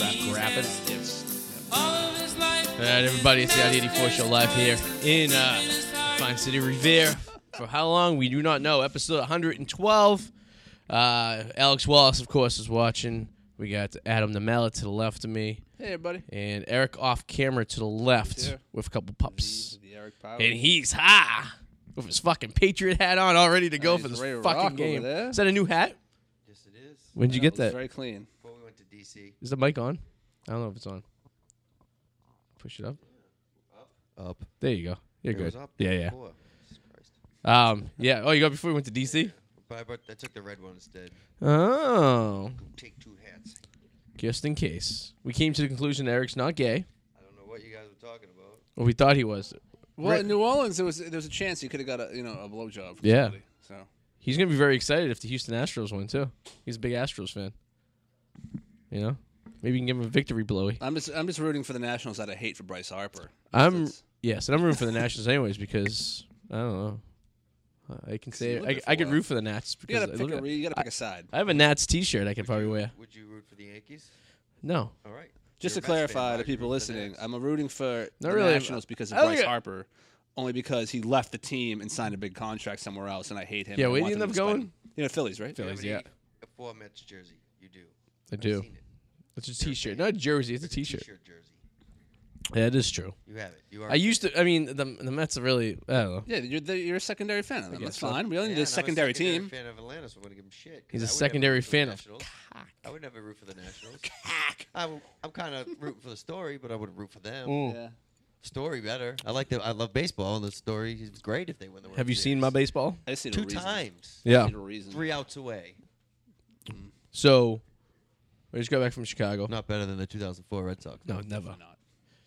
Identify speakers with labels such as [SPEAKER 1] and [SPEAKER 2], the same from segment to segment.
[SPEAKER 1] happens. All right, everybody, it's the ID84 show live here in uh, Fine City Revere. For how long, we do not know. Episode 112. Uh, Alex Wallace, of course, is watching. We got Adam the Mallet to the left of me
[SPEAKER 2] Hey, buddy.
[SPEAKER 1] and Eric off camera to the left
[SPEAKER 2] Yeah.
[SPEAKER 1] with a couple pups.
[SPEAKER 2] The Eric Powers.
[SPEAKER 1] And he's high with his fucking Patriot hat on, all ready to go
[SPEAKER 2] he's
[SPEAKER 1] for this
[SPEAKER 2] ready to rock
[SPEAKER 1] fucking
[SPEAKER 2] over
[SPEAKER 1] game.
[SPEAKER 2] there.
[SPEAKER 1] Is that a new hat?
[SPEAKER 3] Yes, it is.
[SPEAKER 1] When did you get
[SPEAKER 2] That was
[SPEAKER 1] that?
[SPEAKER 2] Very clean.
[SPEAKER 3] Before we went to DC.
[SPEAKER 1] Is the mic on? I don't know if it's on. Push it up.
[SPEAKER 3] Up.
[SPEAKER 1] There you go. You're
[SPEAKER 3] It
[SPEAKER 1] good.
[SPEAKER 3] was up.
[SPEAKER 1] Yeah, yeah.
[SPEAKER 3] before. Jesus Christ.
[SPEAKER 1] Um, yeah. Oh, you got it before we went to DC.
[SPEAKER 3] But I, but I took the red one instead.
[SPEAKER 1] Oh,
[SPEAKER 3] Take two hats.
[SPEAKER 1] just in case. We came to the conclusion that Eric's not gay,
[SPEAKER 3] I don't know what you guys were talking about.
[SPEAKER 1] or we thought he was.
[SPEAKER 2] Well,
[SPEAKER 1] Right.
[SPEAKER 2] in New Orleans, there was there was a chance he could have got a you know a blowjob. From
[SPEAKER 1] Yeah.
[SPEAKER 2] Somebody, so
[SPEAKER 1] He's gonna be very excited if the Houston Astros win too. He's a big Astros fan. You know, maybe you can give him a victory blowy.
[SPEAKER 2] I'm just I'm just rooting for the Nationals out of hate for Bryce Harper.
[SPEAKER 1] I'm
[SPEAKER 2] That's-
[SPEAKER 1] yes, and I'm rooting for the Nationals anyways because I don't know. I can say
[SPEAKER 2] you're
[SPEAKER 1] I,
[SPEAKER 2] looking
[SPEAKER 1] I could
[SPEAKER 2] for-
[SPEAKER 1] root for the Nats
[SPEAKER 2] You
[SPEAKER 1] because
[SPEAKER 2] gotta
[SPEAKER 1] I,
[SPEAKER 2] pick
[SPEAKER 1] look
[SPEAKER 2] a
[SPEAKER 1] at-
[SPEAKER 2] re- you gotta pick a side.
[SPEAKER 1] I have a Nats T-shirt I could probably
[SPEAKER 3] you,
[SPEAKER 1] wear.
[SPEAKER 3] Would you root for the Yankees?
[SPEAKER 1] No,
[SPEAKER 3] All right.
[SPEAKER 2] Just to
[SPEAKER 3] You're a Mets fan,
[SPEAKER 2] clarify to
[SPEAKER 3] why'd you
[SPEAKER 2] people
[SPEAKER 3] root for the
[SPEAKER 2] listening,
[SPEAKER 3] Nats?
[SPEAKER 2] I'm rooting for the
[SPEAKER 1] really.
[SPEAKER 2] Nationals because of
[SPEAKER 1] I think
[SPEAKER 2] Bryce
[SPEAKER 1] I-
[SPEAKER 2] Harper, only because he left the team and signed a big contract somewhere else, and I hate him.
[SPEAKER 1] Yeah,
[SPEAKER 2] and I
[SPEAKER 1] where'd
[SPEAKER 2] want
[SPEAKER 1] he
[SPEAKER 2] them
[SPEAKER 1] end
[SPEAKER 2] to
[SPEAKER 1] up
[SPEAKER 2] spend-
[SPEAKER 1] going?
[SPEAKER 2] You know, Phillies, right?
[SPEAKER 1] Philly. Phillies,
[SPEAKER 3] You
[SPEAKER 1] yeah.
[SPEAKER 3] have a four Mets jersey. You do.
[SPEAKER 1] I do.
[SPEAKER 3] seen it.
[SPEAKER 1] It's a
[SPEAKER 3] You're a
[SPEAKER 1] T-shirt,
[SPEAKER 3] fan.
[SPEAKER 1] not a jersey. It's a
[SPEAKER 3] There's
[SPEAKER 1] T-shirt.
[SPEAKER 3] T-shirt jersey.
[SPEAKER 1] Yeah, it is true.
[SPEAKER 3] You have it. You are.
[SPEAKER 1] I used to. I mean, the the Mets are really. I don't know.
[SPEAKER 2] Yeah, you're the, you're a secondary fan of them.
[SPEAKER 1] guess
[SPEAKER 2] That's
[SPEAKER 1] so.
[SPEAKER 2] fine. We only
[SPEAKER 3] Man,
[SPEAKER 2] need
[SPEAKER 3] I'm
[SPEAKER 2] a secondary, team.
[SPEAKER 3] Fan of Atlanta, so I wouldn't give him shit. 'cause
[SPEAKER 1] He's a
[SPEAKER 3] I would never
[SPEAKER 1] secondary
[SPEAKER 3] root for the
[SPEAKER 1] fan of
[SPEAKER 3] Nationals. I would never root for the Nationals. I'm, I'm kind of rooting for the story, but I would root for them.
[SPEAKER 1] Mm.
[SPEAKER 2] Yeah.
[SPEAKER 3] Story better. I like the. I love baseball, and the story is great if they win the World
[SPEAKER 1] Have you seen
[SPEAKER 3] Series.
[SPEAKER 1] my baseball?
[SPEAKER 2] I just need a
[SPEAKER 3] Two
[SPEAKER 2] reason.
[SPEAKER 3] times.
[SPEAKER 1] Yeah.
[SPEAKER 2] Need a reason.
[SPEAKER 3] Three outs away.
[SPEAKER 1] So, I just got back from Chicago.
[SPEAKER 3] Not better than the 2004 Red Sox.
[SPEAKER 1] No, never. Did
[SPEAKER 2] not?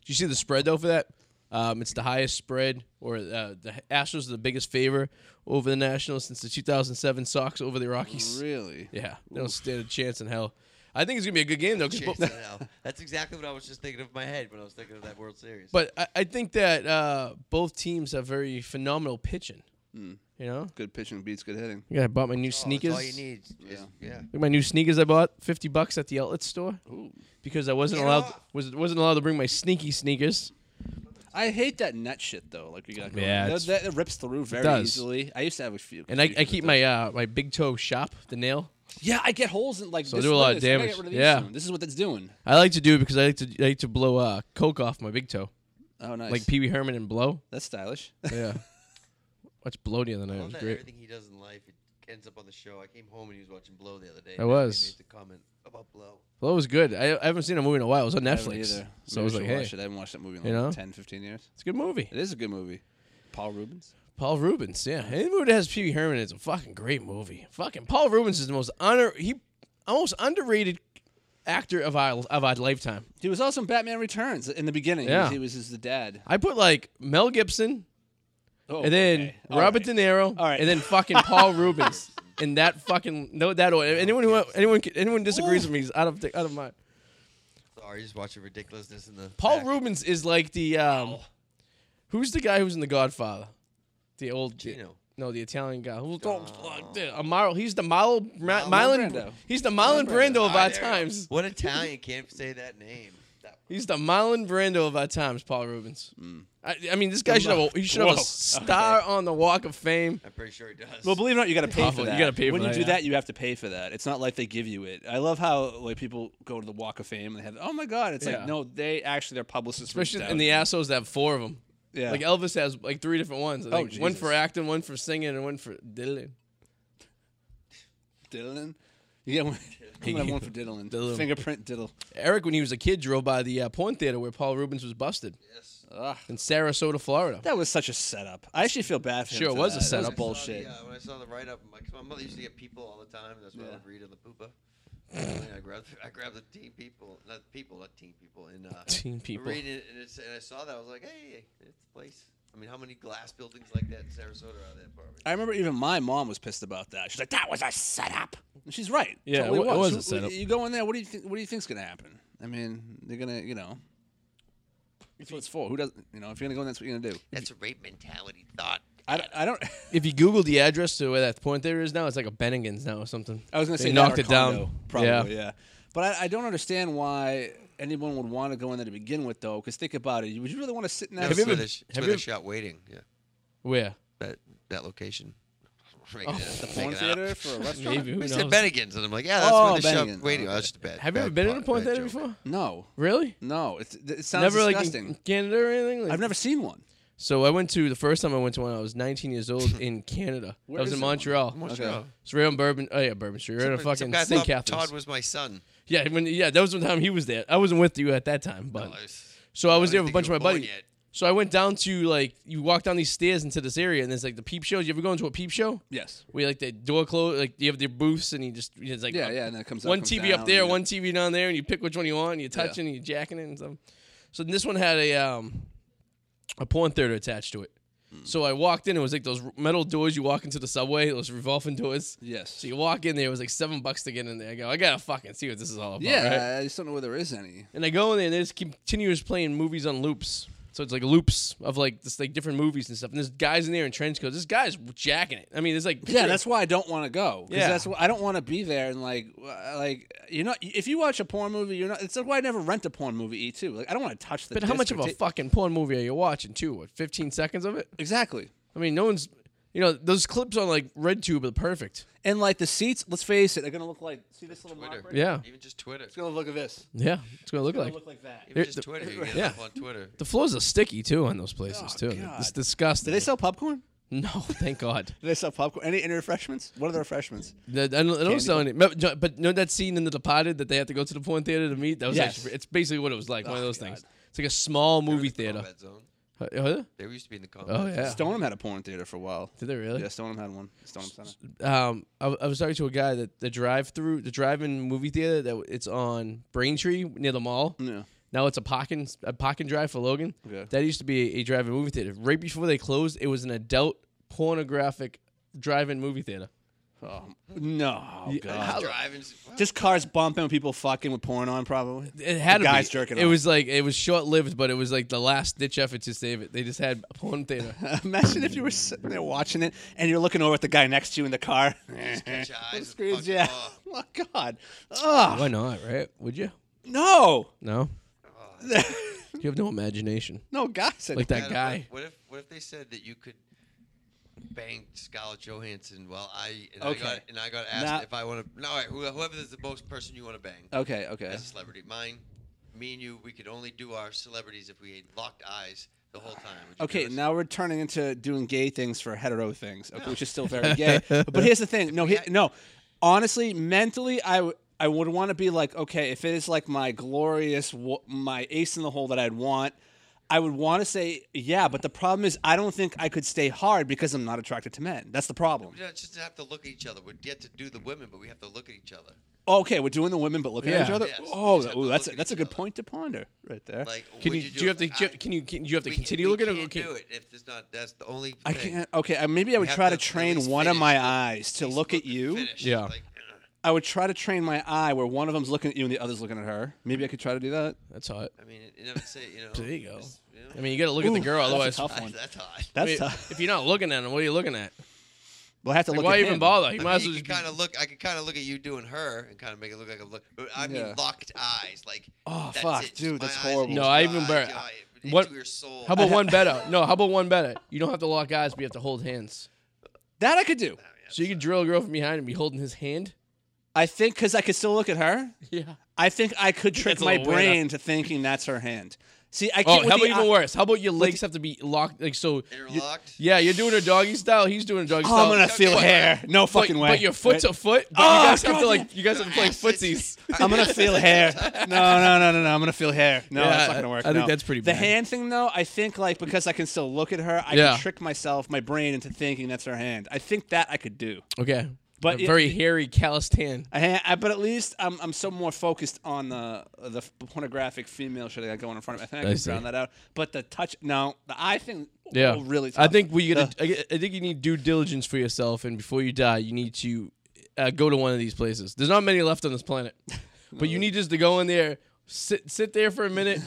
[SPEAKER 1] you see the spread though for that? Um, it's the highest spread, or uh, the Astros are the biggest favor over the Nationals since the 2007 Sox over the Rockies.
[SPEAKER 2] Really?
[SPEAKER 1] Yeah, they don't stand a chance in hell. I think it's gonna be a good game though. 'cause bo-
[SPEAKER 3] Chase it out. That's exactly what I was just thinking of in my head when I was thinking of that World Series.
[SPEAKER 1] but I, I think that uh, both teams have very phenomenal pitching. You know,
[SPEAKER 2] Good pitching beats good hitting.
[SPEAKER 1] yeah, I bought my new
[SPEAKER 3] Hmm. Oh, that's
[SPEAKER 1] sneakers.
[SPEAKER 3] all you need. is-
[SPEAKER 2] Yeah.
[SPEAKER 3] yeah.
[SPEAKER 1] Look at my new sneakers I bought, fifty bucks at the outlet store,
[SPEAKER 2] Ooh.
[SPEAKER 1] because I wasn't
[SPEAKER 3] Get
[SPEAKER 1] allowed
[SPEAKER 3] off.
[SPEAKER 1] was wasn't allowed to bring my sneaky sneakers.
[SPEAKER 2] I hate that net shit though. Like we got going.
[SPEAKER 1] Yeah,
[SPEAKER 2] that,
[SPEAKER 1] it's-
[SPEAKER 2] that- it rips through very
[SPEAKER 1] does.
[SPEAKER 2] easily. I used to have a few.
[SPEAKER 1] And I,
[SPEAKER 2] few
[SPEAKER 1] I
[SPEAKER 2] with
[SPEAKER 1] keep
[SPEAKER 2] that.
[SPEAKER 1] my uh, my big toe shop, the nail.
[SPEAKER 2] yeah. I get holes in like.
[SPEAKER 1] So I
[SPEAKER 2] this
[SPEAKER 1] do a
[SPEAKER 2] is
[SPEAKER 1] lot of
[SPEAKER 2] what it is. I gotta
[SPEAKER 1] damage.
[SPEAKER 2] get rid of these
[SPEAKER 1] Yeah.
[SPEAKER 2] soon. This is what that's doing.
[SPEAKER 1] I like to do it because I like to I like to blow uh, coke off my big toe,
[SPEAKER 2] Oh nice.
[SPEAKER 1] like Pee Wee Herman and blow.
[SPEAKER 2] that's stylish.
[SPEAKER 1] Yeah, watch blow the other night.
[SPEAKER 3] I
[SPEAKER 1] It
[SPEAKER 3] love
[SPEAKER 1] was
[SPEAKER 3] that
[SPEAKER 1] great.
[SPEAKER 3] everything he does in life it ends up on the show. I came home and he was watching Blow the other day.
[SPEAKER 1] I
[SPEAKER 3] and
[SPEAKER 1] was.
[SPEAKER 3] He made the comment about Blow.
[SPEAKER 1] Blow was good. I, I haven't seen a movie in a while. It was on
[SPEAKER 2] I haven't
[SPEAKER 1] Netflix,
[SPEAKER 2] either.
[SPEAKER 1] so I
[SPEAKER 2] Maybe
[SPEAKER 1] was
[SPEAKER 2] should
[SPEAKER 1] like, hey,
[SPEAKER 2] watch
[SPEAKER 1] it's
[SPEAKER 2] it. I haven't watched that movie in like
[SPEAKER 1] you know?
[SPEAKER 2] 10, 15 years.
[SPEAKER 1] a good movie.
[SPEAKER 2] It is a good movie. Paul Rubens.
[SPEAKER 1] Paul Rubens, yeah, any movie that has Pee Wee Herman is a fucking great movie. Fucking Paul Rubens is the most under he almost underrated actor of our of our lifetime.
[SPEAKER 2] He was also in Batman Returns in the beginning.
[SPEAKER 1] Yeah.
[SPEAKER 2] He was, he was his the dad.
[SPEAKER 1] I put like Mel Gibson
[SPEAKER 2] Oh,
[SPEAKER 1] and then
[SPEAKER 2] okay. All
[SPEAKER 1] Robert
[SPEAKER 2] right.
[SPEAKER 1] De Niro
[SPEAKER 2] All right.
[SPEAKER 1] and then fucking Paul Rubens and that fucking no that order. Anyone who anyone anyone disagrees with me is out of the, out of my
[SPEAKER 3] Sorry, just watching ridiculousness in the.
[SPEAKER 1] Paul
[SPEAKER 3] back.
[SPEAKER 1] Rubens is like the um who's the guy who's in The Godfather? The old
[SPEAKER 3] Gino.
[SPEAKER 1] No, the Italian guy. Who don't fuck the Amaro. He's the Marl, Ma- Marlon.
[SPEAKER 2] Marlon Brando.
[SPEAKER 1] He's the Marlon Brando of
[SPEAKER 3] Ah,
[SPEAKER 1] our
[SPEAKER 3] there.
[SPEAKER 1] times.
[SPEAKER 3] What Italian can't say that name? That-
[SPEAKER 1] He's the Marlon Brando of our times. Paul Rubens. I, I mean, this guy
[SPEAKER 2] The
[SPEAKER 1] should have
[SPEAKER 2] Mar-
[SPEAKER 1] a, he should have
[SPEAKER 2] Mm. Whoa.
[SPEAKER 1] a star on the Walk of Fame.
[SPEAKER 3] I'm pretty sure he does.
[SPEAKER 2] Well, believe it or not, you got to pay
[SPEAKER 1] Awful.
[SPEAKER 2] for
[SPEAKER 1] You
[SPEAKER 2] that.
[SPEAKER 1] gotta pay for
[SPEAKER 2] when
[SPEAKER 1] that,
[SPEAKER 2] you do
[SPEAKER 1] yeah.
[SPEAKER 2] that, you have to pay for that. It's not like they give you it. I love how like people go to the Walk of Fame and they have, oh my god, it's
[SPEAKER 1] Yeah.
[SPEAKER 2] like no, they actually their publicists,
[SPEAKER 1] Especially
[SPEAKER 2] reached out
[SPEAKER 1] in the
[SPEAKER 2] to them.
[SPEAKER 1] assholes that have four of them.
[SPEAKER 2] Yeah. Oh,
[SPEAKER 1] Like Elvis has like three different ones. I think. one
[SPEAKER 2] Jesus.
[SPEAKER 1] for acting, one for singing, and one for diddling.
[SPEAKER 2] Diddlin. You get one. I'm gonna have one for diddling.
[SPEAKER 1] Diddlin.
[SPEAKER 2] Fingerprint diddle.
[SPEAKER 1] Eric, when he was a kid, drove by the uh, porn theater where Paul Rubens was busted
[SPEAKER 3] yes.
[SPEAKER 2] Ugh.
[SPEAKER 1] in Sarasota, Florida.
[SPEAKER 2] That was such a setup. I actually feel bad for him.
[SPEAKER 1] Sure, it
[SPEAKER 2] for
[SPEAKER 1] was a
[SPEAKER 2] that. That
[SPEAKER 1] setup.
[SPEAKER 2] bullshit.
[SPEAKER 3] I saw the, uh, when I saw the write up, my, 'cause my mother used to get people all the time. That's what
[SPEAKER 2] Yeah.
[SPEAKER 3] I would read in the poopa. And I grabbed, I grabbed the teen people, not people, not teen people, and uh,
[SPEAKER 1] Teen people.
[SPEAKER 3] Reading it, and, it's, and I saw that, I was like, hey, it's the place. I mean, how many glass buildings like that in Sarasota are there, Barbie?
[SPEAKER 2] I remember even my mom was pissed about that. She's like, "That was a setup." And she's right.
[SPEAKER 1] Yeah,
[SPEAKER 2] Totally
[SPEAKER 1] it wa- it was a
[SPEAKER 2] You-
[SPEAKER 1] setup.
[SPEAKER 2] You go in there. What do you think? What do you think's gonna happen? I mean, they're gonna, you know, that's what it's for. Who doesn't? You know, if you're gonna go in, that's what you're gonna do.
[SPEAKER 3] That's a rape mentality thought.
[SPEAKER 2] I, don't- I don't.
[SPEAKER 1] If you Google the address to where that porn theater is now, it's like a Bennigan's now or something.
[SPEAKER 2] I was gonna
[SPEAKER 1] They
[SPEAKER 2] say that
[SPEAKER 1] knocked
[SPEAKER 2] or
[SPEAKER 1] it down.
[SPEAKER 2] condo,
[SPEAKER 1] Yeah.
[SPEAKER 2] Probably, yeah. But I, I don't understand why anyone would want to go in there to begin with, though. Because think about it, would you really want to sit in that?
[SPEAKER 1] Have you ever-
[SPEAKER 3] Swedish,
[SPEAKER 1] have you
[SPEAKER 3] Swedish
[SPEAKER 1] ever-
[SPEAKER 3] shot waiting? Yeah,
[SPEAKER 1] Where?
[SPEAKER 3] that that location. Making
[SPEAKER 1] Oh.
[SPEAKER 3] it up,
[SPEAKER 2] the
[SPEAKER 3] making
[SPEAKER 2] porn
[SPEAKER 3] it up.
[SPEAKER 2] theater for a restaurant?
[SPEAKER 1] Maybe. Who
[SPEAKER 3] We
[SPEAKER 1] knows?
[SPEAKER 3] said Bennigan's, and I'm like, yeah, that's
[SPEAKER 2] Oh,
[SPEAKER 3] where the shop
[SPEAKER 2] Bennigan's.
[SPEAKER 3] waiting.
[SPEAKER 2] Oh,
[SPEAKER 3] Oh, that's just a bad.
[SPEAKER 1] Have you
[SPEAKER 3] bad
[SPEAKER 1] ever been in
[SPEAKER 3] plot,
[SPEAKER 1] a porn
[SPEAKER 3] bad
[SPEAKER 1] theater
[SPEAKER 3] joke.
[SPEAKER 1] before?
[SPEAKER 2] No,
[SPEAKER 1] Really?
[SPEAKER 2] no. It's, it sounds
[SPEAKER 1] Never
[SPEAKER 2] disgusting.
[SPEAKER 1] like in Canada or anything. Like-
[SPEAKER 2] I've never seen one.
[SPEAKER 1] So I went to the first time I went to one. I was 19 years old in Canada.
[SPEAKER 2] Where
[SPEAKER 1] I was
[SPEAKER 2] is
[SPEAKER 1] in
[SPEAKER 2] that one?
[SPEAKER 1] Montreal.
[SPEAKER 3] Montreal.
[SPEAKER 1] It's right on Bourbon. Oh yeah, Bourbon Street. Right on
[SPEAKER 3] Some- some
[SPEAKER 1] fucking
[SPEAKER 3] guy
[SPEAKER 1] St.
[SPEAKER 3] thought
[SPEAKER 1] Catharines.
[SPEAKER 3] Todd was my son.
[SPEAKER 1] yeah, when, yeah, that was the time he was there. I wasn't with you at that time, but
[SPEAKER 3] I was-
[SPEAKER 1] so I was there with a
[SPEAKER 3] didn't think
[SPEAKER 1] bunch
[SPEAKER 3] you
[SPEAKER 1] of my
[SPEAKER 3] were born
[SPEAKER 1] buddies.
[SPEAKER 3] yet.
[SPEAKER 1] So I went down to like you walk down these stairs into this area, and there's like the peep shows. You ever go into a peep show?
[SPEAKER 2] Yes.
[SPEAKER 1] Where like the door closed, like you have the booths, and you just it's like
[SPEAKER 2] Yeah,
[SPEAKER 1] up-
[SPEAKER 2] yeah. And then it comes
[SPEAKER 1] one
[SPEAKER 2] comes
[SPEAKER 1] TV up
[SPEAKER 2] down,
[SPEAKER 1] there,
[SPEAKER 2] yeah.
[SPEAKER 1] one TV down there, and you pick which one you want. And you're touching, and you're jacking it, and stuff. So this one had a um, a porn theater attached to it.
[SPEAKER 2] Hmm.
[SPEAKER 1] So I walked in. It was like those metal doors you walk into the subway, those revolving doors.
[SPEAKER 2] Yes.
[SPEAKER 1] So you walk in there. It was like seven bucks to get in there. I go, I gotta fucking see what this is all about. right?
[SPEAKER 2] Yeah, I just don't know where there is any.
[SPEAKER 1] And I go in there, and they just continuous playing movies on loops. So it's like loops of like this like different movies and stuff. And there's guys in there in trench coats. This guy's jacking it. I mean, there's like
[SPEAKER 2] Yeah, that's why I don't want to go. 'Cause
[SPEAKER 1] Yeah.
[SPEAKER 2] that's why I don't want to be there and like, uh, like you know, if you watch a porn movie, you're not. It's like why I never rent a porn movie. E too. Like I don't want to touch the.
[SPEAKER 1] But how
[SPEAKER 2] disc
[SPEAKER 1] much
[SPEAKER 2] or
[SPEAKER 1] of a
[SPEAKER 2] ta-
[SPEAKER 1] fucking porn movie are you watching too? What, 15 seconds of it?
[SPEAKER 2] Exactly.
[SPEAKER 1] I mean, no one's. You know, those clips on like RedTube are perfect.
[SPEAKER 2] And like the seats, let's face it, they're gonna look like. See this little
[SPEAKER 3] Twitter.
[SPEAKER 2] mark right
[SPEAKER 1] Yeah,
[SPEAKER 3] Even just Twitter.
[SPEAKER 2] It's gonna look at this.
[SPEAKER 1] yeah. It's gonna look
[SPEAKER 2] It's gonna
[SPEAKER 1] like
[SPEAKER 2] look like that.
[SPEAKER 3] Even
[SPEAKER 1] Here-
[SPEAKER 3] just
[SPEAKER 1] the-
[SPEAKER 3] Twitter. You get
[SPEAKER 1] yeah.
[SPEAKER 3] up on Twitter.
[SPEAKER 1] the floors are sticky too on those places
[SPEAKER 2] Oh,
[SPEAKER 1] too.
[SPEAKER 2] God.
[SPEAKER 1] It's disgusting.
[SPEAKER 2] Did they sell popcorn?
[SPEAKER 1] No, thank God.
[SPEAKER 2] Did they sell popcorn? Any any refreshments? What are the refreshments?
[SPEAKER 1] The- I don't, I don't
[SPEAKER 2] Candy
[SPEAKER 1] sell any. But but you know that scene in The Departed that they have to go to the porn theater to meet. That was
[SPEAKER 2] Yes.
[SPEAKER 1] actually, it's basically what it was like. One of
[SPEAKER 2] Oh,
[SPEAKER 1] those
[SPEAKER 2] God.
[SPEAKER 1] things. It's like a small
[SPEAKER 3] They were in
[SPEAKER 1] movie
[SPEAKER 3] the
[SPEAKER 1] theater.
[SPEAKER 3] combat zone.
[SPEAKER 1] Huh? uh, Huh?
[SPEAKER 3] They used to be in the combat.
[SPEAKER 1] Oh
[SPEAKER 3] zone.
[SPEAKER 1] yeah.
[SPEAKER 2] Stoneham had a porn theater for a while.
[SPEAKER 1] Did they really?
[SPEAKER 2] Yeah, Stoneham had one. Stoneham Center.
[SPEAKER 1] Um, I, I was talking to a guy that the drive-through, the drive-in movie theater that w- it's on Braintree near the mall.
[SPEAKER 2] Yeah.
[SPEAKER 1] Now it's a parking a parking drive for Logan.
[SPEAKER 2] Okay.
[SPEAKER 1] That used to be a drive-in movie theater. Right before they closed, it was an adult pornographic drive-in movie theater.
[SPEAKER 2] Oh, no. God.
[SPEAKER 3] Just driving. Wow.
[SPEAKER 2] Just cars bumping with people fucking with porn on, probably.
[SPEAKER 1] It had
[SPEAKER 2] The
[SPEAKER 1] to
[SPEAKER 2] guys
[SPEAKER 1] be.
[SPEAKER 2] jerking
[SPEAKER 1] It
[SPEAKER 2] off.
[SPEAKER 1] was like it was short-lived, but it was like the last ditch effort to save it. They just had a porn theater.
[SPEAKER 2] Imagine if you were sitting there watching it and you're looking over at the guy next to you in the car.
[SPEAKER 3] catch your eyes and
[SPEAKER 2] Screams,
[SPEAKER 3] fucking
[SPEAKER 2] yeah.
[SPEAKER 3] off.
[SPEAKER 2] Oh, God. Oh,
[SPEAKER 1] Why not? Right? Would you?
[SPEAKER 2] no.
[SPEAKER 1] No. You have no imagination.
[SPEAKER 2] no, guys.
[SPEAKER 1] Like that
[SPEAKER 3] Adam,
[SPEAKER 1] guy.
[SPEAKER 3] What, what if what if they said that you could bang Scarlett Johansson while I and
[SPEAKER 2] Okay.
[SPEAKER 3] I got and I got asked
[SPEAKER 2] Now-
[SPEAKER 3] if I want to no all right, who- whoever is the most person you want to bang
[SPEAKER 2] Okay, okay.
[SPEAKER 3] as a celebrity. Mine, me and you, we could only do our celebrities if we had locked eyes the whole time. Would you
[SPEAKER 2] Okay,
[SPEAKER 3] do this?
[SPEAKER 2] now we're turning into doing gay things for hetero things, okay, which is still very gay. But here's the thing: no, he, no. Honestly, mentally, I w- I would want to be like, okay, if it is like my glorious, w- my ace in the hole that I'd want, I would want to say yeah. But the problem is, I don't think I could stay hard because I'm not attracted to men. That's the problem.
[SPEAKER 3] we don't just have to look at each other. We'd get to do the women, but we have to look at each other.
[SPEAKER 2] Okay, we're doing the women, but looking at each
[SPEAKER 1] Yeah.
[SPEAKER 2] other.
[SPEAKER 3] Yes, you
[SPEAKER 2] oh,
[SPEAKER 3] just have to
[SPEAKER 2] ooh, that's a,
[SPEAKER 3] look at
[SPEAKER 2] that's a
[SPEAKER 3] each
[SPEAKER 2] good
[SPEAKER 3] other.
[SPEAKER 2] point to ponder right there.
[SPEAKER 3] Like,
[SPEAKER 1] Can
[SPEAKER 3] would
[SPEAKER 1] you,
[SPEAKER 3] you
[SPEAKER 1] do you have to
[SPEAKER 3] it?
[SPEAKER 1] do you
[SPEAKER 3] I-
[SPEAKER 1] have, can you can you have to
[SPEAKER 3] we-
[SPEAKER 1] continue
[SPEAKER 3] we
[SPEAKER 1] looking at
[SPEAKER 3] can't
[SPEAKER 1] okay.
[SPEAKER 3] do it if there's not that's the only
[SPEAKER 2] I
[SPEAKER 3] thing.
[SPEAKER 2] can't. Okay, uh, maybe I
[SPEAKER 3] We
[SPEAKER 2] would
[SPEAKER 3] have
[SPEAKER 2] try
[SPEAKER 3] to
[SPEAKER 2] to
[SPEAKER 3] at
[SPEAKER 2] train
[SPEAKER 3] least
[SPEAKER 2] one of
[SPEAKER 3] finish
[SPEAKER 2] my
[SPEAKER 3] the-
[SPEAKER 2] eyes to
[SPEAKER 3] least
[SPEAKER 2] look at
[SPEAKER 3] and
[SPEAKER 2] you.
[SPEAKER 3] finish.
[SPEAKER 1] Yeah.
[SPEAKER 3] Like, uh,
[SPEAKER 2] I would try to train my eye where one of them's looking at you and the other's looking at her. Maybe I could try to do that.
[SPEAKER 1] That's hot.
[SPEAKER 3] I mean, you never say you know.
[SPEAKER 1] There you go.
[SPEAKER 3] just, you know,
[SPEAKER 1] I mean, you got to look at the
[SPEAKER 2] Ooh,
[SPEAKER 1] girl,
[SPEAKER 2] that's a
[SPEAKER 1] otherwise.
[SPEAKER 2] tough
[SPEAKER 3] I-
[SPEAKER 2] one.
[SPEAKER 3] That's hot.
[SPEAKER 1] I
[SPEAKER 2] That's
[SPEAKER 1] mean,
[SPEAKER 2] tough.
[SPEAKER 1] if you're not looking at him, what are you looking at?
[SPEAKER 2] We'll I have to
[SPEAKER 1] Like,
[SPEAKER 2] look.
[SPEAKER 1] why
[SPEAKER 2] at
[SPEAKER 1] even
[SPEAKER 2] him.
[SPEAKER 1] bother? He might
[SPEAKER 3] I mean,
[SPEAKER 1] as
[SPEAKER 3] you
[SPEAKER 1] well
[SPEAKER 3] can
[SPEAKER 1] just be-
[SPEAKER 3] kind of look. I could kind of look at you doing her and kind of make it look like I'm look. but I mean,
[SPEAKER 2] Yeah.
[SPEAKER 3] locked eyes, like.
[SPEAKER 2] Oh,
[SPEAKER 3] that's
[SPEAKER 2] fuck,
[SPEAKER 3] it, just
[SPEAKER 2] dude,
[SPEAKER 3] my
[SPEAKER 2] that's
[SPEAKER 3] eyes and
[SPEAKER 2] horrible.
[SPEAKER 1] No,
[SPEAKER 3] just
[SPEAKER 1] I
[SPEAKER 3] my
[SPEAKER 1] even
[SPEAKER 3] eyes,
[SPEAKER 1] better.
[SPEAKER 3] your eye- into
[SPEAKER 1] What-
[SPEAKER 3] your soul.
[SPEAKER 1] How about one better? No, how about one better? You don't have to lock eyes, but you have to hold hands.
[SPEAKER 2] That I could do.
[SPEAKER 1] So you could drill a girl from behind and be holding his hand.
[SPEAKER 2] I think because I could still look at her.
[SPEAKER 1] Yeah.
[SPEAKER 2] I think I could trick
[SPEAKER 1] That's a
[SPEAKER 2] my
[SPEAKER 1] little weird, huh?
[SPEAKER 2] brain to thinking that's her hand. See,
[SPEAKER 1] Oh,
[SPEAKER 2] I can't.
[SPEAKER 1] how
[SPEAKER 2] with
[SPEAKER 1] about
[SPEAKER 2] the
[SPEAKER 1] even
[SPEAKER 2] eye-
[SPEAKER 1] worse? How about your legs have to be locked? Like so.
[SPEAKER 3] interlocked?
[SPEAKER 1] Yeah, you're doing a doggy style. He's doing a doggy
[SPEAKER 2] Oh,
[SPEAKER 1] style.
[SPEAKER 2] I'm gonna feel
[SPEAKER 1] but-
[SPEAKER 2] hair. No
[SPEAKER 1] But,
[SPEAKER 2] fucking way.
[SPEAKER 1] but your foot's
[SPEAKER 2] Right?
[SPEAKER 1] a foot. But
[SPEAKER 2] Oh,
[SPEAKER 1] you guys have
[SPEAKER 2] God,
[SPEAKER 1] to like.
[SPEAKER 2] yeah.
[SPEAKER 1] You guys have to play
[SPEAKER 3] Ass, it's-
[SPEAKER 1] footsies.
[SPEAKER 2] I'm gonna feel hair. No, no, no, no, no. I'm gonna feel hair. No,
[SPEAKER 1] Yeah,
[SPEAKER 2] that's not gonna work.
[SPEAKER 1] I think
[SPEAKER 2] no.
[SPEAKER 1] that's pretty
[SPEAKER 2] The
[SPEAKER 1] bad.
[SPEAKER 2] hand thing, though, I think like because I can still look at her, I
[SPEAKER 1] Yeah.
[SPEAKER 2] can trick myself, my brain into thinking that's her hand. I think that I could do.
[SPEAKER 1] Okay.
[SPEAKER 2] But
[SPEAKER 1] a
[SPEAKER 2] it-
[SPEAKER 1] very hairy, calloused hand.
[SPEAKER 2] I, ha- I, but at least I'm, I'm so more focused on the the pornographic female shit I got going in front of me. I think I,
[SPEAKER 1] I
[SPEAKER 2] can
[SPEAKER 1] see.
[SPEAKER 2] drown that out. But the touch, no, the eye thing,
[SPEAKER 1] Yeah,
[SPEAKER 2] will really.
[SPEAKER 1] I
[SPEAKER 2] tough.
[SPEAKER 1] think we gotta. I I think you need due diligence for yourself, and before you die, you need to uh, go to one of these places. There's not many left on this planet, but you need just to go in there, sit sit there for a minute,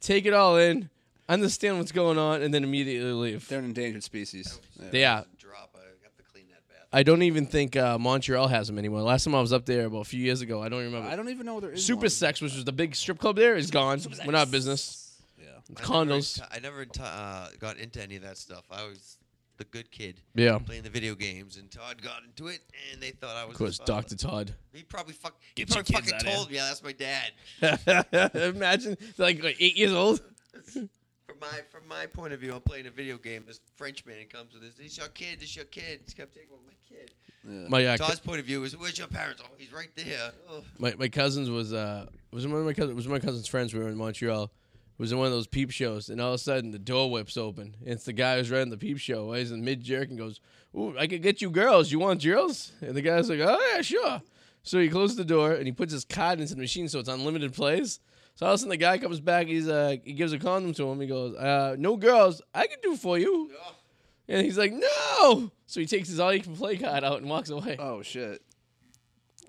[SPEAKER 1] take it all in, understand what's going on, and then immediately leave.
[SPEAKER 2] they're an endangered species. Yeah.
[SPEAKER 1] Yeah,
[SPEAKER 3] Drop. I have to clean that bathroom.
[SPEAKER 1] I don't even think uh, Montreal has them anymore. Last time I was up there, about a few years ago, I don't remember.
[SPEAKER 2] I don't even know where there is
[SPEAKER 1] Super
[SPEAKER 2] one.
[SPEAKER 1] Sex, which was the big strip club there, is gone. We're not business.
[SPEAKER 2] Yeah.
[SPEAKER 1] Condos.
[SPEAKER 3] I never, enti- uh, got into any of that stuff. I was the good kid
[SPEAKER 1] Yeah.
[SPEAKER 3] playing the video games, and Todd got into it, and they thought I was.
[SPEAKER 1] Of course,
[SPEAKER 3] the father.
[SPEAKER 1] Dr. Todd.
[SPEAKER 3] He probably fuck. He
[SPEAKER 1] Get your
[SPEAKER 3] probably
[SPEAKER 1] kids
[SPEAKER 3] fucking
[SPEAKER 1] out here.
[SPEAKER 3] told me. Yeah, that's my dad.
[SPEAKER 1] Imagine, like, like, eight years old.
[SPEAKER 3] From my from my point of view, I'm playing a video game. This Frenchman he comes with this. This your kid. This your kid. He's kept taking my kid.
[SPEAKER 1] My, uh,
[SPEAKER 3] Todd's point of view is, where's your parents? Oh, he's right there. Oh.
[SPEAKER 1] my my cousins was uh was one of my cousin was one of my cousin's friends. We were in Montreal. Was in one of those peep shows, and all of a sudden the door whips open. And it's the guy who's running the peep show. He's in mid jerk and goes, "Ooh, I could get you girls. You want girls?" And the guy's like, "Oh yeah, sure." So he closes the door and he puts his card into the machine, so it's unlimited plays. So all of a sudden the guy comes back. He's uh he gives a condom to him. He goes, "Uh, no girls. I can do for you."
[SPEAKER 3] Oh.
[SPEAKER 1] And he's like, "No." So he takes his all you can play card out and walks away.
[SPEAKER 2] Oh shit.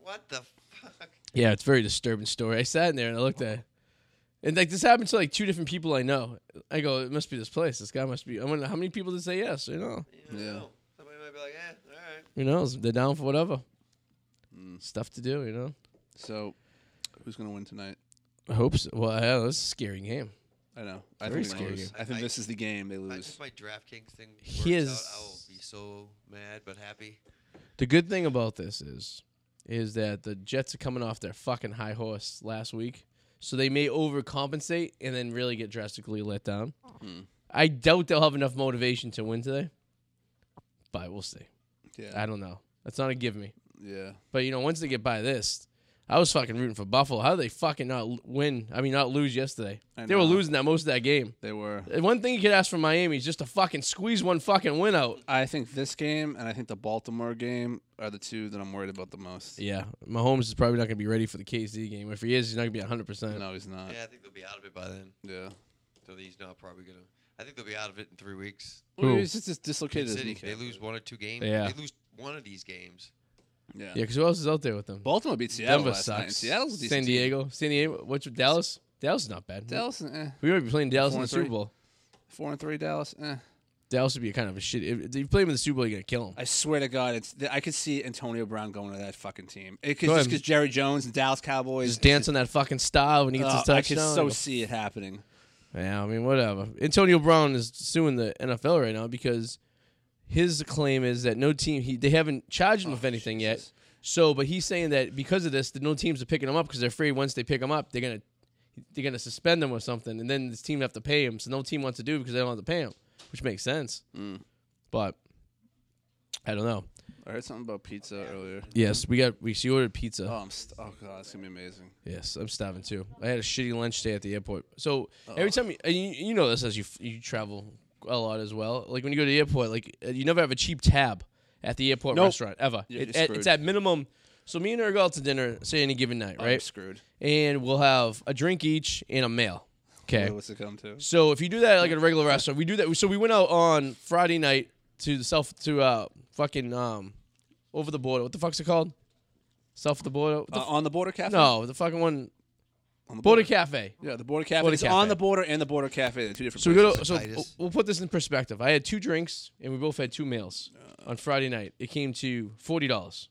[SPEAKER 3] What the fuck?
[SPEAKER 1] Yeah, it's a very disturbing story. I sat in there and I looked at it. And like this happened to like two different people I know. I go, it must be this place. This guy must be. I wonder how many people did say yes. You know,
[SPEAKER 3] You don't
[SPEAKER 2] Yeah.
[SPEAKER 3] know. Somebody might be like, eh, all right.
[SPEAKER 1] who knows? They're down for whatever. Stuff to do. You know.
[SPEAKER 2] So, who's gonna win tonight?
[SPEAKER 1] I hope so. Well, yeah, that's a scary game.
[SPEAKER 2] I know. I
[SPEAKER 1] Very
[SPEAKER 2] think they
[SPEAKER 1] scary.
[SPEAKER 2] lose. I think
[SPEAKER 3] I-
[SPEAKER 2] this is the game they
[SPEAKER 3] I,
[SPEAKER 2] lose.
[SPEAKER 3] if my DraftKings thing works
[SPEAKER 1] He
[SPEAKER 3] out, I will
[SPEAKER 1] is-
[SPEAKER 3] be so mad but happy.
[SPEAKER 1] The good thing about this is, is that the Jets are coming off their fucking high horse last week, so they may overcompensate and then really get drastically let down. I doubt they'll have enough motivation to win today, but we'll see. I
[SPEAKER 2] Yeah.
[SPEAKER 1] don't know. That's not a give me.
[SPEAKER 2] Yeah.
[SPEAKER 1] But you know, once they get by this, I was fucking rooting for Buffalo. How did they fucking not l- win? I mean, not lose yesterday.
[SPEAKER 2] I
[SPEAKER 1] They were
[SPEAKER 2] know.
[SPEAKER 1] losing that most of that game.
[SPEAKER 2] They were.
[SPEAKER 1] And One thing you could ask from Miami is just to fucking squeeze one fucking win out.
[SPEAKER 2] I think this game and I think the Baltimore game are the two that I'm worried about the most.
[SPEAKER 1] Yeah, Mahomes is probably not going to be ready for the KC game. If he is, he's not going to be 100. percent
[SPEAKER 2] No, he's not.
[SPEAKER 3] Yeah, I think they'll be out of it by then.
[SPEAKER 2] Yeah.
[SPEAKER 3] So he's not probably gonna. I think they'll be out of it in three weeks.
[SPEAKER 1] Who?
[SPEAKER 2] Well, he's just, just dislocated.
[SPEAKER 3] Kansas
[SPEAKER 2] his
[SPEAKER 3] City, they
[SPEAKER 2] kneecap.
[SPEAKER 3] lose one or two games.
[SPEAKER 1] Yeah.
[SPEAKER 3] They lose one of these games.
[SPEAKER 2] Yeah.
[SPEAKER 1] Yeah, because who else is out there with them?
[SPEAKER 2] Baltimore beat Seattle
[SPEAKER 1] Denver
[SPEAKER 2] last night.
[SPEAKER 1] sucks.
[SPEAKER 2] Seattle's a decent
[SPEAKER 1] San
[SPEAKER 2] team.
[SPEAKER 1] Diego, San Diego. What's with Dallas? Dallas is not bad.
[SPEAKER 2] Dallas, eh.
[SPEAKER 1] We might be playing Dallas in
[SPEAKER 2] Four
[SPEAKER 1] the
[SPEAKER 2] and
[SPEAKER 1] Super
[SPEAKER 2] three.
[SPEAKER 1] Bowl.
[SPEAKER 2] Four and three. Dallas, eh.
[SPEAKER 1] Dallas would be a kind of a shit. If, if you play him in the Super Bowl, you're going to kill him.
[SPEAKER 2] I swear to God, it's I could see Antonio Brown going to that fucking team. It could,
[SPEAKER 1] Go
[SPEAKER 2] just
[SPEAKER 1] ahead.
[SPEAKER 2] because Jerry Jones and Dallas Cowboys.
[SPEAKER 1] just dance on that fucking star when he gets
[SPEAKER 2] Oh,
[SPEAKER 1] his
[SPEAKER 2] I could
[SPEAKER 1] touchdown.
[SPEAKER 2] so see it happening.
[SPEAKER 1] Yeah, I mean, whatever. Antonio Brown is suing the NFL right now because his claim is that no team he they haven't charged him with anything yet.
[SPEAKER 2] Oh, Jesus.
[SPEAKER 1] So, but he's saying that because of this, that no teams are picking him up because they're afraid once they pick him up, they're gonna they're gonna suspend him or something, and then this team have to pay him. So no team wants to do it because they don't have to pay him, which makes sense.
[SPEAKER 2] Mm.
[SPEAKER 1] But I don't know.
[SPEAKER 2] I heard something about pizza earlier.
[SPEAKER 1] Yes, we got we she ordered pizza.
[SPEAKER 2] Oh, I'm st- oh God, it's gonna be amazing.
[SPEAKER 1] Yes, I'm starving too. I had a shitty lunch day at the airport. So
[SPEAKER 2] Oh.
[SPEAKER 1] every time you, and you you know this as you f- you travel a lot as well. Like when you go to the airport, like uh, you never have a cheap tab at the airport
[SPEAKER 2] Nope.
[SPEAKER 1] restaurant ever.
[SPEAKER 2] You're
[SPEAKER 1] It-
[SPEAKER 2] screwed.
[SPEAKER 1] it's at minimum. So me and her go out to dinner, say any given night,
[SPEAKER 2] I'm
[SPEAKER 1] right?
[SPEAKER 2] screwed.
[SPEAKER 1] and we'll have a drink each and a meal. Okay.
[SPEAKER 2] What's it come to?
[SPEAKER 1] So if you do that like at a regular restaurant, we do that. So we went out on Friday night to the self to uh fucking um over the border. What the fuck's it called? Self the border. What the
[SPEAKER 2] Uh, on the border cafe.
[SPEAKER 1] no, the fucking one.
[SPEAKER 2] On the
[SPEAKER 1] Border Cafe.
[SPEAKER 2] Yeah, the border cafe.
[SPEAKER 1] Border
[SPEAKER 2] it's
[SPEAKER 1] cafe.
[SPEAKER 2] on the border and the border cafe. They're two different.
[SPEAKER 1] So we go
[SPEAKER 2] places.
[SPEAKER 1] to. So
[SPEAKER 3] Titus.
[SPEAKER 1] we'll put this in perspective. I had two drinks and we both had two meals on Friday night. It came to forty dollars.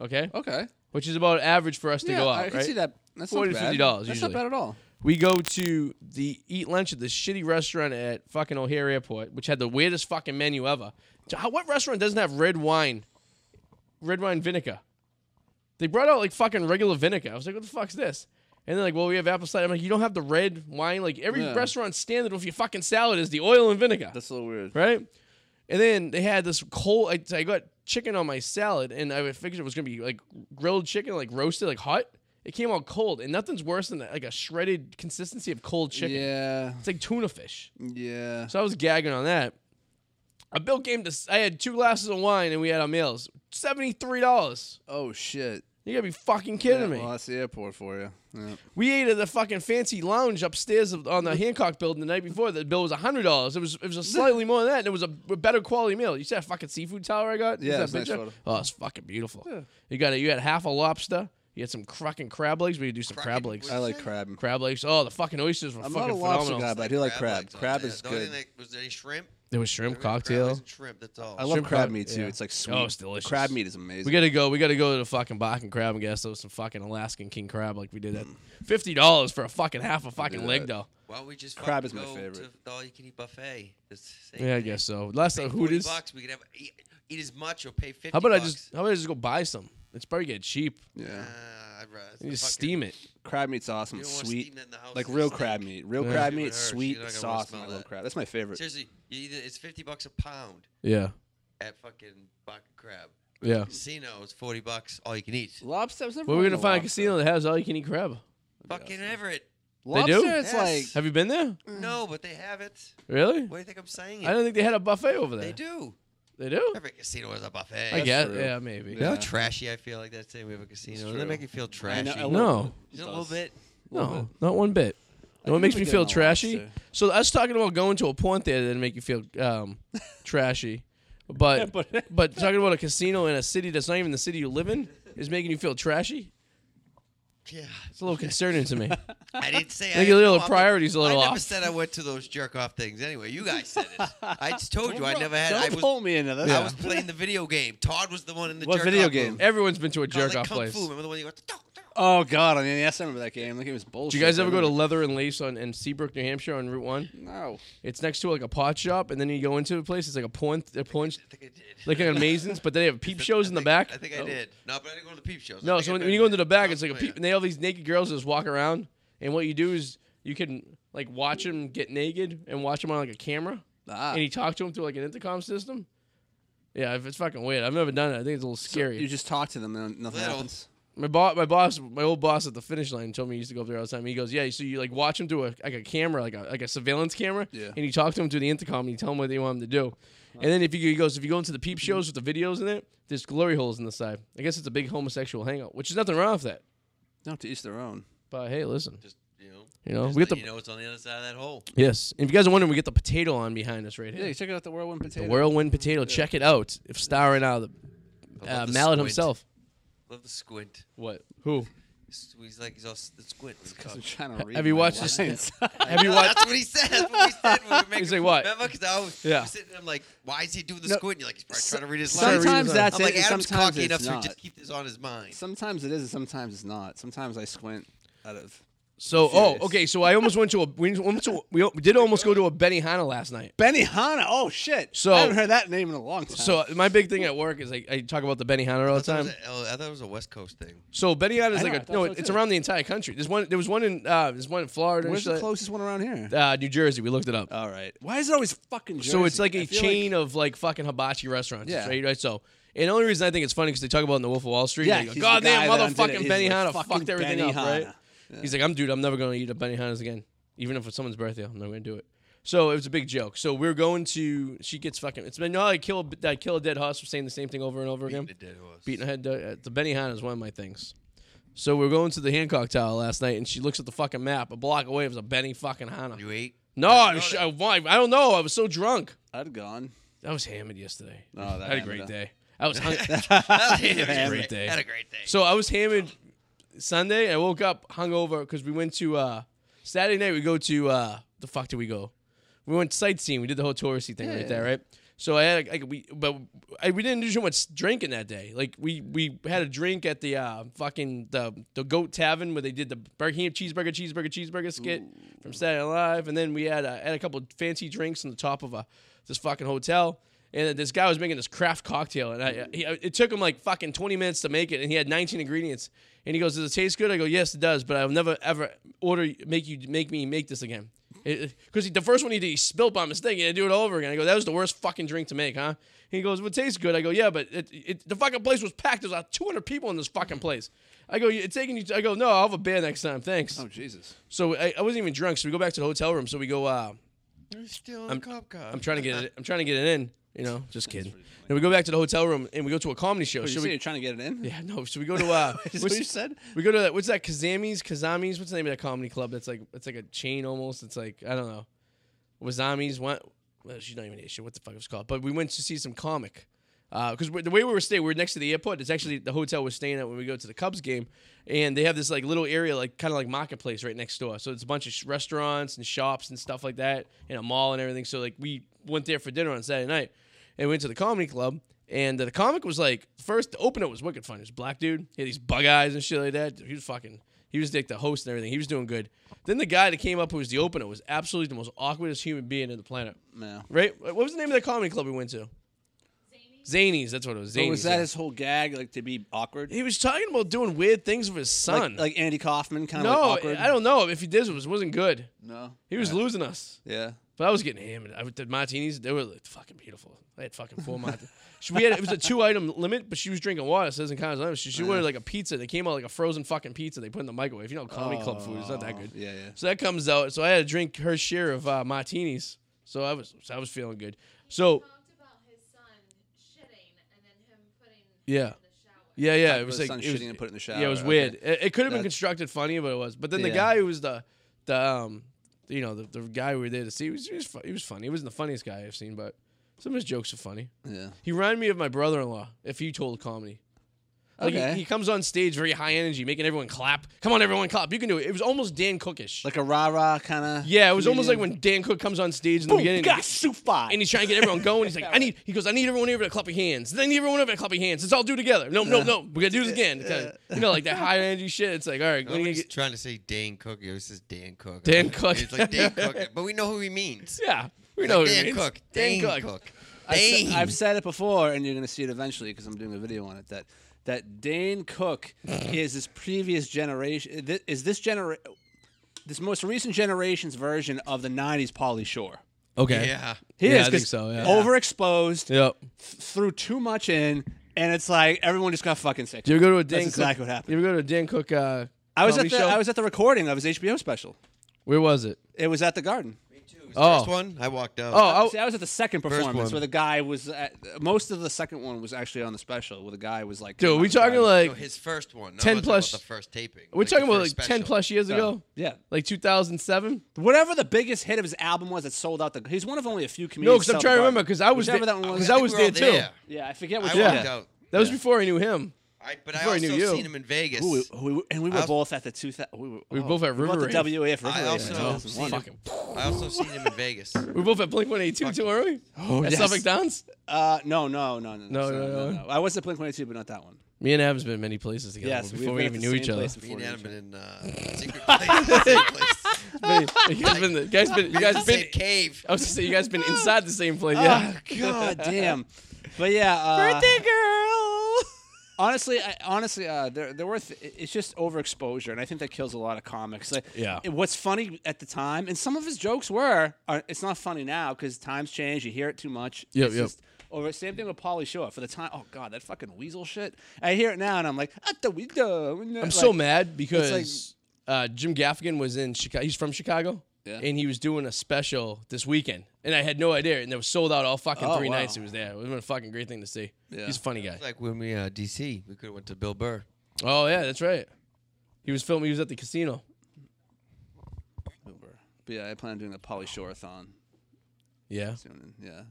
[SPEAKER 1] Okay,
[SPEAKER 2] okay.
[SPEAKER 1] which is about average for us to
[SPEAKER 2] yeah,
[SPEAKER 1] go out.
[SPEAKER 2] I can
[SPEAKER 1] right?
[SPEAKER 2] see that. That's not
[SPEAKER 1] $40 to
[SPEAKER 2] bad.
[SPEAKER 1] $50
[SPEAKER 2] That's
[SPEAKER 1] usually.
[SPEAKER 2] not bad at all.
[SPEAKER 1] We go to the eat lunch at this shitty restaurant at fucking O'Hare Airport, which had the weirdest fucking menu ever. So how- What restaurant doesn't have red wine, red wine vinegar? They brought out like fucking regular vinegar. I was like, what the fuck's this? And they're like, well, we have apple cider. I'm like, you don't have the red wine. Like every
[SPEAKER 2] Yeah.
[SPEAKER 1] restaurant standard with your fucking salad is the oil and vinegar
[SPEAKER 2] That's a little weird.
[SPEAKER 1] right? And then they had this cold. I, I got chicken on my salad, and I figured it was gonna be like grilled chicken, like roasted, like hot. It came out cold, and nothing's worse than like a shredded consistency of cold chicken.
[SPEAKER 2] Yeah,
[SPEAKER 1] It's like tuna fish.
[SPEAKER 2] yeah.
[SPEAKER 1] So I was gagging on that. A bill came to. I had two glasses of wine, and we had our meals. Seventy three dollars.
[SPEAKER 2] Oh shit.
[SPEAKER 1] You gotta be fucking kidding me.
[SPEAKER 2] Well, that's the airport for you. Yeah.
[SPEAKER 1] We ate at the fucking fancy lounge upstairs of, on the Hancock building the night before. The bill was hundred dollars. It was it was a slightly more than that, and it was a b- better quality meal. You see that fucking seafood tower I got? You see
[SPEAKER 2] Yeah,
[SPEAKER 1] that
[SPEAKER 2] it's a nice
[SPEAKER 1] picture?
[SPEAKER 2] photo.
[SPEAKER 1] Oh, it's fucking beautiful. You got a, You had half a lobster. You had some cracking crab legs. We could do some crab
[SPEAKER 3] Cracking-
[SPEAKER 1] legs.
[SPEAKER 2] I like
[SPEAKER 3] Say-
[SPEAKER 2] crab.
[SPEAKER 1] crab legs. Oh, the fucking oysters were
[SPEAKER 2] I'm not
[SPEAKER 1] fucking
[SPEAKER 2] a lobster
[SPEAKER 1] phenomenal.
[SPEAKER 2] guy, but I do like crab.
[SPEAKER 3] legs on
[SPEAKER 2] Crab
[SPEAKER 3] there.
[SPEAKER 2] is
[SPEAKER 3] The only
[SPEAKER 2] good.
[SPEAKER 3] thing that- was there any shrimp?
[SPEAKER 1] There was shrimp
[SPEAKER 3] There were crab legs
[SPEAKER 1] cocktail.
[SPEAKER 3] and shrimp. That's all.
[SPEAKER 2] I love
[SPEAKER 1] Shrimp
[SPEAKER 2] crab
[SPEAKER 1] cock-
[SPEAKER 2] meat too.
[SPEAKER 1] yeah.
[SPEAKER 2] It's like sweet.
[SPEAKER 1] Oh, it's delicious.
[SPEAKER 2] Crab meat is amazing.
[SPEAKER 1] We gotta go. We gotta go to the fucking Bakken crab and get ourselves some fucking Alaskan king crab like we did
[SPEAKER 2] Mm.
[SPEAKER 1] at fifty dollars for a fucking half a fucking
[SPEAKER 2] do
[SPEAKER 1] leg
[SPEAKER 2] that.
[SPEAKER 1] though.
[SPEAKER 3] Why don't we just
[SPEAKER 2] Crab
[SPEAKER 3] fucking
[SPEAKER 2] is my
[SPEAKER 3] go
[SPEAKER 2] favorite.
[SPEAKER 3] To all you can eat buffet. It's the same
[SPEAKER 1] Yeah, I
[SPEAKER 3] thing.
[SPEAKER 1] guess so. Last
[SPEAKER 3] Pay
[SPEAKER 1] time who it
[SPEAKER 3] 40
[SPEAKER 1] is? How
[SPEAKER 3] Bucks, we could have eat, eat as much or pay fifty.
[SPEAKER 1] about I
[SPEAKER 3] bucks.
[SPEAKER 1] just uh, how about I just go buy some? It's probably get cheap.
[SPEAKER 2] yeah,
[SPEAKER 3] Ah, I'd rather-
[SPEAKER 1] You just
[SPEAKER 3] fucking-
[SPEAKER 1] steam it.
[SPEAKER 2] crab meat's
[SPEAKER 3] you
[SPEAKER 2] awesome.
[SPEAKER 3] don't wanna
[SPEAKER 2] sweet,
[SPEAKER 3] steam that in the house,
[SPEAKER 2] like
[SPEAKER 3] it's
[SPEAKER 2] real
[SPEAKER 3] steak.
[SPEAKER 2] crab meat. Real
[SPEAKER 1] Yeah.
[SPEAKER 2] crab
[SPEAKER 3] It
[SPEAKER 2] meat,
[SPEAKER 3] hurts. You're
[SPEAKER 2] sweet
[SPEAKER 3] not gonna wanna
[SPEAKER 2] sauce. and
[SPEAKER 3] smell
[SPEAKER 2] I love
[SPEAKER 3] that.
[SPEAKER 2] crab. That's my favorite.
[SPEAKER 3] Seriously, you either, it's fifty bucks a pound
[SPEAKER 1] Yeah,
[SPEAKER 3] at fucking Buck Crab.
[SPEAKER 1] yeah.
[SPEAKER 3] Casino is forty bucks all you can eat.
[SPEAKER 2] Lobster. I was never
[SPEAKER 1] Where are we
[SPEAKER 2] really
[SPEAKER 1] gonna find a
[SPEAKER 2] lobster.
[SPEAKER 1] casino that has all you can eat crab?
[SPEAKER 3] Fucking Everett.
[SPEAKER 1] They
[SPEAKER 2] Lobster.
[SPEAKER 1] do?
[SPEAKER 2] It's
[SPEAKER 3] Yes.
[SPEAKER 2] like
[SPEAKER 1] Have you been there?
[SPEAKER 3] No, but they have it.
[SPEAKER 1] Really?
[SPEAKER 3] What do you think I'm saying? It?
[SPEAKER 1] Mm. I don't think they had a buffet over there.
[SPEAKER 3] they do.
[SPEAKER 1] They do?
[SPEAKER 3] Every casino has a buffet.
[SPEAKER 1] I guess.
[SPEAKER 2] true.
[SPEAKER 1] Yeah, maybe.
[SPEAKER 3] You know
[SPEAKER 2] Yeah.
[SPEAKER 3] how trashy I feel like that saying we have a casino. Doesn't
[SPEAKER 2] true.
[SPEAKER 3] that make you feel
[SPEAKER 2] I
[SPEAKER 3] trashy?
[SPEAKER 2] know- a little
[SPEAKER 1] No.
[SPEAKER 2] bit.
[SPEAKER 3] Just a little bit.
[SPEAKER 1] No, not one bit. You know what
[SPEAKER 2] can
[SPEAKER 1] makes
[SPEAKER 2] never
[SPEAKER 1] me
[SPEAKER 2] get
[SPEAKER 1] feel
[SPEAKER 2] on the
[SPEAKER 1] trashy?
[SPEAKER 2] lobster.
[SPEAKER 1] So us talking about going to a point theater that make you feel um, trashy, but
[SPEAKER 2] but-
[SPEAKER 1] but talking about a casino in a city that's not even the city you live in is making you feel trashy.
[SPEAKER 3] Yeah.
[SPEAKER 1] It's a little concerning to me.
[SPEAKER 3] I didn't say. I
[SPEAKER 1] think your little
[SPEAKER 3] no, I'm-
[SPEAKER 1] priorities a little
[SPEAKER 3] I never
[SPEAKER 1] off.
[SPEAKER 3] said I went to those jerk off things. Anyway, you guys said it. I just told you I
[SPEAKER 2] Don't
[SPEAKER 3] never had.
[SPEAKER 2] Don't
[SPEAKER 3] I was,
[SPEAKER 2] pull me into this.
[SPEAKER 3] I was playing the video game. Todd was the one in the
[SPEAKER 2] What
[SPEAKER 3] jerk
[SPEAKER 2] video
[SPEAKER 3] off
[SPEAKER 2] game?
[SPEAKER 3] room.
[SPEAKER 1] Everyone's been to a
[SPEAKER 3] Called,
[SPEAKER 1] jerk
[SPEAKER 3] like,
[SPEAKER 1] off
[SPEAKER 3] Kung
[SPEAKER 1] place.
[SPEAKER 3] Fu.
[SPEAKER 1] Do
[SPEAKER 3] Remember the one you went? "Dong, dong."
[SPEAKER 2] Oh god, on the NES, I remember that game. Like it was bullshit.
[SPEAKER 1] you guys ever
[SPEAKER 2] I
[SPEAKER 1] go to
[SPEAKER 2] remember-
[SPEAKER 1] Leather and Lace on in Seabrook, New Hampshire, on Route One?
[SPEAKER 2] No.
[SPEAKER 1] It's next to like a pot shop, and then you go into a place. It's like a porn, a porn,
[SPEAKER 3] I think I did.
[SPEAKER 1] like an Amazons, but they have peep
[SPEAKER 3] I
[SPEAKER 1] shows in the
[SPEAKER 3] think-
[SPEAKER 1] back. Oh.
[SPEAKER 3] I think I did. No, but I didn't go to the peep shows. I
[SPEAKER 1] No,
[SPEAKER 3] think
[SPEAKER 1] so
[SPEAKER 3] I
[SPEAKER 1] when,
[SPEAKER 3] did.
[SPEAKER 1] when you go into the back, it's like a
[SPEAKER 3] Oh,
[SPEAKER 1] peep,
[SPEAKER 3] yeah.
[SPEAKER 1] and they have these naked girls that just walk around, and what you do is you can like watch them get naked and watch them on like a camera,
[SPEAKER 2] Ah.
[SPEAKER 1] and you talk to them through like an intercom system. Yeah, if it's fucking weird. I've never done it. I think it's a little scary.
[SPEAKER 2] You just talk to them and nothing
[SPEAKER 3] Little.
[SPEAKER 2] happens.
[SPEAKER 1] my boss, my boss, my old boss at the finish line told me he used to go up there all the time. He goes, "Yeah, so you like watch them through a like a camera, like a like a surveillance camera,
[SPEAKER 2] Yeah.
[SPEAKER 1] and you talk to them through the intercom, and you tell them what they want them to do." And then if you he goes, if you go into the peep shows with the videos in it, there's glory holes in the side. I guess it's a big homosexual hangout, which is nothing wrong with that.
[SPEAKER 2] No, to each their own.
[SPEAKER 1] But hey, listen.
[SPEAKER 3] Just you know.
[SPEAKER 1] You know,
[SPEAKER 3] just
[SPEAKER 1] we get
[SPEAKER 3] let
[SPEAKER 1] the
[SPEAKER 3] You know, it's on the other side of that hole.
[SPEAKER 1] yes. And if you guys are wondering, we get the potato on behind us right
[SPEAKER 2] Yeah,
[SPEAKER 1] here.
[SPEAKER 2] you check out the whirlwind potato.
[SPEAKER 1] the whirlwind potato. Check it out. If starring out
[SPEAKER 3] I
[SPEAKER 1] the
[SPEAKER 3] love
[SPEAKER 1] uh, mallet
[SPEAKER 3] the squint.
[SPEAKER 1] himself.
[SPEAKER 3] Love the squint.
[SPEAKER 1] What? Who?
[SPEAKER 3] He's he's like he's all s- the squint. with the
[SPEAKER 2] I'm
[SPEAKER 3] cock.
[SPEAKER 2] trying to read
[SPEAKER 1] Have you
[SPEAKER 2] my
[SPEAKER 1] watched this-
[SPEAKER 2] lines.
[SPEAKER 1] Have you
[SPEAKER 3] No,
[SPEAKER 1] watched?
[SPEAKER 3] That's what he said. That's what we said. When we were making
[SPEAKER 1] like, what?
[SPEAKER 3] Remember? Because I was
[SPEAKER 1] Yeah.
[SPEAKER 3] sitting there, I'm like, why is he doing the
[SPEAKER 2] No,
[SPEAKER 3] squint? You're like, he's probably trying to read his lines.
[SPEAKER 1] Sorry, read
[SPEAKER 2] sometimes
[SPEAKER 1] his
[SPEAKER 2] that's
[SPEAKER 3] I'm like,
[SPEAKER 2] it. and
[SPEAKER 3] Adam's
[SPEAKER 2] sometimes
[SPEAKER 3] cocky enough
[SPEAKER 2] it's not.
[SPEAKER 3] to just keep this on his mind.
[SPEAKER 2] Sometimes it is, and sometimes it's not. Sometimes I squint out of.
[SPEAKER 1] So oh
[SPEAKER 2] Yes.
[SPEAKER 1] okay. So I almost went to a we almost to, we did almost go to a Benihana last night.
[SPEAKER 2] Benny Hanna. Oh shit!
[SPEAKER 1] So-
[SPEAKER 2] I haven't heard that name in a long time.
[SPEAKER 1] So my big thing at work is like I talk about the Benihana all the
[SPEAKER 3] I thought, it
[SPEAKER 1] time.
[SPEAKER 3] was a, I thought it was a West Coast thing.
[SPEAKER 1] So Benihana is
[SPEAKER 2] I know, I
[SPEAKER 1] like
[SPEAKER 2] thought
[SPEAKER 1] a no.
[SPEAKER 2] so
[SPEAKER 1] It's
[SPEAKER 2] too.
[SPEAKER 1] around the entire country. There's one. There was one in uh, there's one in Florida. and
[SPEAKER 2] where's the
[SPEAKER 1] shit.
[SPEAKER 2] closest one around here?
[SPEAKER 1] Uh, New Jersey. We looked it up.
[SPEAKER 2] All right. Why is it always fucking? Jersey?
[SPEAKER 1] So it's like
[SPEAKER 2] I
[SPEAKER 1] a
[SPEAKER 2] feel
[SPEAKER 1] chain of like fucking hibachi restaurants,
[SPEAKER 2] Yeah.
[SPEAKER 1] right? Right. So, and the only reason I think it's funny because they talk about it in the Wolf of Wall Street.
[SPEAKER 2] Yeah,
[SPEAKER 1] Yeah,
[SPEAKER 2] he's the
[SPEAKER 1] God damn,
[SPEAKER 2] guy that undid it.
[SPEAKER 1] motherfucking
[SPEAKER 2] He's
[SPEAKER 1] Benny
[SPEAKER 2] like,
[SPEAKER 1] Hanna
[SPEAKER 2] "Fucking
[SPEAKER 1] fucked everything up,
[SPEAKER 2] Benihana."
[SPEAKER 1] right? He's like, I'm dude, I'm never gonna eat a Benihana's again, even if it's someone's birthday. I'm not gonna do it. So it was a big joke. So we're going to. She gets fucking. It's been you know, how I kill a- I kill a dead horse for saying the same thing over and over again.
[SPEAKER 3] The dead horse.
[SPEAKER 1] Beating a head. uh, The Benihana is one of my things. So we're going to the Hancock Tower last night, and she looks at the fucking map. A block away was a Benny fucking Hanna.
[SPEAKER 3] You ate?
[SPEAKER 1] No, I, was, I, I don't know. I was so drunk.
[SPEAKER 2] I'd gone.
[SPEAKER 1] I was hammered yesterday.
[SPEAKER 2] No, Oh, that uh,
[SPEAKER 1] I had a
[SPEAKER 2] happened.
[SPEAKER 1] great day. I was hung-
[SPEAKER 3] Had a
[SPEAKER 1] great day.
[SPEAKER 3] Had a great day.
[SPEAKER 1] so I was hammered Sunday. I woke up hungover because we went to uh, Saturday night. We go to uh, the fuck did we go? We went sightseeing. We did the whole touristy thing right there, right? So I had a, like we but I, we didn't do so much drinking that day. Like we we had a drink at the uh, fucking the the Goat Tavern where they did the Birmingham cheeseburger cheeseburger cheeseburger skit from Saturday Night Live, and then we had uh, had a couple of fancy drinks on the top of a this fucking hotel. And this guy was making this craft cocktail, and I, he, it took him like fucking twenty minutes to make it, and he had nineteen ingredients. And he goes, "Does it taste good?" I go, "Yes, it does," but I'll never ever order make you make me make this again. Because the first one he did, he spilled by mistake, and I do it all over again. I go, "That was the worst fucking drink to make, huh?" He goes, "Well, it tastes good." I go, "Yeah, but it, it, the fucking place was packed. There's like 200 people in this fucking place." I go, "It's taking you." I go, "No, I'll have a beer next time, thanks."
[SPEAKER 2] Oh Jesus!
[SPEAKER 1] So I, I wasn't even drunk. So we go back to the hotel room. So we go. Uh,
[SPEAKER 3] You're still in cop car.
[SPEAKER 1] I'm trying to get it. I'm trying to get it in. You know, just kidding. And we go back to the hotel room and we go to a comedy show.
[SPEAKER 2] Wait, you
[SPEAKER 1] Should
[SPEAKER 2] say
[SPEAKER 1] we?
[SPEAKER 2] you're trying to get it in?
[SPEAKER 1] Yeah, no. Should we go to? Uh,
[SPEAKER 2] Is what
[SPEAKER 1] what's-
[SPEAKER 2] you said?
[SPEAKER 1] we go to that. What's that? Kazami's, Kazami's. What's the name of that comedy club? That's like it's like a chain almost. It's like I don't know. Wazami's. What? Well, she's not even an issue. What the fuck it was called? But we went to see some comic. because the way we were staying, we were next to the airport. It's actually the hotel we're staying at when we go to the Cubs game, and they have this like little area, like kind of like marketplace right next door. So it's a bunch of sh- restaurants and shops and stuff like that, and a mall and everything. So like we went there for dinner on Saturday night, and went to the comedy club. And the comic was like, first the opener was wicked fun. He was a black dude, he had these bug eyes and shit like that. He was fucking, he was like the host and everything. He was doing good. Then the guy that came up who was the opener was absolutely the most awkwardest human being on the planet.
[SPEAKER 2] No.
[SPEAKER 1] Right? What was the name of that comedy club we went to? Zanies, that's what it was. Zanies.
[SPEAKER 2] But was that
[SPEAKER 1] yeah.
[SPEAKER 2] his whole gag, like to be awkward?
[SPEAKER 1] he was talking about doing weird things with his son.
[SPEAKER 2] Like, like Andy Kaufman, kind of
[SPEAKER 1] no,
[SPEAKER 2] like awkward.
[SPEAKER 1] I don't know if he did. It was wasn't good.
[SPEAKER 2] No.
[SPEAKER 1] He was losing us.
[SPEAKER 2] Yeah.
[SPEAKER 1] But I was getting hammered. I did martinis. They were like, fucking beautiful. I had fucking four martinis. She, we had it was a two item limit, but she was drinking water. So it doesn't count as an item. She, she wanted like a pizza. They came out like a frozen fucking pizza. They put in the microwave. You know, comedy club food. It's not that
[SPEAKER 2] Oh,
[SPEAKER 1] good.
[SPEAKER 2] Yeah, yeah.
[SPEAKER 1] So that comes out. So I had to drink her share of uh, martinis. So I was so I was feeling good. So
[SPEAKER 4] talked about his son shitting and then him putting
[SPEAKER 1] Yeah.
[SPEAKER 4] him in the shower.
[SPEAKER 1] yeah, yeah, it
[SPEAKER 2] It
[SPEAKER 1] was
[SPEAKER 2] was
[SPEAKER 1] like
[SPEAKER 2] son
[SPEAKER 1] it was-
[SPEAKER 2] shitting and put it in the shower.
[SPEAKER 1] Yeah, it was
[SPEAKER 2] okay.
[SPEAKER 1] weird. It, it could have been
[SPEAKER 2] That's-
[SPEAKER 1] constructed funny, but it was. But then the
[SPEAKER 2] Yeah.
[SPEAKER 1] guy who was the the um, you know, the, the guy we were there to see he was he was, fu- he was funny. He wasn't the funniest guy I've seen, but some of his jokes are funny.
[SPEAKER 2] Yeah.
[SPEAKER 1] He reminded me of my brother-in-law if he told comedy. Like
[SPEAKER 2] Okay.
[SPEAKER 1] he, he comes on stage very high energy, making everyone clap. Come on, everyone, clap! You can do it. It was almost Dan Cookish.
[SPEAKER 2] Like a rah rah kind of.
[SPEAKER 1] yeah, it was almost like when Dan Cook comes on stage in the beginning.
[SPEAKER 2] got super.
[SPEAKER 1] and he's trying to get everyone going. He's like, I need. He goes, I need everyone over to clap your hands. Then I need everyone over to clap your hands. Let's all do it together. No, no, no. We gotta do this again. Kinda, you know, like that high energy shit. It's like, all right, we
[SPEAKER 3] I
[SPEAKER 1] need
[SPEAKER 3] was
[SPEAKER 1] to get,
[SPEAKER 3] trying to say Dan Cook. It was just Dan Cook.
[SPEAKER 1] Dan Cook.
[SPEAKER 3] It's like Dan Cook, but we know who he means.
[SPEAKER 1] yeah, we know.
[SPEAKER 3] Like
[SPEAKER 1] who it
[SPEAKER 3] Dan
[SPEAKER 1] means.
[SPEAKER 3] Cook.
[SPEAKER 1] Dan Cook.
[SPEAKER 2] I've,
[SPEAKER 3] Dane.
[SPEAKER 2] said, I've said it before, and you're going to see it eventually because I'm doing a video on it. That that Dane Cook is this previous generation. thi- Is this genera- this most recent generation's version of the '90s Polly Shore?
[SPEAKER 1] Okay.
[SPEAKER 3] yeah.
[SPEAKER 2] He
[SPEAKER 1] Yeah,
[SPEAKER 2] is
[SPEAKER 1] I think
[SPEAKER 2] 'cause
[SPEAKER 1] so, yeah.
[SPEAKER 2] Overexposed,
[SPEAKER 1] Yep.
[SPEAKER 2] threw too much in, and it's like everyone just got fucking sick.
[SPEAKER 1] Do you ever go to a Dan?
[SPEAKER 2] That's
[SPEAKER 1] Cook,
[SPEAKER 2] exactly what happened.
[SPEAKER 1] You ever go to a Dan Cook? Uh,
[SPEAKER 2] I was at the
[SPEAKER 1] comedy show?
[SPEAKER 2] I was at the recording of his HBO special.
[SPEAKER 1] Where was it?
[SPEAKER 2] It was at the Garden.
[SPEAKER 3] Me too. It was
[SPEAKER 1] Oh.
[SPEAKER 3] the First one, I walked out.
[SPEAKER 1] Oh, I,
[SPEAKER 2] See, I was at the second performance
[SPEAKER 3] one.
[SPEAKER 2] where the guy was. At, most of the second one was actually on the special where the guy was like.
[SPEAKER 1] dude,
[SPEAKER 2] on
[SPEAKER 1] we
[SPEAKER 2] the
[SPEAKER 1] talking
[SPEAKER 2] Garden.
[SPEAKER 1] like
[SPEAKER 3] no, his first one. No,
[SPEAKER 1] 10
[SPEAKER 3] I'm talking
[SPEAKER 1] plus-
[SPEAKER 3] about the first taping.
[SPEAKER 1] we're talking
[SPEAKER 3] the
[SPEAKER 1] about like
[SPEAKER 3] first
[SPEAKER 1] ten
[SPEAKER 3] special.
[SPEAKER 1] plus years ago,
[SPEAKER 2] Yeah.
[SPEAKER 1] like 2007.
[SPEAKER 2] Whatever the biggest hit of his album was that sold out the. He's one of only a few
[SPEAKER 1] No,
[SPEAKER 2] comedians.
[SPEAKER 1] because I'm trying to remember because I was there.
[SPEAKER 2] Whichever that one was.
[SPEAKER 1] Because
[SPEAKER 2] I
[SPEAKER 1] I
[SPEAKER 3] think
[SPEAKER 1] was
[SPEAKER 3] we were
[SPEAKER 1] there
[SPEAKER 3] all
[SPEAKER 1] too.
[SPEAKER 3] there.
[SPEAKER 2] Yeah, I forget
[SPEAKER 3] I
[SPEAKER 2] which
[SPEAKER 1] Yeah.
[SPEAKER 2] one.
[SPEAKER 3] walked out.
[SPEAKER 1] That was
[SPEAKER 2] Yeah.
[SPEAKER 1] before I knew him.
[SPEAKER 3] I, but I
[SPEAKER 1] Before I
[SPEAKER 3] also
[SPEAKER 1] knew you.
[SPEAKER 3] seen him in Vegas.
[SPEAKER 2] Ooh, we- we- and we were
[SPEAKER 3] I was-
[SPEAKER 2] both at the two. thou- We were,
[SPEAKER 1] Oh. We were both at
[SPEAKER 2] we
[SPEAKER 1] River Raid.
[SPEAKER 2] the WAF River
[SPEAKER 3] I
[SPEAKER 2] Raid
[SPEAKER 3] also
[SPEAKER 2] in
[SPEAKER 3] seen
[SPEAKER 2] 2001.
[SPEAKER 1] Fucking.
[SPEAKER 3] I also seen him in Vegas.
[SPEAKER 1] We were both at Blink 182 too, weren't we?
[SPEAKER 2] Oh,
[SPEAKER 1] at
[SPEAKER 2] yes.
[SPEAKER 1] Suffolk Downs.
[SPEAKER 2] Uh, no, no, no, no,
[SPEAKER 1] No,
[SPEAKER 2] sorry,
[SPEAKER 1] no, no.
[SPEAKER 2] I was at Blink 182, but not that one.
[SPEAKER 1] Me and Adam's been many places together
[SPEAKER 2] Yes,
[SPEAKER 1] before
[SPEAKER 2] we've
[SPEAKER 1] we
[SPEAKER 2] been at
[SPEAKER 1] even
[SPEAKER 2] the
[SPEAKER 1] knew
[SPEAKER 2] same
[SPEAKER 1] each other.
[SPEAKER 2] place
[SPEAKER 3] Me
[SPEAKER 2] before
[SPEAKER 3] and
[SPEAKER 2] we
[SPEAKER 3] Adam
[SPEAKER 2] knew each
[SPEAKER 3] been in uh, secret place. secret place.
[SPEAKER 1] you guys been, you guys been, you guys
[SPEAKER 3] Same
[SPEAKER 1] been.
[SPEAKER 3] cave.
[SPEAKER 1] I was gonna say you guys been inside the same place.
[SPEAKER 2] other.
[SPEAKER 1] Yeah.
[SPEAKER 2] Oh, God damn. But yeah, uh,
[SPEAKER 1] girl.
[SPEAKER 2] honestly, I, honestly, uh, they're they're worth. It's just overexposure, and I think that kills a lot of comics. Like,
[SPEAKER 1] Yeah.
[SPEAKER 2] it- what's funny at the time, and some of his jokes were. Are, it's not funny now because times change. You hear it too much.
[SPEAKER 1] Yep,
[SPEAKER 2] It's
[SPEAKER 1] yep.
[SPEAKER 2] just Over same thing with Pauly Shore for the time. Oh God, that fucking weasel shit. I hear it now, and I'm like, at the window. I'm
[SPEAKER 1] I'm so mad because uh, Jim Gaffigan was in Chicago. He's from Chicago.
[SPEAKER 2] Yeah.
[SPEAKER 1] And he was doing a special this weekend, and I had no idea. And it was sold out all fucking
[SPEAKER 2] Oh,
[SPEAKER 1] three
[SPEAKER 2] wow.
[SPEAKER 1] nights. It was there. It was a fucking great thing to see.
[SPEAKER 2] Yeah.
[SPEAKER 1] He's a funny guy.
[SPEAKER 3] It's like when we uh, DC, we could have went to Bill Burr.
[SPEAKER 1] Oh yeah, that's right. He was filming. He was at the casino.
[SPEAKER 2] But yeah, I plan on doing a Pauly Shore-a-thon
[SPEAKER 1] Yeah.
[SPEAKER 2] soon. and Yeah,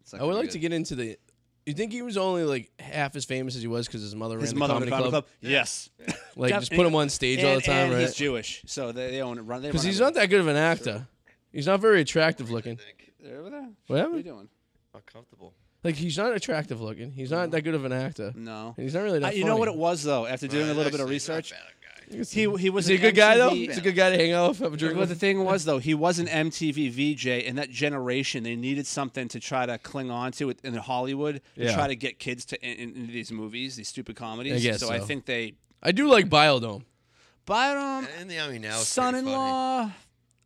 [SPEAKER 2] It's not
[SPEAKER 1] I would
[SPEAKER 2] gonna be
[SPEAKER 1] like
[SPEAKER 2] good.
[SPEAKER 1] to get into the. You think he was only like half as famous as he was because his mother ran
[SPEAKER 2] his
[SPEAKER 1] the
[SPEAKER 2] mother
[SPEAKER 1] comedy
[SPEAKER 2] in the comedy
[SPEAKER 1] club?
[SPEAKER 2] club. Yes,
[SPEAKER 1] Like
[SPEAKER 2] Def-
[SPEAKER 1] just put him on stage all the
[SPEAKER 2] And-
[SPEAKER 1] time,
[SPEAKER 2] and
[SPEAKER 1] right?
[SPEAKER 2] He's Jewish, so they, they own it. Run
[SPEAKER 1] Because he's not that good of an actor. He's not very attractive looking.
[SPEAKER 2] over there.
[SPEAKER 1] What
[SPEAKER 2] What are you
[SPEAKER 1] happened?
[SPEAKER 2] doing?
[SPEAKER 3] Not comfortable.
[SPEAKER 1] Like he's not attractive looking. He's not that good of an actor.
[SPEAKER 2] No.
[SPEAKER 1] And he's not really that.
[SPEAKER 2] I- you know
[SPEAKER 1] funny.
[SPEAKER 2] what it was though? After doing a little bit of
[SPEAKER 3] Actually, he's not
[SPEAKER 2] research,
[SPEAKER 3] a bad guy.
[SPEAKER 1] Is
[SPEAKER 2] he he was
[SPEAKER 1] he a
[SPEAKER 2] an
[SPEAKER 1] good guy though?
[SPEAKER 2] MTV
[SPEAKER 1] He's a good guy to hang out with, have a drink
[SPEAKER 2] Well,
[SPEAKER 1] with.
[SPEAKER 2] the thing was though, he was an MTV VJ, and that generation they needed something to try to cling on to it in Hollywood to
[SPEAKER 1] Yeah.
[SPEAKER 2] try to get kids to in, in, into these movies, these stupid comedies.
[SPEAKER 1] I guess
[SPEAKER 2] so, I
[SPEAKER 1] so.
[SPEAKER 2] think they
[SPEAKER 1] I do like Biodome.
[SPEAKER 2] Byram,
[SPEAKER 3] And the army now. is pretty
[SPEAKER 2] son-in-law.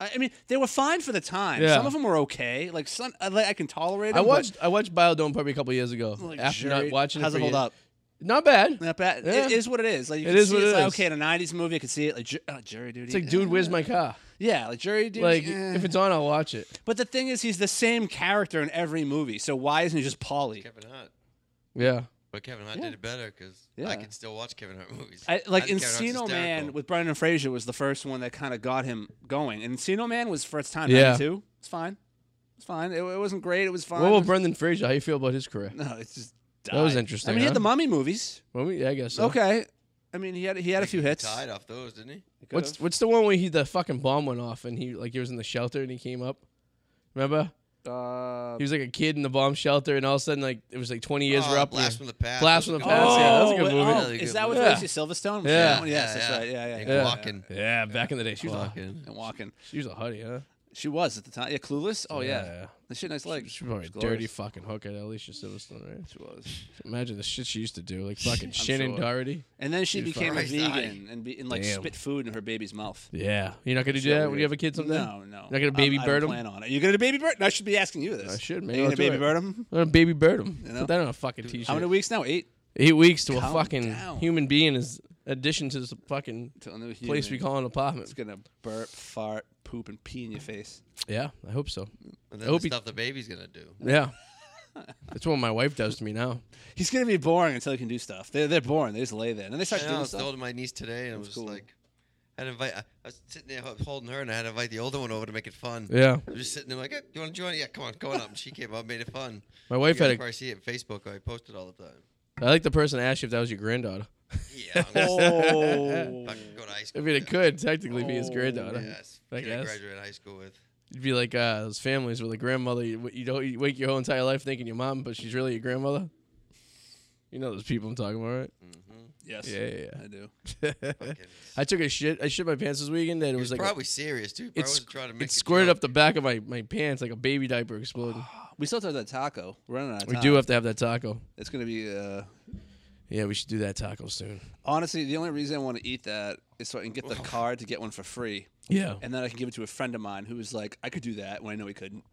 [SPEAKER 2] I I mean, they were fine for the time.
[SPEAKER 1] Yeah.
[SPEAKER 2] Some of them were okay. Like, son, I, like, I can tolerate.
[SPEAKER 1] I
[SPEAKER 2] Them,
[SPEAKER 1] watched I watched Biodome probably a couple years ago.
[SPEAKER 2] But, like,
[SPEAKER 1] after
[SPEAKER 2] Jerry-
[SPEAKER 1] not watching
[SPEAKER 2] how's
[SPEAKER 1] it,
[SPEAKER 2] it
[SPEAKER 1] for
[SPEAKER 2] hold
[SPEAKER 1] years.
[SPEAKER 2] up?
[SPEAKER 1] Not bad.
[SPEAKER 2] Not bad.
[SPEAKER 1] Yeah.
[SPEAKER 2] It is what it is. Like, you
[SPEAKER 1] It
[SPEAKER 2] can
[SPEAKER 1] is
[SPEAKER 2] see
[SPEAKER 1] what it
[SPEAKER 2] it's like,
[SPEAKER 1] is.
[SPEAKER 2] okay in a '90s movie. I could see it. Like, Jer- oh, Jerry Duty.
[SPEAKER 1] It's like, dude, where's my car?
[SPEAKER 2] Yeah, like Jerry Duty.
[SPEAKER 1] Like
[SPEAKER 2] eh.
[SPEAKER 1] if it's on, I'll watch it.
[SPEAKER 2] But the thing is, he's the same character in every movie. So why isn't he just Polly?
[SPEAKER 3] Kevin Hart.
[SPEAKER 1] Yeah.
[SPEAKER 3] But Kevin Hart did it better because
[SPEAKER 2] Yeah.
[SPEAKER 3] I can still watch Kevin Hart movies.
[SPEAKER 2] I, like
[SPEAKER 3] I think Kevin Hart's
[SPEAKER 2] Encino Man
[SPEAKER 3] hysterical.
[SPEAKER 2] with Brendan Fraser was the first one that kind of got him going. And Encino Man was first time
[SPEAKER 1] Yeah.
[SPEAKER 2] yeah. too. It's fine. It's fine. It, it wasn't great. It was fine.
[SPEAKER 1] What
[SPEAKER 2] It
[SPEAKER 1] about
[SPEAKER 2] was-
[SPEAKER 1] Brendan Fraser? How you feel about his career?
[SPEAKER 2] no, it's just
[SPEAKER 1] That was interesting.
[SPEAKER 2] I mean, he had
[SPEAKER 1] huh?
[SPEAKER 2] the Mummy movies.
[SPEAKER 1] Well, we- I guess so.
[SPEAKER 2] Okay. I mean, he had he had a few hits.
[SPEAKER 3] Tied off those, didn't he?
[SPEAKER 2] He could've.
[SPEAKER 1] What's what's the one where he the fucking bomb went off and he like he was in the shelter and he came up? Remember?
[SPEAKER 2] uh,
[SPEAKER 1] He was like a kid in the bomb shelter and all of a sudden like it was like 20 years were
[SPEAKER 3] Oh,
[SPEAKER 1] up. and-
[SPEAKER 3] Blast from the past.
[SPEAKER 1] Blast from the Past, yeah, that was a good
[SPEAKER 2] wait,
[SPEAKER 1] movie.
[SPEAKER 2] oh,
[SPEAKER 3] That was a
[SPEAKER 2] is
[SPEAKER 3] good
[SPEAKER 2] that with
[SPEAKER 1] movie.
[SPEAKER 2] Lacey Silverstone?
[SPEAKER 1] Yeah.
[SPEAKER 2] That one? Yes, that's right. Yeah, yeah.
[SPEAKER 3] And
[SPEAKER 1] Yeah.
[SPEAKER 3] Walking.
[SPEAKER 1] yeah, back in the day she was a,
[SPEAKER 3] Walking.
[SPEAKER 2] And walking.
[SPEAKER 1] she was a hottie, huh?
[SPEAKER 2] She was at the time. Yeah, Clueless. Oh yeah.
[SPEAKER 1] Yeah.
[SPEAKER 2] That shit, nice legs.
[SPEAKER 1] She was probably a
[SPEAKER 2] glorious.
[SPEAKER 1] dirty fucking hooker, at least she was still right?
[SPEAKER 2] She was.
[SPEAKER 1] Imagine the shit she used to do, like fucking Shannon
[SPEAKER 2] sure.
[SPEAKER 1] Doherty.
[SPEAKER 2] And then she
[SPEAKER 1] She was
[SPEAKER 2] became a
[SPEAKER 3] fucking- Christ,
[SPEAKER 2] vegan and, be, and like
[SPEAKER 1] Damn.
[SPEAKER 2] spit food in her baby's mouth.
[SPEAKER 1] Yeah, you're not gonna do that when you have a kid someday.
[SPEAKER 2] No, no.
[SPEAKER 1] You're not gonna baby
[SPEAKER 2] I, I
[SPEAKER 1] bird
[SPEAKER 2] don't
[SPEAKER 1] 'em?
[SPEAKER 2] plan on it. You're gonna baby bird? I should be asking you this.
[SPEAKER 1] I should,
[SPEAKER 2] Are
[SPEAKER 1] maybe
[SPEAKER 2] you
[SPEAKER 1] I'll
[SPEAKER 2] gonna
[SPEAKER 1] do
[SPEAKER 2] baby
[SPEAKER 1] it.
[SPEAKER 2] bird him?
[SPEAKER 1] Let him baby bird him.
[SPEAKER 2] You know?
[SPEAKER 1] Put that on a fucking t-shirt.
[SPEAKER 2] How many weeks now? Eight.
[SPEAKER 1] Eight weeks to a
[SPEAKER 2] Calm
[SPEAKER 1] fucking
[SPEAKER 2] down.
[SPEAKER 1] human being is addition to this fucking
[SPEAKER 2] Till a new
[SPEAKER 1] place we
[SPEAKER 2] human.
[SPEAKER 1] call an apartment.
[SPEAKER 2] It's gonna burp, fart, poop, and pee in your face.
[SPEAKER 1] Yeah, I hope so.
[SPEAKER 3] And
[SPEAKER 1] I
[SPEAKER 3] then the
[SPEAKER 1] hope he-
[SPEAKER 3] stuff the baby's gonna do.
[SPEAKER 1] Yeah. That's what my wife does to me now.
[SPEAKER 2] He's gonna be boring until he can do stuff. They're they're boring. They just lay there and then they start
[SPEAKER 3] I know, I
[SPEAKER 2] doing
[SPEAKER 3] was
[SPEAKER 2] stuff.
[SPEAKER 3] told my niece today, and I was just
[SPEAKER 2] cool.
[SPEAKER 3] like, I had to invite. I, I was sitting there holding her, and I had to invite the older one over to make it fun.
[SPEAKER 1] Yeah.
[SPEAKER 3] I was just sitting there like, hey, you want to join? Yeah, come on, come on up. And she came up, made it fun.
[SPEAKER 1] My wife
[SPEAKER 3] you
[SPEAKER 1] had
[SPEAKER 3] guys
[SPEAKER 1] a.
[SPEAKER 3] probably see it on Facebook. I post it all the time.
[SPEAKER 1] I like the person that asked you if that was your granddaughter.
[SPEAKER 3] Yeah, I'm gonna
[SPEAKER 2] Oh.
[SPEAKER 3] fucking go to high
[SPEAKER 1] I
[SPEAKER 3] school.
[SPEAKER 1] mean, it
[SPEAKER 3] yeah.
[SPEAKER 1] could technically be his
[SPEAKER 2] Oh,
[SPEAKER 1] granddaughter.
[SPEAKER 3] Yes,
[SPEAKER 1] uh, I
[SPEAKER 3] kid I
[SPEAKER 1] guess.
[SPEAKER 3] graduated high school with.
[SPEAKER 1] It'd be like uh, those families where the grandmother you, you don't you wake your whole entire life thinking your mom, but she's really your grandmother. You know those people I'm talking about, right?
[SPEAKER 2] yes.
[SPEAKER 1] Yeah, yeah, yeah.
[SPEAKER 2] I do.
[SPEAKER 3] Fucking-
[SPEAKER 1] I took a shit. I shit my pants this weekend, and it
[SPEAKER 3] It
[SPEAKER 1] was
[SPEAKER 3] was
[SPEAKER 1] like a-
[SPEAKER 3] probably serious too. Probably
[SPEAKER 1] it's
[SPEAKER 3] was trying to make
[SPEAKER 1] it squirted up the back of my, my pants like a baby diaper exploding.
[SPEAKER 3] Ah,
[SPEAKER 2] We still have to have that taco. We're running out of
[SPEAKER 1] we
[SPEAKER 2] time.
[SPEAKER 1] do have to have that taco.
[SPEAKER 2] It's gonna be. Uh,
[SPEAKER 1] Yeah, we should do that taco soon.
[SPEAKER 2] honestly, the only reason I want to eat that is so I can get the card to get one for free,
[SPEAKER 1] Yeah,
[SPEAKER 2] and then I can give it to a friend of mine who was like, "I could do that," when I know he couldn't.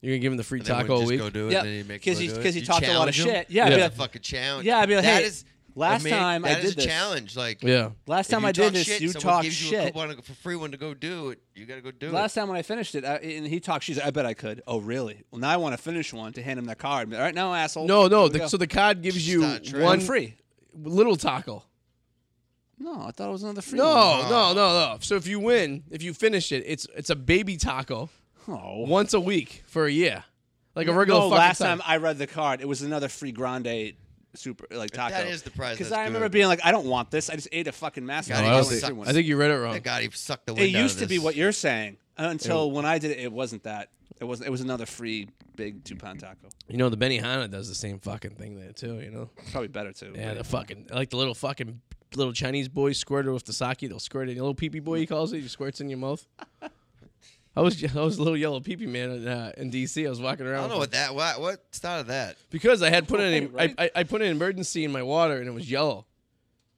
[SPEAKER 1] you're gonna give him the free
[SPEAKER 3] and then we'd
[SPEAKER 1] taco a
[SPEAKER 3] just
[SPEAKER 1] week.
[SPEAKER 3] Go do it.
[SPEAKER 2] Yeah,
[SPEAKER 3] and then you'd make
[SPEAKER 2] 'cause
[SPEAKER 3] them
[SPEAKER 2] he-
[SPEAKER 3] do it.
[SPEAKER 2] 'cause he
[SPEAKER 3] You
[SPEAKER 2] talked a lot of
[SPEAKER 3] challenge 'em?
[SPEAKER 2] shit. Yeah, I'd be
[SPEAKER 3] That's
[SPEAKER 2] like-
[SPEAKER 3] a fucking challenge.
[SPEAKER 2] Yeah, I'd be like,
[SPEAKER 3] That
[SPEAKER 2] "Hey,
[SPEAKER 3] is-
[SPEAKER 2] last
[SPEAKER 3] mean,
[SPEAKER 2] time I
[SPEAKER 3] that is
[SPEAKER 2] did this."
[SPEAKER 3] a challenge. Like,
[SPEAKER 1] Yeah,
[SPEAKER 2] Last
[SPEAKER 3] If
[SPEAKER 2] time
[SPEAKER 3] you
[SPEAKER 2] I did
[SPEAKER 3] talk
[SPEAKER 2] this,
[SPEAKER 3] shit,
[SPEAKER 2] you
[SPEAKER 3] someone
[SPEAKER 2] talked
[SPEAKER 3] gives You a
[SPEAKER 2] shit.
[SPEAKER 3] coupon for free one to go do it. You gotta go do
[SPEAKER 2] Last
[SPEAKER 3] it.
[SPEAKER 2] time when I finished it, I, and he talked, she's like, "I bet I could." Oh, really? Well, now I want to finish one to hand him that card. All right, now asshole.
[SPEAKER 1] no,
[SPEAKER 2] Here
[SPEAKER 1] no.
[SPEAKER 2] we
[SPEAKER 1] The,
[SPEAKER 2] go.
[SPEAKER 1] so the cod gives you
[SPEAKER 3] Start trying.
[SPEAKER 1] one
[SPEAKER 2] One free.
[SPEAKER 1] little taco.
[SPEAKER 2] No, I thought it was another free.
[SPEAKER 3] Oh.
[SPEAKER 1] No, no, no, no. So if you win, if you finish it, it's it's a baby taco
[SPEAKER 2] one. Oh.
[SPEAKER 1] once a week for a year, like a regular.
[SPEAKER 2] no,
[SPEAKER 1] fucking
[SPEAKER 2] last
[SPEAKER 1] time.
[SPEAKER 2] time I read the card, it was another free grande super like taco.
[SPEAKER 3] that is the prize,
[SPEAKER 2] Because
[SPEAKER 3] that's
[SPEAKER 2] I remember
[SPEAKER 3] good.
[SPEAKER 2] being like, I don't want this. I just ate a fucking massive.
[SPEAKER 3] God,
[SPEAKER 1] No,
[SPEAKER 3] he
[SPEAKER 1] I, don't
[SPEAKER 3] always
[SPEAKER 1] think-
[SPEAKER 3] sucks.
[SPEAKER 1] I think you read it wrong.
[SPEAKER 3] That God, he sucked the
[SPEAKER 2] It
[SPEAKER 3] wind out
[SPEAKER 2] used
[SPEAKER 3] of
[SPEAKER 2] to be
[SPEAKER 3] this.
[SPEAKER 2] what you're saying until when I did it. It wasn't that. It was It was another free big two pound taco.
[SPEAKER 1] you know the Benihana does the same fucking thing there too. You know.
[SPEAKER 2] Probably better too.
[SPEAKER 1] Yeah, the fucking like the little fucking little Chinese boy squirter with the sake. They'll squirt it. The little pee pee boy, he calls it. He squirts in your mouth. I was I was a little yellow pee pee man in, uh, in D.C. I was walking around.
[SPEAKER 3] I don't know what that. What, what started that?
[SPEAKER 1] because I had put in a-
[SPEAKER 2] Right.
[SPEAKER 1] I, I, I put an emergency in my water and it was yellow,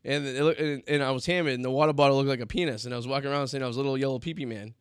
[SPEAKER 1] and it looked, and, and I was hammered and the water bottle looked like a penis and I was walking around saying I was a little yellow pee pee man.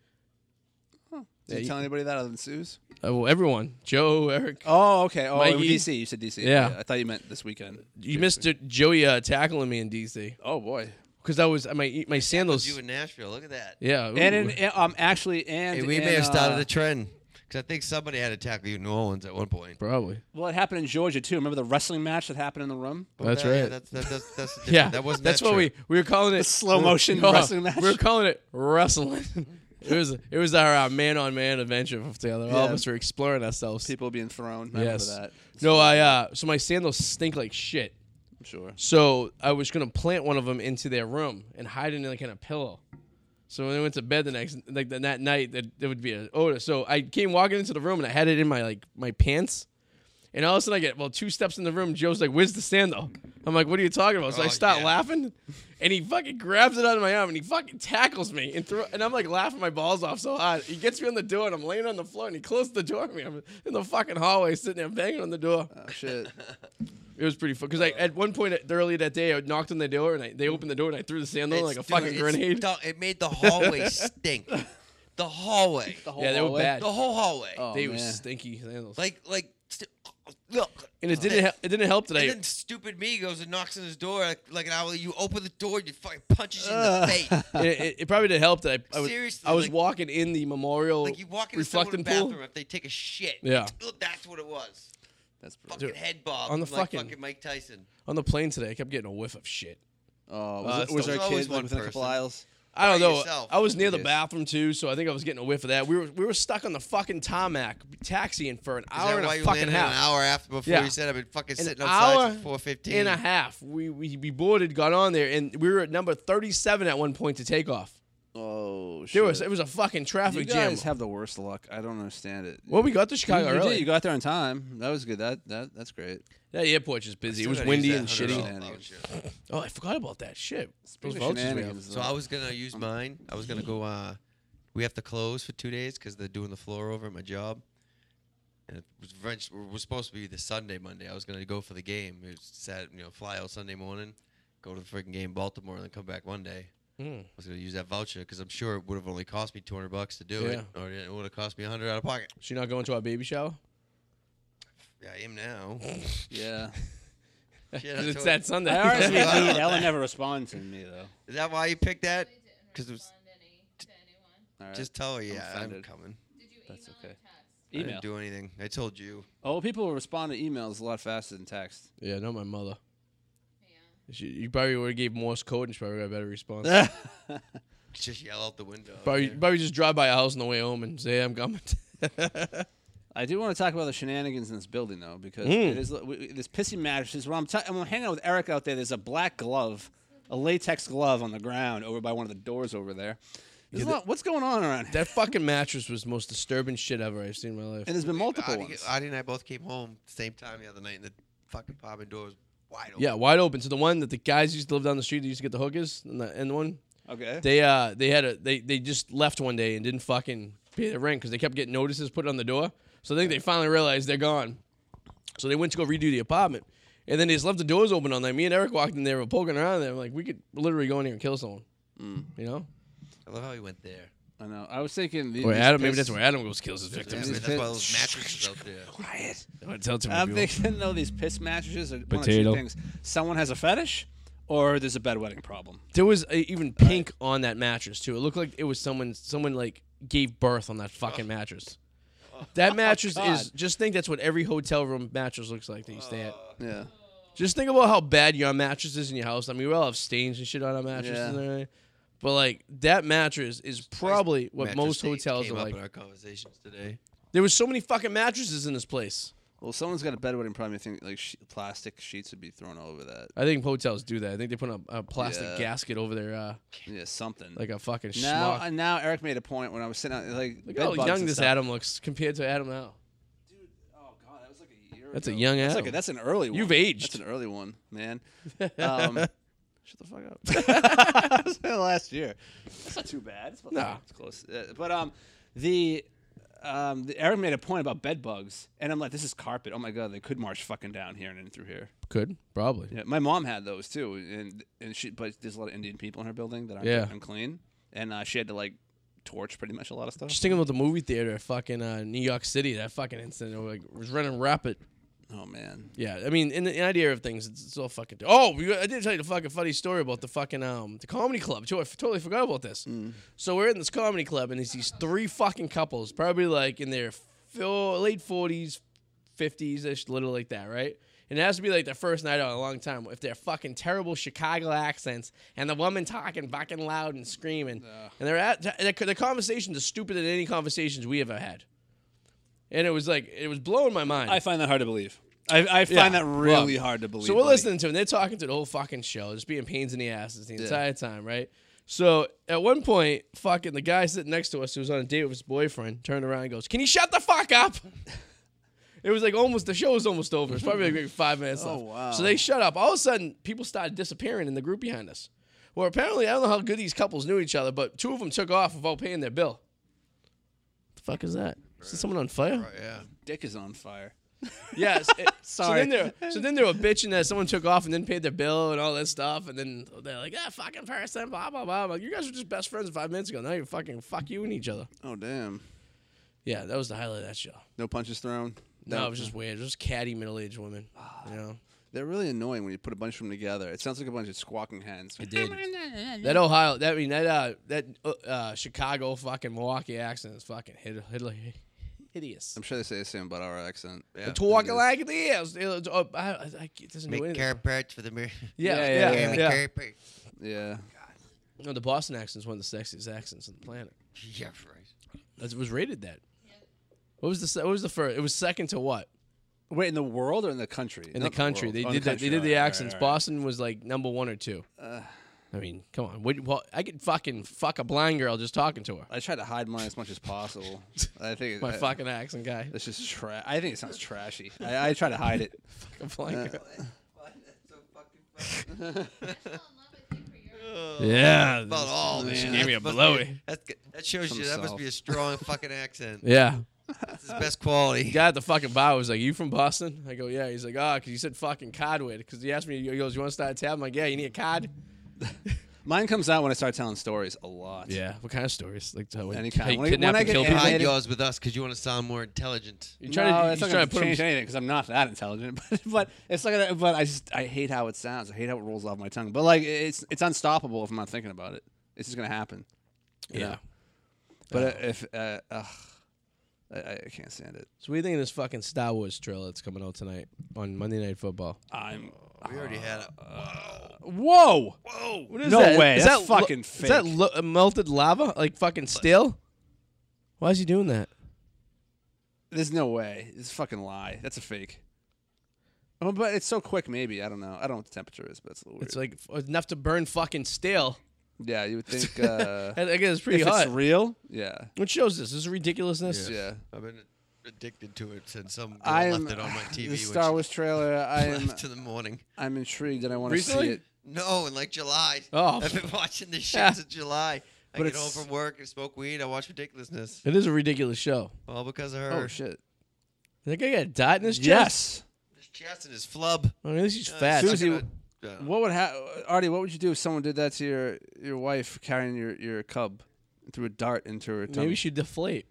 [SPEAKER 2] Did you
[SPEAKER 1] you-
[SPEAKER 2] tell anybody that other than Sue's?
[SPEAKER 1] Uh, well, everyone, Joe, Eric,
[SPEAKER 2] Oh, okay. Oh,
[SPEAKER 1] Mikey.
[SPEAKER 2] DC. You said DC.
[SPEAKER 1] E Yeah.
[SPEAKER 2] I thought you meant this weekend.
[SPEAKER 1] you missed it, Joey uh, tackling me in D.C.
[SPEAKER 2] Oh boy.
[SPEAKER 1] because I was my my sandals.
[SPEAKER 3] You in Nashville? Look at that.
[SPEAKER 1] Yeah,
[SPEAKER 2] And
[SPEAKER 1] ooh.
[SPEAKER 2] in, and, um, actually, and
[SPEAKER 3] Hey, we
[SPEAKER 2] and,
[SPEAKER 3] may have started
[SPEAKER 2] uh,
[SPEAKER 3] a trend because I think somebody had to tackle you in New Orleans at one point.
[SPEAKER 1] probably.
[SPEAKER 2] well, it happened in Georgia too. Remember the wrestling match that happened in the room?
[SPEAKER 3] But
[SPEAKER 1] That's
[SPEAKER 3] that- yeah,
[SPEAKER 1] right.
[SPEAKER 3] that's that, that's that's a different-
[SPEAKER 1] Yeah,
[SPEAKER 3] That wasn't
[SPEAKER 1] That's
[SPEAKER 3] that
[SPEAKER 1] what
[SPEAKER 3] trip.
[SPEAKER 1] we we were calling it.
[SPEAKER 2] slow motion
[SPEAKER 1] No,
[SPEAKER 2] wrestling match.
[SPEAKER 1] We were calling it wrestling. it was it was our, uh man on man adventure together. All of
[SPEAKER 2] Yeah.
[SPEAKER 1] us were exploring ourselves.
[SPEAKER 2] People being thrown. I
[SPEAKER 1] yes.
[SPEAKER 2] remember that.
[SPEAKER 1] No, I uh, so my sandals stink like shit.
[SPEAKER 2] I'm sure.
[SPEAKER 1] So I was gonna plant one of them into their room and hide it in like in a pillow. So when I went to bed the next like the, that night, that there would be an odor. So I came walking into the room and I had it in my like my pants. And all of a sudden, I get well two steps in the room. Joe's like, "Where's the sandal?" I'm like, "What are you talking about?" So I
[SPEAKER 3] Oh,
[SPEAKER 1] start
[SPEAKER 3] yeah.
[SPEAKER 1] laughing, and he fucking grabs it out of my arm and he fucking tackles me and throw. And I'm like laughing my balls off so hard. He gets me on the door and I'm laying on the floor and he closed the door on me. I'm in the fucking hallway sitting there banging on the door.
[SPEAKER 2] Oh shit.
[SPEAKER 1] It was pretty fun because I at one point earlier that day I knocked on the door and I, they opened the door and I threw the sandal like a
[SPEAKER 3] It's-
[SPEAKER 1] fucking
[SPEAKER 3] dude, it's
[SPEAKER 1] grenade.
[SPEAKER 3] stu- It made the hallway stink. The hallway. The
[SPEAKER 1] Yeah, they were
[SPEAKER 2] hallway.
[SPEAKER 1] bad.
[SPEAKER 3] whole hallway.
[SPEAKER 2] Oh,
[SPEAKER 1] they were
[SPEAKER 2] man.
[SPEAKER 1] stinky sandals.
[SPEAKER 3] Like like. st- Look,
[SPEAKER 1] and it didn't hel- it didn't help that I
[SPEAKER 3] And then stupid me goes and knocks on his door like, like an hour. later, You open the door, you fucking punches you in the face.
[SPEAKER 1] it, it, it probably didn't help that I I was,
[SPEAKER 3] Seriously,
[SPEAKER 1] I was
[SPEAKER 3] like-
[SPEAKER 1] walking in the memorial
[SPEAKER 3] Like you walk into
[SPEAKER 1] reflecting
[SPEAKER 3] someone's
[SPEAKER 1] pool.
[SPEAKER 3] bathroom if they take a shit.
[SPEAKER 1] Yeah.
[SPEAKER 3] that's what it was.
[SPEAKER 2] That's brutal.
[SPEAKER 3] Fucking head bob
[SPEAKER 1] on the
[SPEAKER 3] like
[SPEAKER 1] fucking-
[SPEAKER 3] Mike Tyson.
[SPEAKER 1] on the plane today. I kept getting a whiff of shit. Uh,
[SPEAKER 2] Oh, was,
[SPEAKER 1] it's
[SPEAKER 2] it, Oh, was
[SPEAKER 1] the-
[SPEAKER 2] there a
[SPEAKER 3] there's always
[SPEAKER 2] kid like,
[SPEAKER 3] one
[SPEAKER 2] within a couple
[SPEAKER 3] person.
[SPEAKER 2] aisles?
[SPEAKER 1] I don't
[SPEAKER 3] by
[SPEAKER 1] know.
[SPEAKER 3] yourself.
[SPEAKER 1] I was near the
[SPEAKER 2] Yes.
[SPEAKER 1] bathroom too, so I think I was getting a whiff of that. We were we were stuck on the fucking tarmac taxiing for an
[SPEAKER 3] Is that
[SPEAKER 1] hour and
[SPEAKER 3] why
[SPEAKER 1] a
[SPEAKER 3] you
[SPEAKER 1] fucking
[SPEAKER 3] landed
[SPEAKER 1] half.
[SPEAKER 3] An hour after before
[SPEAKER 1] Yeah.
[SPEAKER 3] you said I've been fucking
[SPEAKER 1] An
[SPEAKER 3] sitting
[SPEAKER 1] hour
[SPEAKER 3] outside since four fifteen.
[SPEAKER 1] and a half. We, we we boarded, got on there, and we were at number thirty-seven at one point to take off.
[SPEAKER 2] Oh shit!
[SPEAKER 1] There was it was a fucking
[SPEAKER 2] you
[SPEAKER 1] traffic jam.
[SPEAKER 2] guys have the worst luck. I don't understand it.
[SPEAKER 1] well, we got to
[SPEAKER 2] You-
[SPEAKER 1] Chicago
[SPEAKER 2] you, did.
[SPEAKER 1] early.
[SPEAKER 2] You got there on time. That was good. That that that's great.
[SPEAKER 1] that airport just busy. It was windy and shitty. Oh, I forgot about that shit. Those
[SPEAKER 2] of
[SPEAKER 1] vultures we have.
[SPEAKER 2] shenanigans,
[SPEAKER 3] So I was gonna use mine. I was gonna go. uh We have to close for two days because they're doing the floor over at my job. And it was, French, was supposed to be the Sunday, Monday. I was gonna go for the game. It was Sat, you know, fly out Sunday morning, go to the freaking game in Baltimore, and then come back Monday.
[SPEAKER 2] Hmm.
[SPEAKER 1] Mm.
[SPEAKER 3] I was gonna use that voucher because I'm sure it would have only cost me 200 bucks to do it, or it would have cost me 100 out of pocket.
[SPEAKER 1] So you're not going to our baby shower?
[SPEAKER 3] Yeah, I am now.
[SPEAKER 2] Yeah.
[SPEAKER 3] Shit, I
[SPEAKER 1] 'Cause it's
[SPEAKER 3] told-
[SPEAKER 1] that Sunday.
[SPEAKER 2] I already
[SPEAKER 3] Yeah.
[SPEAKER 2] knew Ellen never responded to me though.
[SPEAKER 3] Is that why you picked that?
[SPEAKER 4] Really didn't
[SPEAKER 3] 'Cause it was-
[SPEAKER 4] respond any to anyone.
[SPEAKER 2] All right.
[SPEAKER 3] Just tell her, yeah, I'm,
[SPEAKER 2] offended.
[SPEAKER 3] coming.
[SPEAKER 4] Did you
[SPEAKER 2] That's
[SPEAKER 4] email
[SPEAKER 2] okay.
[SPEAKER 4] or text?
[SPEAKER 3] I
[SPEAKER 2] email.
[SPEAKER 3] didn't do anything. I told you.
[SPEAKER 2] Oh, people respond to emails a lot faster than text.
[SPEAKER 1] yeah, not my mother.
[SPEAKER 4] Yeah.
[SPEAKER 1] She, you probably would have gave Morse code, and she probably got a better response.
[SPEAKER 3] Just yell out the window.
[SPEAKER 1] probably,
[SPEAKER 3] Yeah.
[SPEAKER 1] probably just drive by a house on the way home and say, "I'm coming."
[SPEAKER 2] I do want to talk about the shenanigans in this building though, because
[SPEAKER 1] Mm.
[SPEAKER 2] it is, we- we- this pissy mattress is where I'm, ta- I'm hanging out with Eric out there. There's a black glove, a latex glove on the ground over by one of the doors over there. There's a lot, what's going on around here?
[SPEAKER 1] that fucking mattress was the most disturbing shit ever I've seen in my life.
[SPEAKER 2] And there's been multiple
[SPEAKER 3] Adi,
[SPEAKER 2] ones.
[SPEAKER 3] Adi and I both came home at the same time the other night, and the fucking apartment door was wide open.
[SPEAKER 1] Yeah, wide open. So the one that the guys used to live down the street, that used to get the hookers, and the end one.
[SPEAKER 2] Okay.
[SPEAKER 1] They uh, they had a they they just left one day and didn't fucking pay the rent because they kept getting notices put on the door. So I think they finally realized they're gone. So they went to go redo the apartment, and then they just left the doors open all night. Me and Eric walked in there, were poking around there, like we could literally go in here and kill someone. You know,
[SPEAKER 3] I love how he went there.
[SPEAKER 2] I know. I was thinking. The,
[SPEAKER 1] or
[SPEAKER 2] these
[SPEAKER 1] Adam. Maybe
[SPEAKER 2] piss-
[SPEAKER 1] that's where Adam goes kills his
[SPEAKER 3] Yeah,
[SPEAKER 1] victims.
[SPEAKER 3] man,
[SPEAKER 2] these
[SPEAKER 3] that's why
[SPEAKER 2] pit-
[SPEAKER 3] those mattresses out there.
[SPEAKER 2] Quiet.
[SPEAKER 1] I tell it to
[SPEAKER 2] I'm
[SPEAKER 1] people.
[SPEAKER 2] thinking though these piss mattresses are
[SPEAKER 1] Potato.
[SPEAKER 2] one of two things. Someone has a fetish, or there's a bedwetting problem.
[SPEAKER 1] There was a, even pink on that mattress too. It looked like it was someone someone like gave birth on that fucking mattress. That mattress is
[SPEAKER 2] Oh, God.
[SPEAKER 1] just think that's what every hotel room mattress looks like that you stay at.
[SPEAKER 2] Yeah.
[SPEAKER 1] Just think about how bad your mattress is in your house. I mean, we all have stains and shit on our mattresses,
[SPEAKER 2] Yeah.
[SPEAKER 1] and everything. but like that mattress is probably what
[SPEAKER 3] Mattress
[SPEAKER 1] most
[SPEAKER 3] stains
[SPEAKER 1] hotels
[SPEAKER 3] came
[SPEAKER 1] are
[SPEAKER 3] up
[SPEAKER 1] like.
[SPEAKER 3] in our conversations today.
[SPEAKER 1] There was so many fucking mattresses in this place.
[SPEAKER 2] Well, someone's got a bedwetting problem. I think like she- plastic sheets would be thrown over that.
[SPEAKER 1] I think hotels do that. I think they put a, a plastic
[SPEAKER 2] Yeah.
[SPEAKER 1] gasket over their uh,
[SPEAKER 2] Yeah, something.
[SPEAKER 1] like a fucking
[SPEAKER 2] now,
[SPEAKER 1] schmuck.
[SPEAKER 2] uh, now Eric made a point when I was sitting out like
[SPEAKER 1] Look
[SPEAKER 2] bed
[SPEAKER 1] how
[SPEAKER 2] bugs
[SPEAKER 1] young
[SPEAKER 2] and
[SPEAKER 1] this
[SPEAKER 2] stuff.
[SPEAKER 1] Adam looks compared to Adam now.
[SPEAKER 2] Dude, oh god, that was like a year.
[SPEAKER 1] That's a
[SPEAKER 2] ago.
[SPEAKER 1] young
[SPEAKER 2] that's
[SPEAKER 1] Adam.
[SPEAKER 2] Like a, that's an early one.
[SPEAKER 1] You've aged.
[SPEAKER 2] That's an early one, man. Um, shut the fuck up. It was last year. That's not too bad. It's, about-
[SPEAKER 1] Nah.
[SPEAKER 2] it's close. Uh, but um, the. Um, the, Eric made a point about bed bugs, and I'm like, "This is carpet. Oh my god, they could march fucking down here and in through here."
[SPEAKER 1] Could probably.
[SPEAKER 2] Yeah, my mom had those too, and and she but there's a lot of Indian people in her building that aren't
[SPEAKER 1] Yeah.
[SPEAKER 2] unclean, and uh, she had to like torch pretty much a lot of stuff.
[SPEAKER 1] Just thinking about the movie theater, at fucking uh, New York City, that fucking incident, it was, like was running rapid.
[SPEAKER 2] Oh man,
[SPEAKER 1] Yeah, I mean, in the, in the idea of things, it's, it's all fucking. Oh, we, I did tell you the fucking funny story about the fucking um the comedy club too. I f- totally forgot about this. So we're in this comedy club, and it's these three fucking couples, probably like in their fo- late forties, fifties ish, little like that, right? And it has to be like their first night out in a long time. If they're fucking terrible Chicago accents and the woman talking fucking loud and screaming, and they're at the, the conversations are stupider than any conversations we ever had. And it was like it was blowing my mind.
[SPEAKER 2] I find that hard to believe. I, I find
[SPEAKER 1] Yeah.
[SPEAKER 2] that really
[SPEAKER 1] Well,
[SPEAKER 2] hard to believe.
[SPEAKER 1] So we're
[SPEAKER 2] buddy.
[SPEAKER 1] listening to them. They're talking to the whole fucking show, just being pains in the asses the entire time, right? So at one point, fucking the guy sitting next to us who was on a date with his boyfriend turned around and goes, "Can you shut the fuck up?" It was like almost the show was almost over. It's probably like maybe five minutes
[SPEAKER 2] Oh,
[SPEAKER 1] left.
[SPEAKER 2] wow.
[SPEAKER 1] So they shut up. All of a sudden, people started disappearing in the group behind us. Well, apparently, I don't know how good these couples knew each other, but two of them took off without paying their bill. The fuck is that? Is this someone on fire?
[SPEAKER 3] Right, yeah.
[SPEAKER 2] Dick is on fire.
[SPEAKER 1] Yes. eh, So
[SPEAKER 2] Sorry.
[SPEAKER 1] then they were, so then they were bitching that someone took off and didn't pay their bill and all that stuff, and then they're like, "Ah, fucking person, blah blah blah." I'm like, you guys were just best friends five minutes ago. Now you're fucking fuck you and each other.
[SPEAKER 2] Oh damn,
[SPEAKER 1] Yeah, that was the highlight of that show.
[SPEAKER 2] no punches thrown.
[SPEAKER 1] No, it was just weird. It was just catty middle aged women. You know,
[SPEAKER 2] They're really annoying when you put a bunch of them together. It sounds like a bunch of squawking hens.
[SPEAKER 1] it did. That Ohio, that I mean that uh, that uh, uh, Chicago fucking Milwaukee accent is fucking hid- hid- hideous.
[SPEAKER 2] I'm sure they say the same about our accent.
[SPEAKER 3] Yeah.
[SPEAKER 1] Talking like this, it, uh, I, I, I, it doesn't do
[SPEAKER 3] Make
[SPEAKER 1] anything.
[SPEAKER 3] carrot parts for the mirror.
[SPEAKER 1] Yeah,
[SPEAKER 2] Yeah,
[SPEAKER 1] yeah,
[SPEAKER 2] yeah,
[SPEAKER 1] yeah.
[SPEAKER 2] yeah.
[SPEAKER 3] Make carrot parts.
[SPEAKER 2] Yeah.
[SPEAKER 1] No, the Boston accent's one of the sexiest accents on the planet.
[SPEAKER 3] Yeah, right.
[SPEAKER 1] It was rated that. What was the se- what was the first? It was second to what
[SPEAKER 2] Wait, in the world or in the Oh, country?
[SPEAKER 1] in the country? They did the, they did the accents. Boston was like number one or two.
[SPEAKER 2] Uh.
[SPEAKER 1] I mean, come on. What, well, I could fucking fuck a blind girl just talking to her.
[SPEAKER 2] I try to hide mine as much as possible. I think
[SPEAKER 1] My
[SPEAKER 2] I,
[SPEAKER 1] fucking accent guy.
[SPEAKER 2] This is trash. I think it sounds trashy. I, I try to hide it.
[SPEAKER 1] A blind girl.
[SPEAKER 4] I fell in love with you for your
[SPEAKER 1] Yeah.
[SPEAKER 3] Oh, About all
[SPEAKER 1] She
[SPEAKER 3] this.
[SPEAKER 1] gave me a blowy.
[SPEAKER 3] That, that shows
[SPEAKER 2] From
[SPEAKER 3] you that must be a strong fucking accent.
[SPEAKER 1] Yeah.
[SPEAKER 3] That's his best
[SPEAKER 1] The
[SPEAKER 3] quality.
[SPEAKER 1] guy at the fucking bar was like, "You from Boston?" I go, "Yeah." He's like, "Ah," because you said fucking cardwood. Because he asked me, he goes, "You want to start a tab?" I'm like, "Yeah." You need a card?
[SPEAKER 2] Mine comes out when I start telling stories a lot.
[SPEAKER 1] Yeah. What kind of stories? Like how he
[SPEAKER 2] Any kind. When I-
[SPEAKER 1] kidnapped
[SPEAKER 2] when I
[SPEAKER 1] and
[SPEAKER 2] get
[SPEAKER 1] killed
[SPEAKER 2] animated-
[SPEAKER 1] people.
[SPEAKER 3] Hide yours with us because you want to sound more intelligent.
[SPEAKER 1] You
[SPEAKER 2] No,
[SPEAKER 1] try to,
[SPEAKER 2] that's
[SPEAKER 1] you
[SPEAKER 2] not
[SPEAKER 1] try
[SPEAKER 2] going
[SPEAKER 1] to
[SPEAKER 2] to
[SPEAKER 1] put him-
[SPEAKER 2] change anything because I'm not that intelligent. But, but it's like, that- but I just I hate how it sounds. I hate how it rolls off my tongue. But like it's it's unstoppable if I'm not thinking about it. It's just gonna happen. you
[SPEAKER 1] Yeah.
[SPEAKER 2] know? But uh, if uh, ugh, I, I can't stand it.
[SPEAKER 1] So what do you think of this fucking Star Wars trailer that's coming out tonight on Monday Night Football?
[SPEAKER 2] I'm.
[SPEAKER 3] We already had a.
[SPEAKER 2] Whoa!
[SPEAKER 3] Whoa!
[SPEAKER 1] What is
[SPEAKER 2] No way,
[SPEAKER 1] Is
[SPEAKER 2] that's
[SPEAKER 1] that lo-
[SPEAKER 2] fucking
[SPEAKER 1] Is that
[SPEAKER 2] fake.
[SPEAKER 1] lo- uh, melted lava? Like fucking still? Why is he doing that?
[SPEAKER 2] There's no way. It's a fucking lie. That's a fake. Oh, but it's so quick. Maybe I don't know. I don't know what the temperature is, but it's a little weird.
[SPEAKER 1] It's like f- enough to burn fucking steel.
[SPEAKER 2] yeah, you would think. Uh,
[SPEAKER 1] I, I guess it's pretty
[SPEAKER 2] if
[SPEAKER 1] hot.
[SPEAKER 2] it's real, yeah,
[SPEAKER 1] what shows this? This is ridiculousness.
[SPEAKER 2] yeah.
[SPEAKER 3] I've been addicted to it since some girl
[SPEAKER 2] I'm
[SPEAKER 3] left it on my TV.
[SPEAKER 2] The
[SPEAKER 3] when
[SPEAKER 2] Star
[SPEAKER 3] she
[SPEAKER 2] Wars trailer. I am.
[SPEAKER 3] left in the morning.
[SPEAKER 2] I'm intrigued, and I want to see
[SPEAKER 1] Recently?
[SPEAKER 2] it.
[SPEAKER 3] No, in like July.
[SPEAKER 1] Oh.
[SPEAKER 3] I've been watching this
[SPEAKER 1] Yeah.
[SPEAKER 3] shit since July. I
[SPEAKER 1] But
[SPEAKER 3] get home
[SPEAKER 1] it's-
[SPEAKER 3] from work and smoke weed. I watch ridiculousness,
[SPEAKER 1] It is a ridiculous show.
[SPEAKER 3] all because of her.
[SPEAKER 2] Oh shit!
[SPEAKER 1] That guy got a dot in his chest.
[SPEAKER 2] Yes.
[SPEAKER 3] This chest and his flub.
[SPEAKER 1] I mean, at least he's
[SPEAKER 3] Uh,
[SPEAKER 1] fat.
[SPEAKER 3] it's
[SPEAKER 2] Susie-
[SPEAKER 3] not gonna- uh,
[SPEAKER 2] What would happen, Artie? What would you do if someone did that to your your wife carrying your your cub? Threw a dart into her tummy.
[SPEAKER 1] Maybe she deflate.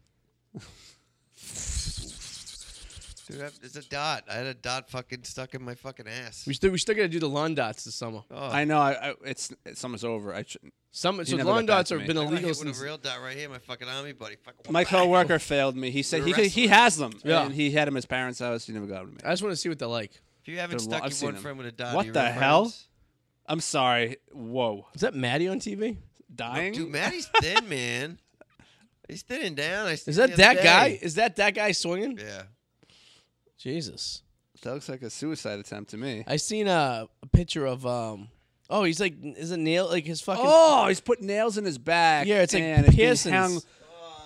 [SPEAKER 3] dude, I've- it's a dot. I had a dot fucking stuck in my fucking ass.
[SPEAKER 1] We still we still gotta do the lawn dots this summer.
[SPEAKER 3] oh,
[SPEAKER 2] I know. I, I it's, it's summer's over. I tr-
[SPEAKER 1] Some so
[SPEAKER 2] never
[SPEAKER 1] lawn
[SPEAKER 2] got back
[SPEAKER 1] dots
[SPEAKER 2] to
[SPEAKER 1] have
[SPEAKER 2] me.
[SPEAKER 1] been
[SPEAKER 3] I got hit
[SPEAKER 1] illegal
[SPEAKER 3] with
[SPEAKER 1] since
[SPEAKER 3] a real dot right here. My fucking army buddy. Fucking
[SPEAKER 2] my coworker failed me. He said
[SPEAKER 3] You're
[SPEAKER 2] he
[SPEAKER 3] a
[SPEAKER 2] could, he
[SPEAKER 3] wrestler.
[SPEAKER 2] has them.
[SPEAKER 1] Yeah.
[SPEAKER 2] And he had them at his parents' house. He never got them. To
[SPEAKER 1] I
[SPEAKER 2] me.
[SPEAKER 1] just want to see what they're like.
[SPEAKER 3] If you haven't
[SPEAKER 2] They're lo-
[SPEAKER 3] stuck
[SPEAKER 2] I've
[SPEAKER 3] your
[SPEAKER 2] seen
[SPEAKER 3] one
[SPEAKER 2] them.
[SPEAKER 3] friend with a dot,
[SPEAKER 2] What
[SPEAKER 3] you're
[SPEAKER 2] the
[SPEAKER 3] in
[SPEAKER 2] hell?
[SPEAKER 3] France.
[SPEAKER 2] I'm sorry. Whoa.
[SPEAKER 1] Is that Maddie on TV?
[SPEAKER 2] Dying.
[SPEAKER 3] Dude, Maddie's thin, man. He's thinning down. I
[SPEAKER 1] Is that that guy? Is that that guy swinging?
[SPEAKER 3] Yeah.
[SPEAKER 1] Jesus.
[SPEAKER 2] that looks like a suicide attempt to me.
[SPEAKER 1] I seen a, a picture of um. Oh, he's like is a nail like his fucking.
[SPEAKER 2] Oh, he's put nails in his back.
[SPEAKER 1] yeah, it's like
[SPEAKER 2] and it's being
[SPEAKER 1] piercings.
[SPEAKER 2] hung-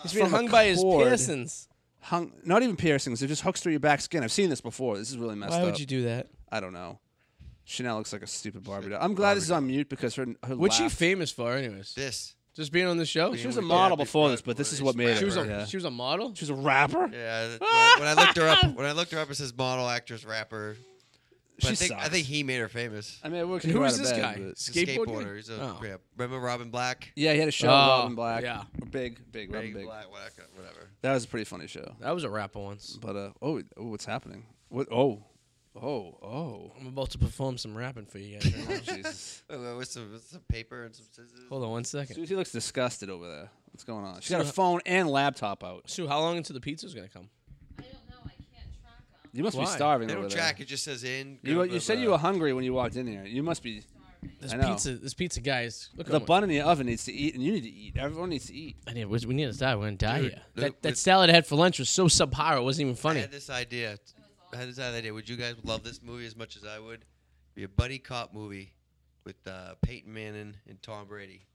[SPEAKER 1] he's being
[SPEAKER 2] from a
[SPEAKER 1] hung by his
[SPEAKER 2] cord.
[SPEAKER 1] piercings.
[SPEAKER 2] hung not even piercings they're just hooks through your back skin i've seen this before this is really messed
[SPEAKER 1] Why
[SPEAKER 2] up
[SPEAKER 1] would you do that?
[SPEAKER 2] i don't know chanel looks like a stupid barbie doll i'm glad this is on mute because her, her
[SPEAKER 1] What's she
[SPEAKER 2] laugh-
[SPEAKER 1] famous for, anyways?
[SPEAKER 3] This.
[SPEAKER 1] Just being on the show.
[SPEAKER 2] she was
[SPEAKER 3] Yeah,
[SPEAKER 2] a
[SPEAKER 3] we
[SPEAKER 2] model
[SPEAKER 3] got it
[SPEAKER 2] before
[SPEAKER 3] before
[SPEAKER 2] this but this
[SPEAKER 3] it's
[SPEAKER 2] is what made
[SPEAKER 1] She
[SPEAKER 2] her
[SPEAKER 1] was a
[SPEAKER 2] yeah.
[SPEAKER 1] she was a model.
[SPEAKER 2] she was a rapper
[SPEAKER 3] Yeah. that- when- when I looked her up, when I looked her up, it says model, actress, rapper. But
[SPEAKER 2] she
[SPEAKER 3] I think
[SPEAKER 2] sucks.
[SPEAKER 3] I think he made her famous.
[SPEAKER 2] i mean it worked
[SPEAKER 1] And
[SPEAKER 2] her
[SPEAKER 1] who
[SPEAKER 2] out
[SPEAKER 1] is
[SPEAKER 2] of
[SPEAKER 1] this
[SPEAKER 2] bed,
[SPEAKER 1] guy?
[SPEAKER 2] but-
[SPEAKER 3] He's a
[SPEAKER 1] Skateboard guy?
[SPEAKER 3] skateboarder. He's a
[SPEAKER 1] Oh.
[SPEAKER 3] yeah. remember Robin Black.
[SPEAKER 2] yeah he had a show
[SPEAKER 1] Oh,
[SPEAKER 2] robin black
[SPEAKER 1] yeah.
[SPEAKER 2] big big robin
[SPEAKER 3] Robin
[SPEAKER 2] big
[SPEAKER 3] Black, whatever. whatever.
[SPEAKER 2] that was a pretty funny show
[SPEAKER 1] That was a rapper once.
[SPEAKER 2] but uh oh, oh what's happening what oh oh oh
[SPEAKER 1] I'm about to perform some rapping for you guys. right now.
[SPEAKER 2] Oh, jesus
[SPEAKER 3] Wait, wait, With some, with some paper and some scissors.
[SPEAKER 1] Hold on one second.
[SPEAKER 2] susie looks disgusted over there what's going on she's got her phone and laptop out
[SPEAKER 1] Sue, how long until the pizza's gonna come?
[SPEAKER 4] I don't know. I can't track them.
[SPEAKER 2] you must
[SPEAKER 1] Why?
[SPEAKER 2] be starving
[SPEAKER 3] They
[SPEAKER 2] over
[SPEAKER 3] don't
[SPEAKER 2] there.
[SPEAKER 3] track. It just says in.
[SPEAKER 2] You, you said you were
[SPEAKER 3] blah,
[SPEAKER 2] hungry when you walked in here. You must be.
[SPEAKER 1] This
[SPEAKER 2] I know.
[SPEAKER 1] pizza, this pizza guy is. Look
[SPEAKER 2] The
[SPEAKER 1] at
[SPEAKER 2] bun in the oven needs to eat, and you need to eat. Everyone needs to eat.
[SPEAKER 1] I need, we we need to die. We're gonna die
[SPEAKER 3] Dude,
[SPEAKER 1] here.
[SPEAKER 3] dude,
[SPEAKER 1] That, that
[SPEAKER 3] it's-
[SPEAKER 1] salad I had for lunch was so subpar. It wasn't even
[SPEAKER 3] blah. I
[SPEAKER 1] funny.
[SPEAKER 3] had this idea. I had this idea. Would you guys love this movie as much as I would? Be a buddy cop movie with uh, Peyton Manning and Tom Brady.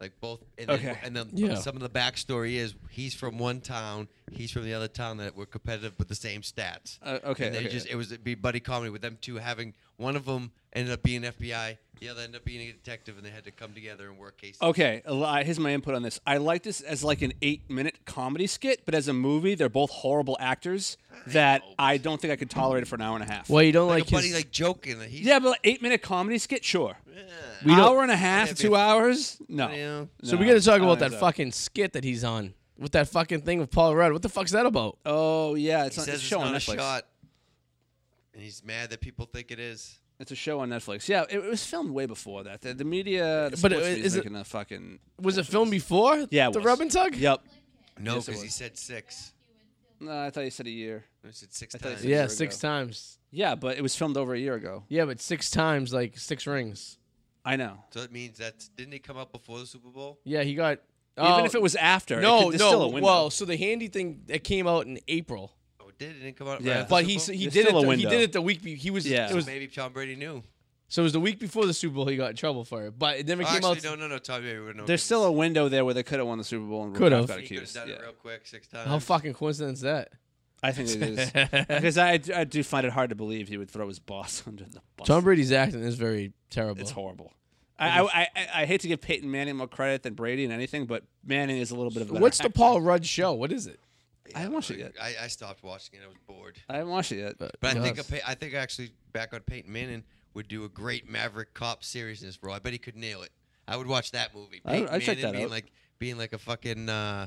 [SPEAKER 3] Like both, and then,
[SPEAKER 2] Okay.
[SPEAKER 3] and then
[SPEAKER 1] Yeah.
[SPEAKER 3] some of the backstory is he's from one town, he's from the other town that were competitive with the same stats.
[SPEAKER 2] Uh, okay,
[SPEAKER 3] and they
[SPEAKER 2] okay.
[SPEAKER 3] just it was it'd be buddy comedy with them two having one of them ended up being FBI, the other ended up being a detective, and they had to come together and work cases.
[SPEAKER 2] Okay, a li- here's my input on this. I like this as like an eight-minute comedy skit, but as a movie, they're both horrible actors that I don't think I could tolerate it for an hour and a half.
[SPEAKER 1] well, you don't
[SPEAKER 3] like,
[SPEAKER 1] like,
[SPEAKER 3] a buddy
[SPEAKER 1] his.
[SPEAKER 3] like joking that he's
[SPEAKER 2] yeah, but like eight-minute comedy skit, sure.
[SPEAKER 3] Yeah.
[SPEAKER 1] We don't-
[SPEAKER 2] hour and a half,
[SPEAKER 3] Can't be
[SPEAKER 2] two
[SPEAKER 3] a-
[SPEAKER 2] hours, no.
[SPEAKER 3] You know?
[SPEAKER 1] so we
[SPEAKER 2] No,
[SPEAKER 1] gotta talk
[SPEAKER 2] I
[SPEAKER 1] about
[SPEAKER 2] don't
[SPEAKER 1] that
[SPEAKER 2] think so.
[SPEAKER 1] fucking skit that he's on with that fucking thing with Paul Rudd. What the fuck's that about?
[SPEAKER 2] Oh yeah, it's,
[SPEAKER 3] He
[SPEAKER 2] not,
[SPEAKER 3] says
[SPEAKER 2] it's a
[SPEAKER 3] it's
[SPEAKER 2] show on
[SPEAKER 3] not a
[SPEAKER 2] Netflix.
[SPEAKER 3] shot, and he's mad that people think it is.
[SPEAKER 2] It's a show on Netflix. Yeah, it, it was filmed way before that. The, the media, the
[SPEAKER 1] But
[SPEAKER 2] sports
[SPEAKER 1] it-
[SPEAKER 2] media is
[SPEAKER 1] is it-
[SPEAKER 2] making a fucking
[SPEAKER 1] Was it filmed before?
[SPEAKER 2] yeah. it
[SPEAKER 1] the
[SPEAKER 2] was.
[SPEAKER 1] rub and tug.
[SPEAKER 2] Yep.
[SPEAKER 3] No,
[SPEAKER 2] Yes, it
[SPEAKER 3] because he
[SPEAKER 2] was.
[SPEAKER 3] said six.
[SPEAKER 2] No, Uh, I thought you said a year.
[SPEAKER 3] I said six
[SPEAKER 2] I thought he
[SPEAKER 3] times.
[SPEAKER 2] said
[SPEAKER 1] Yeah,
[SPEAKER 2] year
[SPEAKER 1] six
[SPEAKER 2] ago.
[SPEAKER 1] times.
[SPEAKER 2] Yeah, but it was filmed over a year ago.
[SPEAKER 1] Yeah, but six times like six rings.
[SPEAKER 2] I know.
[SPEAKER 3] So that means that's didn't he come up before the Super Bowl?
[SPEAKER 1] Yeah, he got.
[SPEAKER 2] Even
[SPEAKER 1] oh,
[SPEAKER 2] if it was after, it
[SPEAKER 1] no,
[SPEAKER 2] could- there's
[SPEAKER 1] no.
[SPEAKER 2] Still a window.
[SPEAKER 1] well, so the handy thing that came out in April,
[SPEAKER 3] Oh, it did it didn't come out?
[SPEAKER 2] Yeah.
[SPEAKER 3] right after
[SPEAKER 1] but
[SPEAKER 3] the
[SPEAKER 1] he s-
[SPEAKER 3] Super
[SPEAKER 1] he
[SPEAKER 2] There's
[SPEAKER 1] did it.
[SPEAKER 2] still a
[SPEAKER 1] The, he
[SPEAKER 2] window.
[SPEAKER 1] did it the week. be- He was.
[SPEAKER 2] Yeah.
[SPEAKER 1] It
[SPEAKER 3] Bowl?
[SPEAKER 1] was
[SPEAKER 3] So maybe Tom Brady knew.
[SPEAKER 1] So it was the week before the Super Bowl he got in trouble for it, but it never
[SPEAKER 3] Oh,
[SPEAKER 1] came
[SPEAKER 3] actually,
[SPEAKER 1] out.
[SPEAKER 3] no, no, no. Tom Brady would know.
[SPEAKER 2] There's still a window there where they could have won the Super Bowl and
[SPEAKER 1] Could've.
[SPEAKER 2] Rob got
[SPEAKER 3] He could have
[SPEAKER 2] accused.
[SPEAKER 3] done
[SPEAKER 2] Yeah.
[SPEAKER 3] it real quick six times.
[SPEAKER 1] How fucking coincidence is that?
[SPEAKER 2] I think it is because I, I do find it hard to believe he would throw his boss under the bus.
[SPEAKER 1] Tom Brady's acting is very terrible.
[SPEAKER 2] It's horrible. I, I, I, I hate to give Peyton Manning more credit than Brady and anything, but Manning is a little bit of a better
[SPEAKER 1] What's the
[SPEAKER 2] actor.
[SPEAKER 1] Paul Rudd show? What is it?
[SPEAKER 2] I haven't watched it yet.
[SPEAKER 3] I, I stopped watching it. I was bored.
[SPEAKER 2] I haven't watched it yet.
[SPEAKER 3] But I think a
[SPEAKER 1] Yes.
[SPEAKER 3] Pey- I think actually back on Peyton Manning would do a great Maverick cop seriousness role. I bet he could nail it. I would watch that movie.
[SPEAKER 2] I would-
[SPEAKER 3] Peyton
[SPEAKER 2] I'd check
[SPEAKER 3] Manning
[SPEAKER 2] that
[SPEAKER 3] being
[SPEAKER 2] out.
[SPEAKER 3] like being like a fucking uh,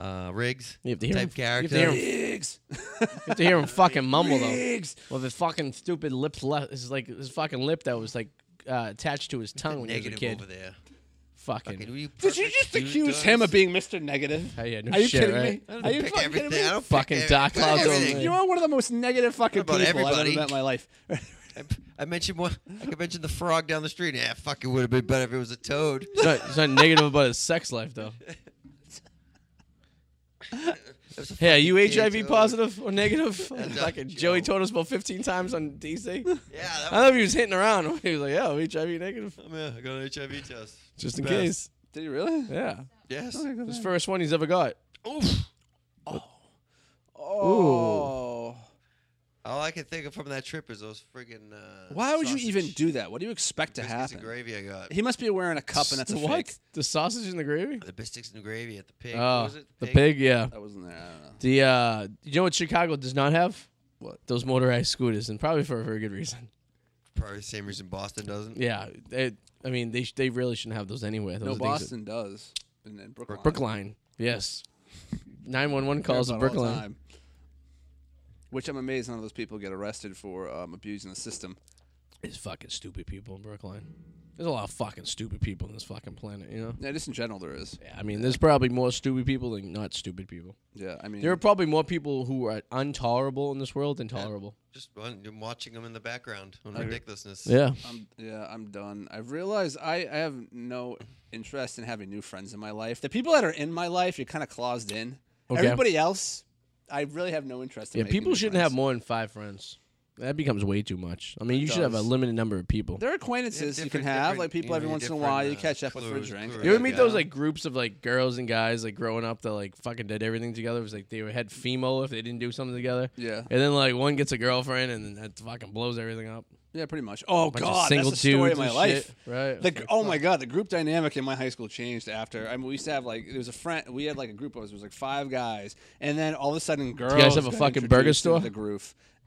[SPEAKER 3] uh, Riggs
[SPEAKER 1] You have to hear
[SPEAKER 3] type
[SPEAKER 1] him- you have to
[SPEAKER 3] character.
[SPEAKER 1] hear him-
[SPEAKER 2] Riggs.
[SPEAKER 1] You have to hear him fucking mumble though.
[SPEAKER 2] Riggs.
[SPEAKER 1] With his fucking stupid lips left, his like his fucking lip that was like uh, attached to his tongue when he was a
[SPEAKER 3] Negative
[SPEAKER 1] kid.
[SPEAKER 3] over there.
[SPEAKER 1] Fucking.
[SPEAKER 3] Fucking, will you
[SPEAKER 2] Did you
[SPEAKER 3] perfect
[SPEAKER 2] just
[SPEAKER 3] dude
[SPEAKER 2] accuse
[SPEAKER 3] does?
[SPEAKER 2] him of being Mr. Negative?
[SPEAKER 1] Oh, yeah, no
[SPEAKER 2] Are you
[SPEAKER 1] shit,
[SPEAKER 2] kidding
[SPEAKER 1] right?
[SPEAKER 2] me?
[SPEAKER 3] I
[SPEAKER 2] Are you
[SPEAKER 3] don't pick
[SPEAKER 2] fucking kidding
[SPEAKER 3] everything.
[SPEAKER 2] me?
[SPEAKER 3] I don't pick
[SPEAKER 1] Fucking
[SPEAKER 3] every-
[SPEAKER 1] Dark Cloud
[SPEAKER 3] I
[SPEAKER 1] over
[SPEAKER 3] don't
[SPEAKER 1] there.
[SPEAKER 3] think-
[SPEAKER 2] You are one of the most negative fucking
[SPEAKER 3] What about
[SPEAKER 2] people I've ever
[SPEAKER 3] everybody?
[SPEAKER 2] met in my life.
[SPEAKER 3] I mentioned one. I could mention the frog down the street. Yeah, fuck, it would have been better if it was a toad.
[SPEAKER 1] It's not, it's not negative about his sex life though.
[SPEAKER 3] It was a
[SPEAKER 1] Hey, are you
[SPEAKER 3] fucking
[SPEAKER 1] HIV
[SPEAKER 3] toad.
[SPEAKER 1] positive or negative?
[SPEAKER 3] That's a
[SPEAKER 1] fucking Joey
[SPEAKER 3] joke.
[SPEAKER 1] told us about 15 times on DC.
[SPEAKER 3] Yeah,
[SPEAKER 1] I
[SPEAKER 3] that
[SPEAKER 1] don't know if he was hitting around. He was like, "Yeah, I'm HIV negative,
[SPEAKER 3] was, yeah, I got an HIV test.
[SPEAKER 1] just in
[SPEAKER 3] Best.
[SPEAKER 1] case."
[SPEAKER 2] Did you really?
[SPEAKER 1] Yeah,
[SPEAKER 3] Yes.
[SPEAKER 1] his first one he's ever got.
[SPEAKER 3] Oof.
[SPEAKER 2] Oh.
[SPEAKER 3] All I can think of from that trip is those friggin' uh,
[SPEAKER 2] Why would you
[SPEAKER 3] sausage
[SPEAKER 2] even do that? What do you expect to
[SPEAKER 3] biscuits
[SPEAKER 2] happen?
[SPEAKER 3] and gravy. I got
[SPEAKER 2] He must be wearing a cup and that's a
[SPEAKER 1] what?
[SPEAKER 2] fake.
[SPEAKER 1] The sausage in the gravy?
[SPEAKER 3] the biscuits and gravy at the pig. What
[SPEAKER 1] Oh,
[SPEAKER 3] was it?
[SPEAKER 1] the pig. Yeah.
[SPEAKER 2] I wasn't there. I don't know.
[SPEAKER 1] The uh, you know what Chicago does not have?
[SPEAKER 2] What?
[SPEAKER 1] Those motorized scooters, and probably for a very good reason.
[SPEAKER 3] Probably the same reason Boston doesn't.
[SPEAKER 1] Yeah, they, I mean they sh- they really shouldn't have those anywhere. Those
[SPEAKER 2] No,
[SPEAKER 1] are things that-
[SPEAKER 2] Boston does. And then Brookline.
[SPEAKER 1] Brookline. Yes. Nine one one
[SPEAKER 2] Hear
[SPEAKER 1] calls in
[SPEAKER 2] about all the
[SPEAKER 1] Brookline.
[SPEAKER 2] time. Which I'm amazed none of those people get arrested for um, abusing the system.
[SPEAKER 1] There's fucking stupid people in Brookline. There's a lot of fucking stupid people on this fucking planet, you know?
[SPEAKER 2] Yeah, just in general, there is.
[SPEAKER 1] Yeah, I mean, there's probably more stupid people than not stupid people.
[SPEAKER 2] Yeah, I mean,
[SPEAKER 1] There are probably more people who are intolerable in this world than tolerable.
[SPEAKER 3] Just run, I'm watching them in the background on ridiculousness.
[SPEAKER 1] Yeah.
[SPEAKER 2] I'm, yeah, I'm done. I've realized I, I have no interest in having new friends in my life. The people that are in my life, you're kind of closed in.
[SPEAKER 1] Okay.
[SPEAKER 2] Everybody else, I really have no interest in.
[SPEAKER 1] Yeah,
[SPEAKER 2] making
[SPEAKER 1] people
[SPEAKER 2] new
[SPEAKER 1] shouldn't
[SPEAKER 2] friends.
[SPEAKER 1] have more than five friends. That becomes way too much. I mean, you should have a
[SPEAKER 2] does.
[SPEAKER 1] limited number of people.
[SPEAKER 2] There are acquaintances you can
[SPEAKER 3] different-
[SPEAKER 2] have,
[SPEAKER 3] different,
[SPEAKER 2] like people
[SPEAKER 3] you know,
[SPEAKER 2] every once in a
[SPEAKER 3] different,
[SPEAKER 2] while you
[SPEAKER 3] uh,
[SPEAKER 2] catch up with for a
[SPEAKER 3] clues,
[SPEAKER 2] drink.
[SPEAKER 3] clues.
[SPEAKER 1] You ever meet
[SPEAKER 3] Yeah.
[SPEAKER 1] those like groups of like girls and guys like growing up that like fucking did everything together? It was like they had FEMO if they didn't do something together.
[SPEAKER 2] Yeah.
[SPEAKER 1] And then like one gets a girlfriend and then that fucking blows everything up.
[SPEAKER 2] Yeah, pretty much. Oh
[SPEAKER 1] Bunch of
[SPEAKER 2] god, that's
[SPEAKER 1] single
[SPEAKER 2] the story of
[SPEAKER 1] dudes
[SPEAKER 2] my
[SPEAKER 1] and
[SPEAKER 2] life.
[SPEAKER 1] shit, right?
[SPEAKER 2] The,
[SPEAKER 1] It's like,
[SPEAKER 2] oh my god, the group dynamic in my high school changed after. I mean, we used to have like there was a friend. We had like a group of us. It was like five guys, and then all of a sudden, girls.
[SPEAKER 1] guys have a
[SPEAKER 2] got
[SPEAKER 1] fucking burger
[SPEAKER 2] introduced into
[SPEAKER 1] store?
[SPEAKER 2] The group,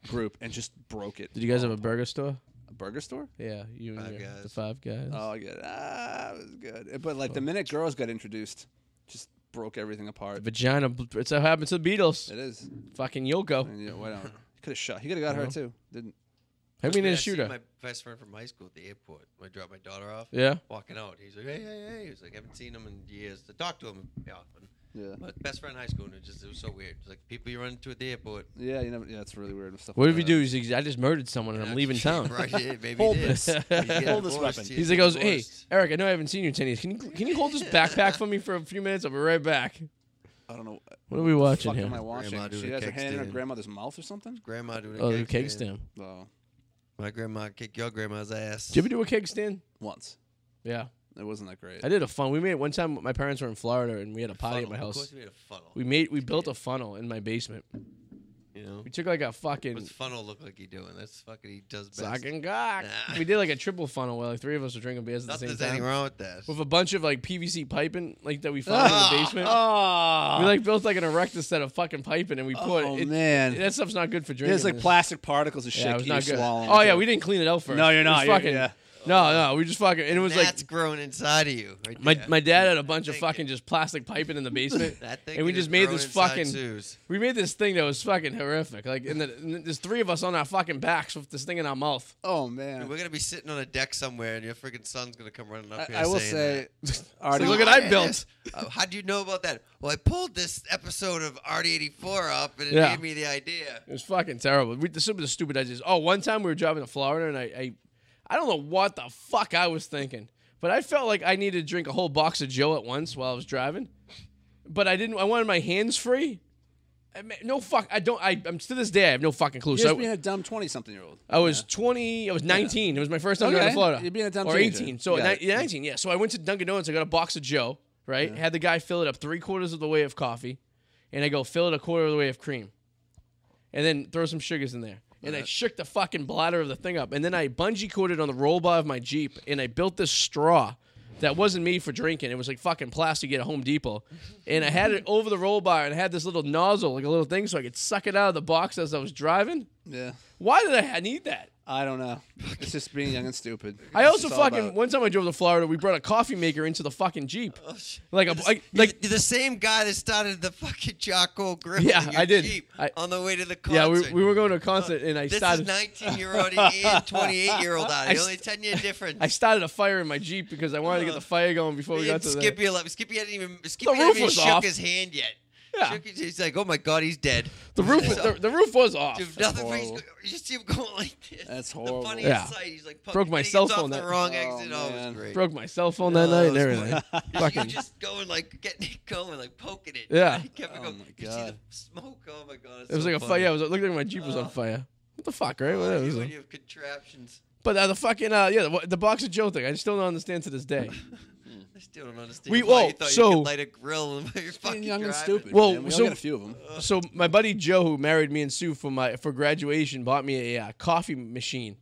[SPEAKER 2] group, and just broke it.
[SPEAKER 1] Did you guys have a burger store?
[SPEAKER 2] a burger store?
[SPEAKER 1] Yeah, you and
[SPEAKER 3] Five
[SPEAKER 1] your, the
[SPEAKER 3] Guys.
[SPEAKER 1] five guys.
[SPEAKER 2] Oh, I get it. Ah, it was good. But
[SPEAKER 1] Oh.
[SPEAKER 2] like the minute girls got introduced, just broke everything apart.
[SPEAKER 1] Vagina. bl- It's what happened to the Beatles.
[SPEAKER 2] It is.
[SPEAKER 1] Fucking Yoko.
[SPEAKER 2] And you know, why don't? Could have shot. He could have
[SPEAKER 1] Uh-huh.
[SPEAKER 2] got her too. Didn't.
[SPEAKER 1] Hit me in a
[SPEAKER 3] Must be I seen
[SPEAKER 1] shooter.
[SPEAKER 3] My best friend from high school at the airport. When I dropped my daughter off.
[SPEAKER 1] Yeah.
[SPEAKER 3] Walking out, he's like, "Hey, hey, hey!" He's like, "I haven't seen him in years." To talk to him often.
[SPEAKER 2] Yeah.
[SPEAKER 3] But best friend in high school, and it just it was so weird. It's like people you run into at the airport.
[SPEAKER 2] Yeah. You never. Yeah, it's really weird and stuff.
[SPEAKER 1] What
[SPEAKER 2] like
[SPEAKER 1] if you
[SPEAKER 2] that.
[SPEAKER 1] do? He's like, I just murdered someone and I'm leaving town.
[SPEAKER 3] right? Uh, Yeah, maybe
[SPEAKER 1] Hold
[SPEAKER 3] he did.
[SPEAKER 1] this.
[SPEAKER 3] He's getting
[SPEAKER 2] Hold this
[SPEAKER 3] divorced.
[SPEAKER 2] weapon.
[SPEAKER 1] He's like, goes, hey,
[SPEAKER 3] divorced.
[SPEAKER 1] Eric, I know I haven't seen you in 10 years. Can you, can you hold this backpack for me for a few minutes? I'll be right back.
[SPEAKER 2] I don't know. uh, What
[SPEAKER 1] What are we watching
[SPEAKER 2] fuck am I
[SPEAKER 1] here?
[SPEAKER 3] Grandma
[SPEAKER 2] watching?
[SPEAKER 3] doing
[SPEAKER 2] She
[SPEAKER 3] a
[SPEAKER 2] has her
[SPEAKER 3] keg
[SPEAKER 2] hand in her
[SPEAKER 3] stand.
[SPEAKER 2] grandmother's mouth or something.
[SPEAKER 3] grandma doing a
[SPEAKER 1] Oh, the keg
[SPEAKER 3] stand.
[SPEAKER 1] stand.
[SPEAKER 2] Oh,
[SPEAKER 3] My grandma kicked your grandma's ass.
[SPEAKER 1] Did you ever do a keg stand?
[SPEAKER 2] once.
[SPEAKER 1] Yeah.
[SPEAKER 2] It wasn't that great.
[SPEAKER 1] I did a fun. We made it one time. My parents were in Florida and we had a potty
[SPEAKER 3] funnel.
[SPEAKER 1] at my
[SPEAKER 3] Of
[SPEAKER 1] house.
[SPEAKER 3] course, we had a funnel.
[SPEAKER 1] We made we built a funnel in my basement.
[SPEAKER 3] you know,
[SPEAKER 1] We took like a
[SPEAKER 3] what's
[SPEAKER 1] fucking
[SPEAKER 3] funnel look like he doing? That's fucking he does best.
[SPEAKER 1] fucking cock.
[SPEAKER 3] Nah.
[SPEAKER 1] We did like a triple funnel where like three of us were drinking beers at
[SPEAKER 3] Not
[SPEAKER 1] the
[SPEAKER 3] that
[SPEAKER 1] same
[SPEAKER 3] there's
[SPEAKER 1] time.
[SPEAKER 3] anything wrong with that.
[SPEAKER 1] with a bunch of like PVC piping like that we found in the basement.
[SPEAKER 3] Ah.
[SPEAKER 2] Oh,
[SPEAKER 1] We like built like an erectus set of fucking piping and we put
[SPEAKER 2] Oh,
[SPEAKER 1] it.
[SPEAKER 2] man.
[SPEAKER 1] that stuff's not good for drinking.
[SPEAKER 2] there's like
[SPEAKER 1] It's-
[SPEAKER 2] plastic particles of shit
[SPEAKER 1] Yeah, it was
[SPEAKER 2] you
[SPEAKER 1] not good.
[SPEAKER 2] swallow.
[SPEAKER 1] Oh yeah, we didn't clean it out first.
[SPEAKER 2] No, you're
[SPEAKER 1] It was
[SPEAKER 2] not. You're-
[SPEAKER 1] fucking-
[SPEAKER 2] yeah.
[SPEAKER 1] No, no, we just fucking. And it was
[SPEAKER 3] That's
[SPEAKER 1] like
[SPEAKER 3] grown inside of you. Right
[SPEAKER 1] my
[SPEAKER 3] there.
[SPEAKER 1] my dad had a bunch of
[SPEAKER 3] Thank you.
[SPEAKER 1] fucking just plastic piping in the basement,
[SPEAKER 3] That thing
[SPEAKER 1] and we
[SPEAKER 3] could've
[SPEAKER 1] just made
[SPEAKER 3] grown
[SPEAKER 1] this
[SPEAKER 3] inside
[SPEAKER 1] fucking.
[SPEAKER 3] Sue's.
[SPEAKER 1] We made this thing that was fucking horrific. Like, and, the, and there's three of us on our fucking backs with this thing in our mouth.
[SPEAKER 2] Oh
[SPEAKER 3] Dude,
[SPEAKER 2] man.
[SPEAKER 3] We're gonna be sitting on a deck somewhere, and your freaking son's gonna come running up
[SPEAKER 2] I,
[SPEAKER 3] here.
[SPEAKER 2] I will
[SPEAKER 3] saying
[SPEAKER 2] say,
[SPEAKER 1] Like,
[SPEAKER 2] Artie,
[SPEAKER 1] look at I built.
[SPEAKER 3] that. Uh, how do you know about that? Well, I pulled this episode of RD84 up, and it
[SPEAKER 1] Yeah.
[SPEAKER 3] gave me the idea.
[SPEAKER 1] It was fucking terrible. We, the stupid, the stupid ideas. Oh, one time we were driving to Florida, and I, I, I don't know what the fuck I was thinking, but I felt like I needed to drink a whole box of Joe at once while I was driving. But I didn't. I wanted my hands free. I ma- No fuck. I don't. I, I'm to this day. I have no fucking clue.
[SPEAKER 2] You're
[SPEAKER 1] So
[SPEAKER 2] just being a dumb twenty-something-year-old.
[SPEAKER 1] I was 20. I was 19. It was my first time going
[SPEAKER 2] Okay.
[SPEAKER 1] to Florida.
[SPEAKER 2] You're being a dumb
[SPEAKER 1] or
[SPEAKER 2] teenager.
[SPEAKER 1] 18. So
[SPEAKER 2] Yeah.
[SPEAKER 1] at ni- 19, yeah. So I went to Dunkin' Donuts. I got a box of Joe. Right. Had the guy fill it up three quarters of the way of coffee, and I go fill it a quarter of the way of cream, and then throw some sugars in there. And I shook the fucking bladder of the thing up, and then I bungee corded on the roll bar of my Jeep, and I built this straw. That wasn't me for drinking. It was like fucking plastic at Home Depot. And I had it over the roll bar and I had this little nozzle, like a little thing, so I could suck it out of the box as I was driving.
[SPEAKER 2] Yeah,
[SPEAKER 1] Why did I ha- need that?
[SPEAKER 2] I don't know. It's just being young and stupid.
[SPEAKER 1] I also
[SPEAKER 2] It's all
[SPEAKER 1] fucking
[SPEAKER 2] about-
[SPEAKER 1] one time I drove to Florida, we brought a coffee maker into the fucking jeep,
[SPEAKER 3] sh-
[SPEAKER 1] like a like, like
[SPEAKER 3] the same guy that started the fucking Jocko grill.
[SPEAKER 1] Yeah,
[SPEAKER 3] in your
[SPEAKER 1] I did.
[SPEAKER 3] Jeep
[SPEAKER 1] I-
[SPEAKER 3] on the way to the concert.
[SPEAKER 1] yeah. We, we were going to a concert and I
[SPEAKER 3] This
[SPEAKER 1] started
[SPEAKER 3] is 19 year old and 28 year old
[SPEAKER 1] I
[SPEAKER 3] Adi.
[SPEAKER 1] s-
[SPEAKER 3] Only 10 year difference.
[SPEAKER 1] I started a fire in my jeep because I wanted to get the fire going before we
[SPEAKER 3] Uh, And
[SPEAKER 1] got to the.
[SPEAKER 3] Skippy, left. Skippy hadn't even Skippy
[SPEAKER 1] roof
[SPEAKER 3] hadn't even
[SPEAKER 1] was
[SPEAKER 3] shook
[SPEAKER 1] off.
[SPEAKER 3] his hand yet.
[SPEAKER 1] Yeah.
[SPEAKER 3] Shook his, he's like, oh my god, he's dead.
[SPEAKER 1] The roof,
[SPEAKER 3] So-
[SPEAKER 1] the, the roof was off.
[SPEAKER 3] Dude, nothing.
[SPEAKER 2] That's
[SPEAKER 3] he's-
[SPEAKER 2] horrible.
[SPEAKER 3] You just see him going like this.
[SPEAKER 2] That's
[SPEAKER 3] The
[SPEAKER 2] horrible.
[SPEAKER 3] funniest
[SPEAKER 1] Yeah.
[SPEAKER 3] sight. He's like,
[SPEAKER 1] Broke my
[SPEAKER 3] and he gets
[SPEAKER 1] cell
[SPEAKER 3] off
[SPEAKER 1] phone
[SPEAKER 3] the
[SPEAKER 1] that-
[SPEAKER 3] wrong
[SPEAKER 2] Oh,
[SPEAKER 3] exit. Oh, it
[SPEAKER 2] man.
[SPEAKER 3] was great.
[SPEAKER 1] Broke my cell phone that night and
[SPEAKER 3] Oh, it was
[SPEAKER 1] everything.
[SPEAKER 3] You
[SPEAKER 1] Fucking
[SPEAKER 3] just going like getting it going, like poking it.
[SPEAKER 1] Yeah.
[SPEAKER 3] He kept it
[SPEAKER 2] Oh,
[SPEAKER 3] going.
[SPEAKER 2] my
[SPEAKER 3] You see the
[SPEAKER 2] God.
[SPEAKER 3] smoke. Oh my god. It's
[SPEAKER 1] it was
[SPEAKER 3] so
[SPEAKER 1] like a
[SPEAKER 3] funny.
[SPEAKER 1] fire. Yeah, it, was, it looked like my jeep was on
[SPEAKER 3] Oh.
[SPEAKER 1] fire. What the fuck, right? Whatever,
[SPEAKER 3] Oh,
[SPEAKER 1] it was
[SPEAKER 3] you
[SPEAKER 1] a-
[SPEAKER 3] and your contraptions.
[SPEAKER 1] but uh, the fucking uh, yeah, the, the box of Joe thing, I still don't understand to this day.
[SPEAKER 3] I still don't understand.
[SPEAKER 1] We-
[SPEAKER 3] why
[SPEAKER 1] well,
[SPEAKER 3] you thought
[SPEAKER 1] so-
[SPEAKER 3] you could light a grill and you're fucking
[SPEAKER 2] being young and
[SPEAKER 3] driving.
[SPEAKER 2] stupid.
[SPEAKER 1] Well,
[SPEAKER 2] man. we
[SPEAKER 1] so-
[SPEAKER 2] all got a few of them.
[SPEAKER 1] so my buddy Joe, who married me and Sue for my for graduation, bought me a uh, coffee machine.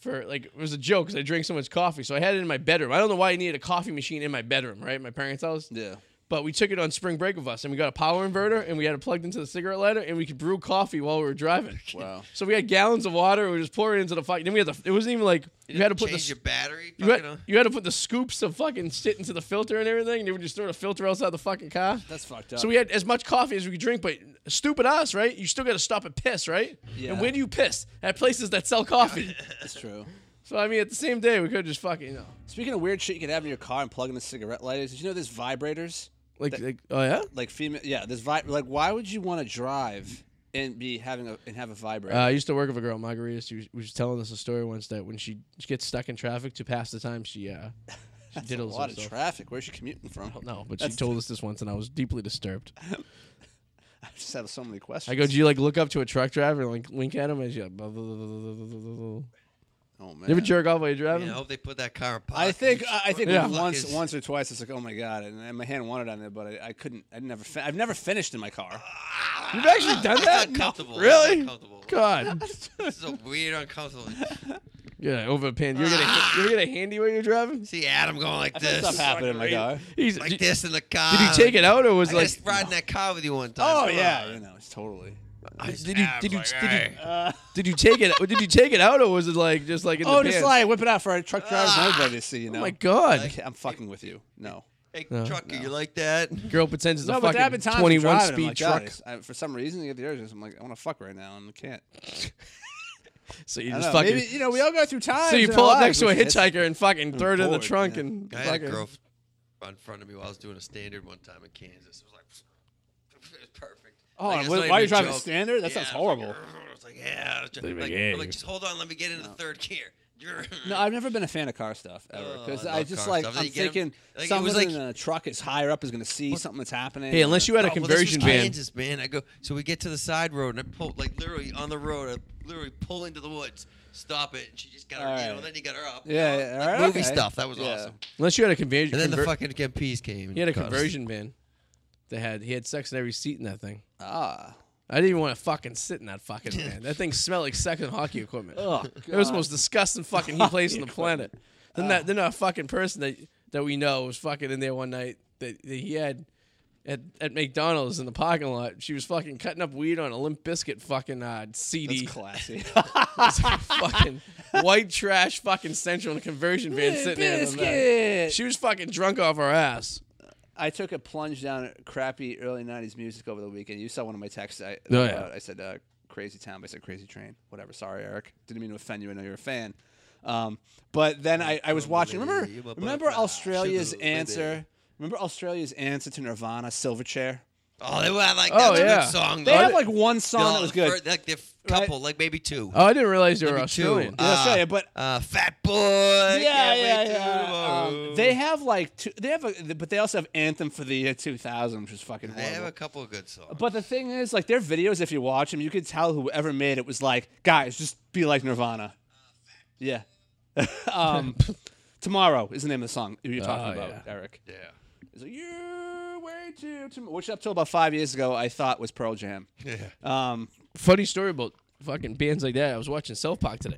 [SPEAKER 1] For like, it was a joke because I drank so much coffee, so I had it in my bedroom. I don't know why I needed a coffee machine in my bedroom, right? My parents' house.
[SPEAKER 2] Yeah.
[SPEAKER 1] But we took it on spring break with us, and we got a power inverter, and we had it plugged into the cigarette lighter, and we could brew coffee while we were driving.
[SPEAKER 2] Wow.
[SPEAKER 1] So we had gallons of water, and we just pour it into the fucking. Then we had the. It wasn't even like
[SPEAKER 3] You,
[SPEAKER 1] you, had to
[SPEAKER 3] didn't
[SPEAKER 1] put the.
[SPEAKER 3] change your battery.
[SPEAKER 1] you had,
[SPEAKER 3] fucking, uh,
[SPEAKER 1] you had to put the scoops of fucking shit into the filter and everything. And they would just throw the filter outside the fucking car.
[SPEAKER 2] That's fucked up.
[SPEAKER 1] So we had as much coffee as we could drink, but stupid us, right? You still got to stop and piss, right?
[SPEAKER 2] Yeah.
[SPEAKER 1] And where do you piss? At places that sell coffee.
[SPEAKER 2] That's true.
[SPEAKER 1] so I mean, at the same day, we could just fucking, you know,
[SPEAKER 2] Speaking of weird shit you could have in your car and plug in the cigarette lighters, did you know there's vibrators?
[SPEAKER 1] like,
[SPEAKER 2] That-
[SPEAKER 1] like oh yeah.
[SPEAKER 2] Like female, yeah. There's vi- like, why would you want to drive and be having a and have a vibrator?
[SPEAKER 1] Uh, I used to work with a girl, Margarita. She was, was telling us a story once that when she gets stuck in traffic to pass the time, she uh, she
[SPEAKER 2] That's a
[SPEAKER 1] diddles
[SPEAKER 2] lot of
[SPEAKER 1] herself.
[SPEAKER 2] traffic. Where's she commuting from?
[SPEAKER 1] no, but she
[SPEAKER 2] That's-
[SPEAKER 1] told us this once, and I was deeply disturbed.
[SPEAKER 2] I just have so many questions.
[SPEAKER 1] I go, do you like look up to a truck driver and like wink at him? And she's like, blah, blah, blah, blah, blah, blah, blah, blah.
[SPEAKER 2] oh
[SPEAKER 1] you ever
[SPEAKER 2] man.
[SPEAKER 1] jerk off while you're
[SPEAKER 3] I,
[SPEAKER 1] driving?
[SPEAKER 3] mean, I hope they put that car in park.
[SPEAKER 2] I think I I think
[SPEAKER 1] Yeah.
[SPEAKER 2] once
[SPEAKER 3] Fuckers.
[SPEAKER 2] once or twice it's like oh my god and then my hand wanted on it but I, I couldn't I never fin- I've never finished in my car.
[SPEAKER 1] You've actually done that?
[SPEAKER 3] uncomfortable.
[SPEAKER 1] No. Really?
[SPEAKER 3] It's uncomfortable.
[SPEAKER 1] God.
[SPEAKER 3] This is a weird, uncomfortable.
[SPEAKER 1] yeah, over a pan. You're gonna
[SPEAKER 2] Ah.
[SPEAKER 1] you're gonna handy while you're driving.
[SPEAKER 3] See Adam going like this,
[SPEAKER 2] Stuff happened in my car.
[SPEAKER 1] He's,
[SPEAKER 3] like
[SPEAKER 1] did,
[SPEAKER 3] this in the car.
[SPEAKER 1] did you take it out or was
[SPEAKER 3] I
[SPEAKER 1] like?
[SPEAKER 3] just riding that car with you one time.
[SPEAKER 2] Oh
[SPEAKER 3] Come
[SPEAKER 2] yeah,
[SPEAKER 3] on.
[SPEAKER 2] you know it's totally.
[SPEAKER 1] Did you
[SPEAKER 3] Adam's
[SPEAKER 1] did you
[SPEAKER 3] like,
[SPEAKER 1] did you
[SPEAKER 3] "Hey."
[SPEAKER 2] Uh,
[SPEAKER 1] did you take it? Did you take it out or was it like just like in
[SPEAKER 2] oh,
[SPEAKER 1] the
[SPEAKER 2] just
[SPEAKER 1] pan?
[SPEAKER 2] like whip it out for our truck drivers and everybody to see. You know.
[SPEAKER 1] Oh my god.
[SPEAKER 2] Okay, I'm fucking with you. No.
[SPEAKER 3] Hey,
[SPEAKER 1] No.
[SPEAKER 3] trucker, you like that?
[SPEAKER 1] Girl pretends it's
[SPEAKER 2] No,
[SPEAKER 1] a
[SPEAKER 2] but there have
[SPEAKER 1] fucking
[SPEAKER 2] been times
[SPEAKER 1] 21
[SPEAKER 2] driving, I'm
[SPEAKER 1] speed
[SPEAKER 2] like,
[SPEAKER 1] truck.
[SPEAKER 2] "God, I, for some reason, you get the urges. I'm like, I want to fuck right now, and I can't.
[SPEAKER 1] So you
[SPEAKER 2] I don't
[SPEAKER 1] just
[SPEAKER 2] know.
[SPEAKER 1] fucking.
[SPEAKER 2] Maybe you know we all go through times.
[SPEAKER 1] so you
[SPEAKER 2] in
[SPEAKER 1] pull
[SPEAKER 2] our
[SPEAKER 1] up next
[SPEAKER 2] lives,
[SPEAKER 1] to a
[SPEAKER 2] which is-
[SPEAKER 1] hitchhiker and fucking throw it in the
[SPEAKER 2] bored,
[SPEAKER 1] trunk
[SPEAKER 2] yeah.
[SPEAKER 1] and.
[SPEAKER 3] I had a
[SPEAKER 1] fucking-
[SPEAKER 3] girl f- in front of me while I was doing a standard one time in Kansas. It was like, it was perfect.
[SPEAKER 2] Oh,
[SPEAKER 3] Like,
[SPEAKER 2] and
[SPEAKER 3] it's
[SPEAKER 2] why
[SPEAKER 3] not
[SPEAKER 2] are you
[SPEAKER 3] even a
[SPEAKER 2] driving
[SPEAKER 3] joke.
[SPEAKER 2] standard? That
[SPEAKER 3] Yeah,
[SPEAKER 2] sounds
[SPEAKER 3] I was
[SPEAKER 2] horrible.
[SPEAKER 3] Like, "Grr," I was like, yeah. I was
[SPEAKER 1] Leave
[SPEAKER 3] like,
[SPEAKER 1] it
[SPEAKER 3] like,
[SPEAKER 1] in.
[SPEAKER 3] like, just hold on, let me get into the third gear.
[SPEAKER 2] No, I've never been a fan of car stuff ever
[SPEAKER 3] Oh,
[SPEAKER 2] because
[SPEAKER 3] I
[SPEAKER 2] I
[SPEAKER 3] love
[SPEAKER 2] just
[SPEAKER 3] car
[SPEAKER 2] like
[SPEAKER 3] stuff. Then
[SPEAKER 2] I'm
[SPEAKER 3] you get 'em-
[SPEAKER 2] thinking
[SPEAKER 3] like, it
[SPEAKER 2] someone
[SPEAKER 3] was like-
[SPEAKER 2] in a truck is higher up is going to see something that's happening.
[SPEAKER 1] Hey, unless you had a conversion
[SPEAKER 3] well, this was
[SPEAKER 1] van.
[SPEAKER 3] Kansas, man. I go. So we get to the side road, and I pull like literally on the road. I literally pull into the woods, stop it, and she just got her.
[SPEAKER 2] All
[SPEAKER 3] You know,
[SPEAKER 2] right.
[SPEAKER 3] then you got her up.
[SPEAKER 2] Yeah,
[SPEAKER 3] you
[SPEAKER 2] yeah,
[SPEAKER 3] know,
[SPEAKER 2] all
[SPEAKER 3] like
[SPEAKER 2] right,
[SPEAKER 3] movie
[SPEAKER 2] okay.
[SPEAKER 3] stuff. That was
[SPEAKER 2] Yeah.
[SPEAKER 3] awesome.
[SPEAKER 1] Unless you had a conversion.
[SPEAKER 3] And then the
[SPEAKER 1] conver-
[SPEAKER 3] fucking MPs came.
[SPEAKER 1] He had a
[SPEAKER 3] and caught us.
[SPEAKER 1] conversion van. That had he had sex in every seat in that thing.
[SPEAKER 2] ah,
[SPEAKER 1] I didn't even want to fucking sit in that fucking van. That thing smelled like sex and hockey equipment.
[SPEAKER 2] oh,
[SPEAKER 1] It was the most disgusting fucking heat place on the planet. Then that then a fucking person that that we know was fucking in there one night that, that he had at, at McDonald's in the parking lot. She was fucking cutting up weed on a Limp Biscuit fucking uh, CD.
[SPEAKER 2] that's classy.
[SPEAKER 1] It's like fucking white trash fucking central in a conversion van sitting there. in the back.
[SPEAKER 2] Biscuit.
[SPEAKER 1] She was fucking drunk off her ass.
[SPEAKER 2] I took a plunge down crappy early '90s music over the weekend. You saw one of my texts. I,
[SPEAKER 1] Oh, yeah.
[SPEAKER 2] about- I said uh, "Crazy Town," but I said "Crazy Train." Whatever. Sorry, Eric. Didn't mean to offend you. I know you're a fan. Um, but then I, I was watching. Remember,
[SPEAKER 3] Unbelievable.
[SPEAKER 2] remember Australia's
[SPEAKER 3] Unbelievable.
[SPEAKER 2] answer. Remember Australia's answer to Nirvana, Silverchair.
[SPEAKER 3] Oh, they were like
[SPEAKER 1] Oh,
[SPEAKER 3] that's a
[SPEAKER 1] yeah.
[SPEAKER 3] good song.
[SPEAKER 2] They
[SPEAKER 3] though.
[SPEAKER 2] have like one song
[SPEAKER 3] No,
[SPEAKER 2] that was
[SPEAKER 3] the
[SPEAKER 2] good.
[SPEAKER 3] fir- like the f-
[SPEAKER 2] Right?
[SPEAKER 3] couple, like maybe two.
[SPEAKER 1] Oh, I didn't realize they were
[SPEAKER 3] Maybe
[SPEAKER 1] Australian.
[SPEAKER 3] two.
[SPEAKER 2] Yeah, that's
[SPEAKER 3] Uh,
[SPEAKER 2] right, but-
[SPEAKER 3] uh, Fat Boy.
[SPEAKER 2] yeah,
[SPEAKER 3] can't
[SPEAKER 2] yeah,
[SPEAKER 3] wait till
[SPEAKER 2] yeah.
[SPEAKER 3] tomorrow.
[SPEAKER 2] Um, they have like two, they have a, but they also have anthem for the year 2000, which is fucking
[SPEAKER 3] They
[SPEAKER 2] horrible.
[SPEAKER 3] have a couple of good songs.
[SPEAKER 2] but the thing is, like their videos, if you watch them, you could tell whoever made it was like, guys, just be like Nirvana. Yeah. um, tomorrow is the name of the song you're talking
[SPEAKER 1] Oh,
[SPEAKER 2] about,
[SPEAKER 1] yeah.
[SPEAKER 2] Eric.
[SPEAKER 3] yeah.
[SPEAKER 2] It's like, you're way too, too, which up till about five years ago, I thought was Pearl Jam.
[SPEAKER 3] Yeah.
[SPEAKER 2] Um,
[SPEAKER 1] funny story about fucking bands like that. I was watching South Park today,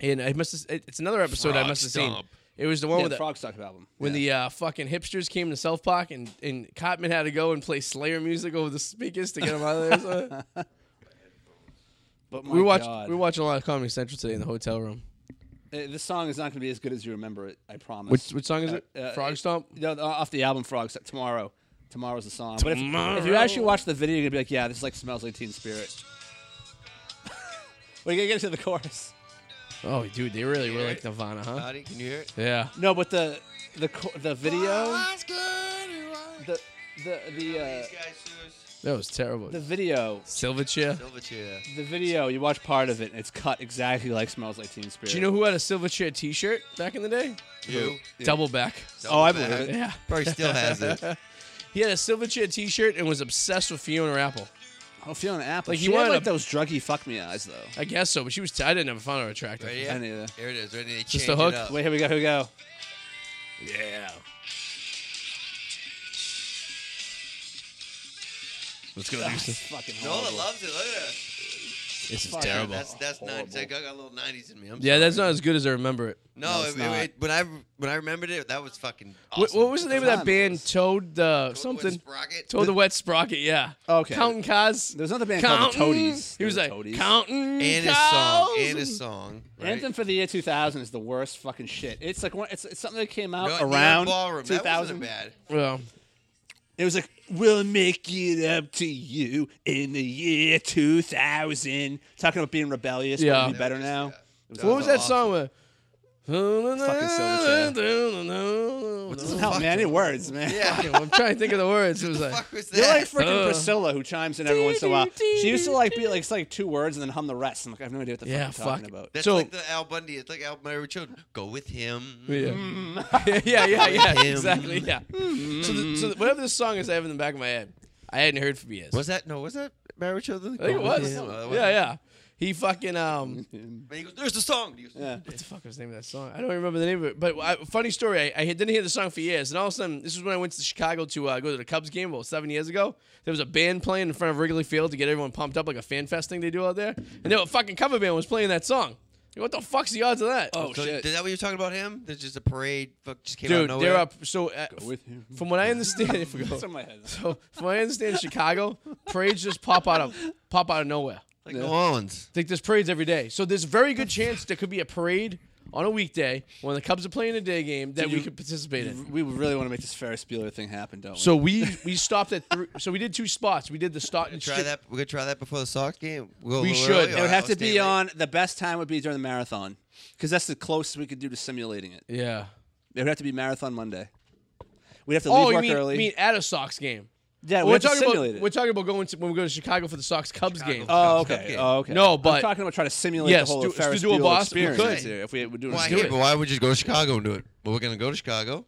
[SPEAKER 1] and I must. have It's another episode I
[SPEAKER 3] Frog
[SPEAKER 1] must have seen.
[SPEAKER 3] Stomp.
[SPEAKER 1] It was the one
[SPEAKER 2] yeah,
[SPEAKER 1] with
[SPEAKER 2] the
[SPEAKER 1] the,
[SPEAKER 2] Frog Stock album.
[SPEAKER 1] when the uh, fucking hipsters came to South Park, and and Cotman had to go and play Slayer music over the speakers to get them out of there. So
[SPEAKER 2] But my
[SPEAKER 1] we watched
[SPEAKER 2] God.
[SPEAKER 1] we were watching a lot of Comedy Central today in the hotel room.
[SPEAKER 2] Uh, this song is not going to be as good as you remember it. I promise.
[SPEAKER 1] Which which song is it?
[SPEAKER 2] Uh, uh,
[SPEAKER 1] Frog Stomp.
[SPEAKER 2] No, no, off the album Frogs. Tomorrow, tomorrow's the song. But if, if you
[SPEAKER 1] Tomorrow.
[SPEAKER 2] actually watch the video, you're gonna be like, yeah, this like smells like Teen Spirit. We're gonna get to the chorus.
[SPEAKER 1] Oh, dude, they really were like Nirvana,
[SPEAKER 2] Uh,
[SPEAKER 1] huh?
[SPEAKER 3] Howdy, can you hear it?
[SPEAKER 1] Yeah.
[SPEAKER 2] No, but the the cho- the video,
[SPEAKER 3] What's good and what's-
[SPEAKER 2] the the the uh,
[SPEAKER 3] These guys choose
[SPEAKER 1] That was terrible.
[SPEAKER 2] the video,
[SPEAKER 1] Silverchair.
[SPEAKER 3] Silverchair.
[SPEAKER 2] the video. You watch part of it, and it's cut exactly like smells like Teen Spirit.
[SPEAKER 1] Do you know who had a Silverchair T-shirt back in the day?
[SPEAKER 3] You.
[SPEAKER 1] Double back.
[SPEAKER 2] Oh, I believe
[SPEAKER 3] Doubleback.
[SPEAKER 2] it.
[SPEAKER 1] Yeah.
[SPEAKER 3] Probably still has it.
[SPEAKER 1] He had a Silverchair T-shirt and was obsessed with Fiona Apple.
[SPEAKER 2] Oh, feeling apple.
[SPEAKER 1] Like,
[SPEAKER 2] Like
[SPEAKER 1] you
[SPEAKER 2] you had
[SPEAKER 1] wanted
[SPEAKER 2] like
[SPEAKER 1] a-
[SPEAKER 2] those druggy fuck me eyes though.
[SPEAKER 1] I guess so, but she was. T- I didn't ever find her attractive.
[SPEAKER 3] Ready?
[SPEAKER 2] I knew that.
[SPEAKER 3] Here it is. Ready? They
[SPEAKER 1] Just
[SPEAKER 3] change
[SPEAKER 1] the
[SPEAKER 3] it
[SPEAKER 1] hook?
[SPEAKER 3] up.
[SPEAKER 2] Wait, here we go. Here we go.
[SPEAKER 1] Yeah. Let's go.
[SPEAKER 2] It's Ah, fucking
[SPEAKER 3] Nola
[SPEAKER 2] horrible.
[SPEAKER 3] loves it. Look at that.
[SPEAKER 1] This is
[SPEAKER 2] Fuck,
[SPEAKER 1] terrible.
[SPEAKER 3] That's that's
[SPEAKER 2] Horrible.
[SPEAKER 3] nineties. I got a little nineties in me. I'm
[SPEAKER 1] yeah,
[SPEAKER 3] sorry.
[SPEAKER 1] that's not as good as I remember it.
[SPEAKER 3] No,
[SPEAKER 2] No,
[SPEAKER 3] it,
[SPEAKER 2] it's
[SPEAKER 3] it-
[SPEAKER 2] not.
[SPEAKER 3] it- when I when I remembered it, that was fucking.
[SPEAKER 1] Wh-
[SPEAKER 3] Awesome.
[SPEAKER 1] What was the name of that
[SPEAKER 2] Time
[SPEAKER 1] band?
[SPEAKER 2] was-
[SPEAKER 1] Toad the
[SPEAKER 3] Toad Wet
[SPEAKER 1] something.
[SPEAKER 3] Sprocket?
[SPEAKER 1] Toad the Wet Sprocket. Yeah.
[SPEAKER 2] Okay.
[SPEAKER 1] Counting Cars.
[SPEAKER 2] There's another band called the
[SPEAKER 1] Counting.
[SPEAKER 2] Toadies.
[SPEAKER 1] He was
[SPEAKER 2] They're
[SPEAKER 1] like
[SPEAKER 2] the Toadies.
[SPEAKER 1] counting
[SPEAKER 3] And his
[SPEAKER 1] cows.
[SPEAKER 3] song. And his song. Right?
[SPEAKER 2] Anthem for the year 2000 is the worst fucking shit. It's like one, it's, it's something that came
[SPEAKER 3] No,
[SPEAKER 2] out
[SPEAKER 3] New York
[SPEAKER 2] around
[SPEAKER 3] Ballroom. That
[SPEAKER 2] 2000.
[SPEAKER 3] wasn't bad.
[SPEAKER 1] Well,
[SPEAKER 2] It was like we'll make it up to you in the year 2000. Talking about being rebellious.
[SPEAKER 1] Yeah.
[SPEAKER 2] Yeah, be
[SPEAKER 1] That
[SPEAKER 2] better
[SPEAKER 3] was-
[SPEAKER 2] now.
[SPEAKER 3] yeah.
[SPEAKER 2] It
[SPEAKER 3] That
[SPEAKER 1] what was that
[SPEAKER 3] awesome.
[SPEAKER 1] song with?
[SPEAKER 2] Silverchair. It doesn't help, man. Any words, man.
[SPEAKER 3] Yeah.
[SPEAKER 1] Fucking- I'm trying to think of the words. It was
[SPEAKER 3] the
[SPEAKER 1] like.
[SPEAKER 3] fuck was
[SPEAKER 2] You're like
[SPEAKER 3] that?
[SPEAKER 2] freaking
[SPEAKER 1] Ugh.
[SPEAKER 2] Priscilla who chimes in every once in a while. She used to like be like it's like two words and then hum the rest. I'm like I have no idea what the
[SPEAKER 1] Yeah,
[SPEAKER 2] fuck you're
[SPEAKER 1] fuck.
[SPEAKER 2] talking about.
[SPEAKER 3] That's
[SPEAKER 1] So-
[SPEAKER 3] like the Al Bundy. It's like Al Mary Children. Go with him.
[SPEAKER 1] Yeah. yeah, yeah, yeah,
[SPEAKER 3] Him.
[SPEAKER 1] exactly. Yeah. So, the, so the, whatever this song is, I have in the back of my head, I hadn't heard for years.
[SPEAKER 3] Was Oh, that no? Was that Mary Children?
[SPEAKER 1] I think it was. Yeah, yeah. He fucking um.
[SPEAKER 3] Uh, He goes, There's the song. He goes,
[SPEAKER 2] Yeah.
[SPEAKER 1] What the fuck was the name of that song? I don't remember the name of it. But I, funny story, I, I didn't hear the song for years, and all of a sudden, this was when I went to Chicago to uh, go to the Cubs game about seven years ago. There was a band playing in front of Wrigley Field to get everyone pumped up, like a fan fest thing they do out there, and there a fucking cover band was playing that song. Like, what the fuck's the odds of that?
[SPEAKER 2] Oh
[SPEAKER 3] So,
[SPEAKER 2] shit.
[SPEAKER 3] Is that what you're talking about? Him? There's just a parade. Fuck, just came out of
[SPEAKER 1] dude,
[SPEAKER 3] nowhere.
[SPEAKER 1] they're up. So uh,
[SPEAKER 2] With him.
[SPEAKER 1] from what I understand, if we go,
[SPEAKER 2] That's in my head.
[SPEAKER 1] So from what I understand, in Chicago parades just pop out of pop out of nowhere.
[SPEAKER 3] Like New Orleans.
[SPEAKER 1] Like there's parades every day, so there's very good chance there could be a parade on a weekday when the Cubs are playing a day game that we
[SPEAKER 2] you-
[SPEAKER 1] could participate in.
[SPEAKER 2] We really want to make this Ferris Bueller thing happen, don't we?
[SPEAKER 1] So we we stopped at three, so we did two spots. We did the stop and
[SPEAKER 3] Try
[SPEAKER 1] sit-
[SPEAKER 3] that. We're gonna try that before the Sox game. We'll go
[SPEAKER 1] We
[SPEAKER 3] a little
[SPEAKER 1] should. It
[SPEAKER 3] early,
[SPEAKER 2] It
[SPEAKER 3] or
[SPEAKER 2] would have to
[SPEAKER 3] I'll stay
[SPEAKER 2] be
[SPEAKER 3] late.
[SPEAKER 2] on. The best time would be during the marathon, because that's the closest we could do to simulating it.
[SPEAKER 1] Yeah.
[SPEAKER 2] It would have to be marathon Monday. We'd have to leave
[SPEAKER 1] Oh, you
[SPEAKER 2] work
[SPEAKER 1] mean,
[SPEAKER 2] early.
[SPEAKER 1] mean at a Sox game?
[SPEAKER 2] yeah, we
[SPEAKER 1] We're
[SPEAKER 2] have to
[SPEAKER 1] talking
[SPEAKER 2] simulate
[SPEAKER 1] about
[SPEAKER 2] it.
[SPEAKER 1] we're talking about going to, when we go to Chicago for the Sox Cubs game.
[SPEAKER 3] Chicago.
[SPEAKER 2] oh,
[SPEAKER 3] Cubs
[SPEAKER 2] okay.
[SPEAKER 3] game.
[SPEAKER 2] Oh, okay.
[SPEAKER 1] No,
[SPEAKER 2] I'm
[SPEAKER 1] but-
[SPEAKER 2] talking about trying to simulate
[SPEAKER 1] Yes,
[SPEAKER 2] the whole
[SPEAKER 1] do-
[SPEAKER 2] Ferris
[SPEAKER 1] to do a
[SPEAKER 2] Bueller
[SPEAKER 1] Boston, we
[SPEAKER 2] experience
[SPEAKER 1] could.
[SPEAKER 2] here. If we would do
[SPEAKER 3] Why?
[SPEAKER 2] it,
[SPEAKER 3] yeah, but why would you just go to Chicago and do it? Well, we're gonna go to Chicago.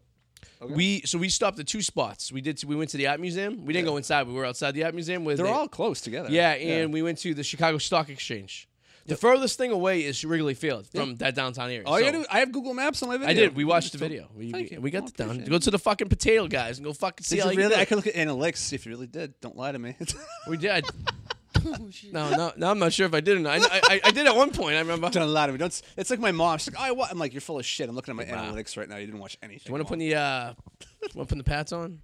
[SPEAKER 1] We so we stopped at two spots. We did we went to the Art Museum. We didn't go inside. We were outside the Art Museum with
[SPEAKER 2] they're
[SPEAKER 1] they-
[SPEAKER 2] all close together.
[SPEAKER 1] Yeah, and we went to the Chicago Stock Exchange. The furthest thing away is Wrigley Field from that downtown area.
[SPEAKER 2] All Oh, you
[SPEAKER 1] So-
[SPEAKER 2] gotta do, I have Google Maps on my video.
[SPEAKER 1] I did. We watched the video. We,
[SPEAKER 2] Thank
[SPEAKER 1] we,
[SPEAKER 2] you.
[SPEAKER 1] we got
[SPEAKER 2] I
[SPEAKER 1] the down.
[SPEAKER 2] appreciate
[SPEAKER 1] Go to the fucking potato guys and go fucking see
[SPEAKER 2] Did
[SPEAKER 1] how
[SPEAKER 2] you
[SPEAKER 1] you
[SPEAKER 2] really?
[SPEAKER 1] do
[SPEAKER 2] I
[SPEAKER 1] it.
[SPEAKER 2] could look at analytics if you really did. Don't lie to me.
[SPEAKER 1] We did. no, no, no. I'm not sure if I did or not. I, I- I, I did at one point. I remember. Do
[SPEAKER 2] Don't lie to me. Don't. s- It's like my mom. She's like, "Oh, I wa-" I'm like, you're full of shit. I'm looking at my
[SPEAKER 1] Wow.
[SPEAKER 2] analytics right now. You didn't watch anything.
[SPEAKER 1] you want to
[SPEAKER 2] Mom.
[SPEAKER 1] put the uh, want to put the pats on?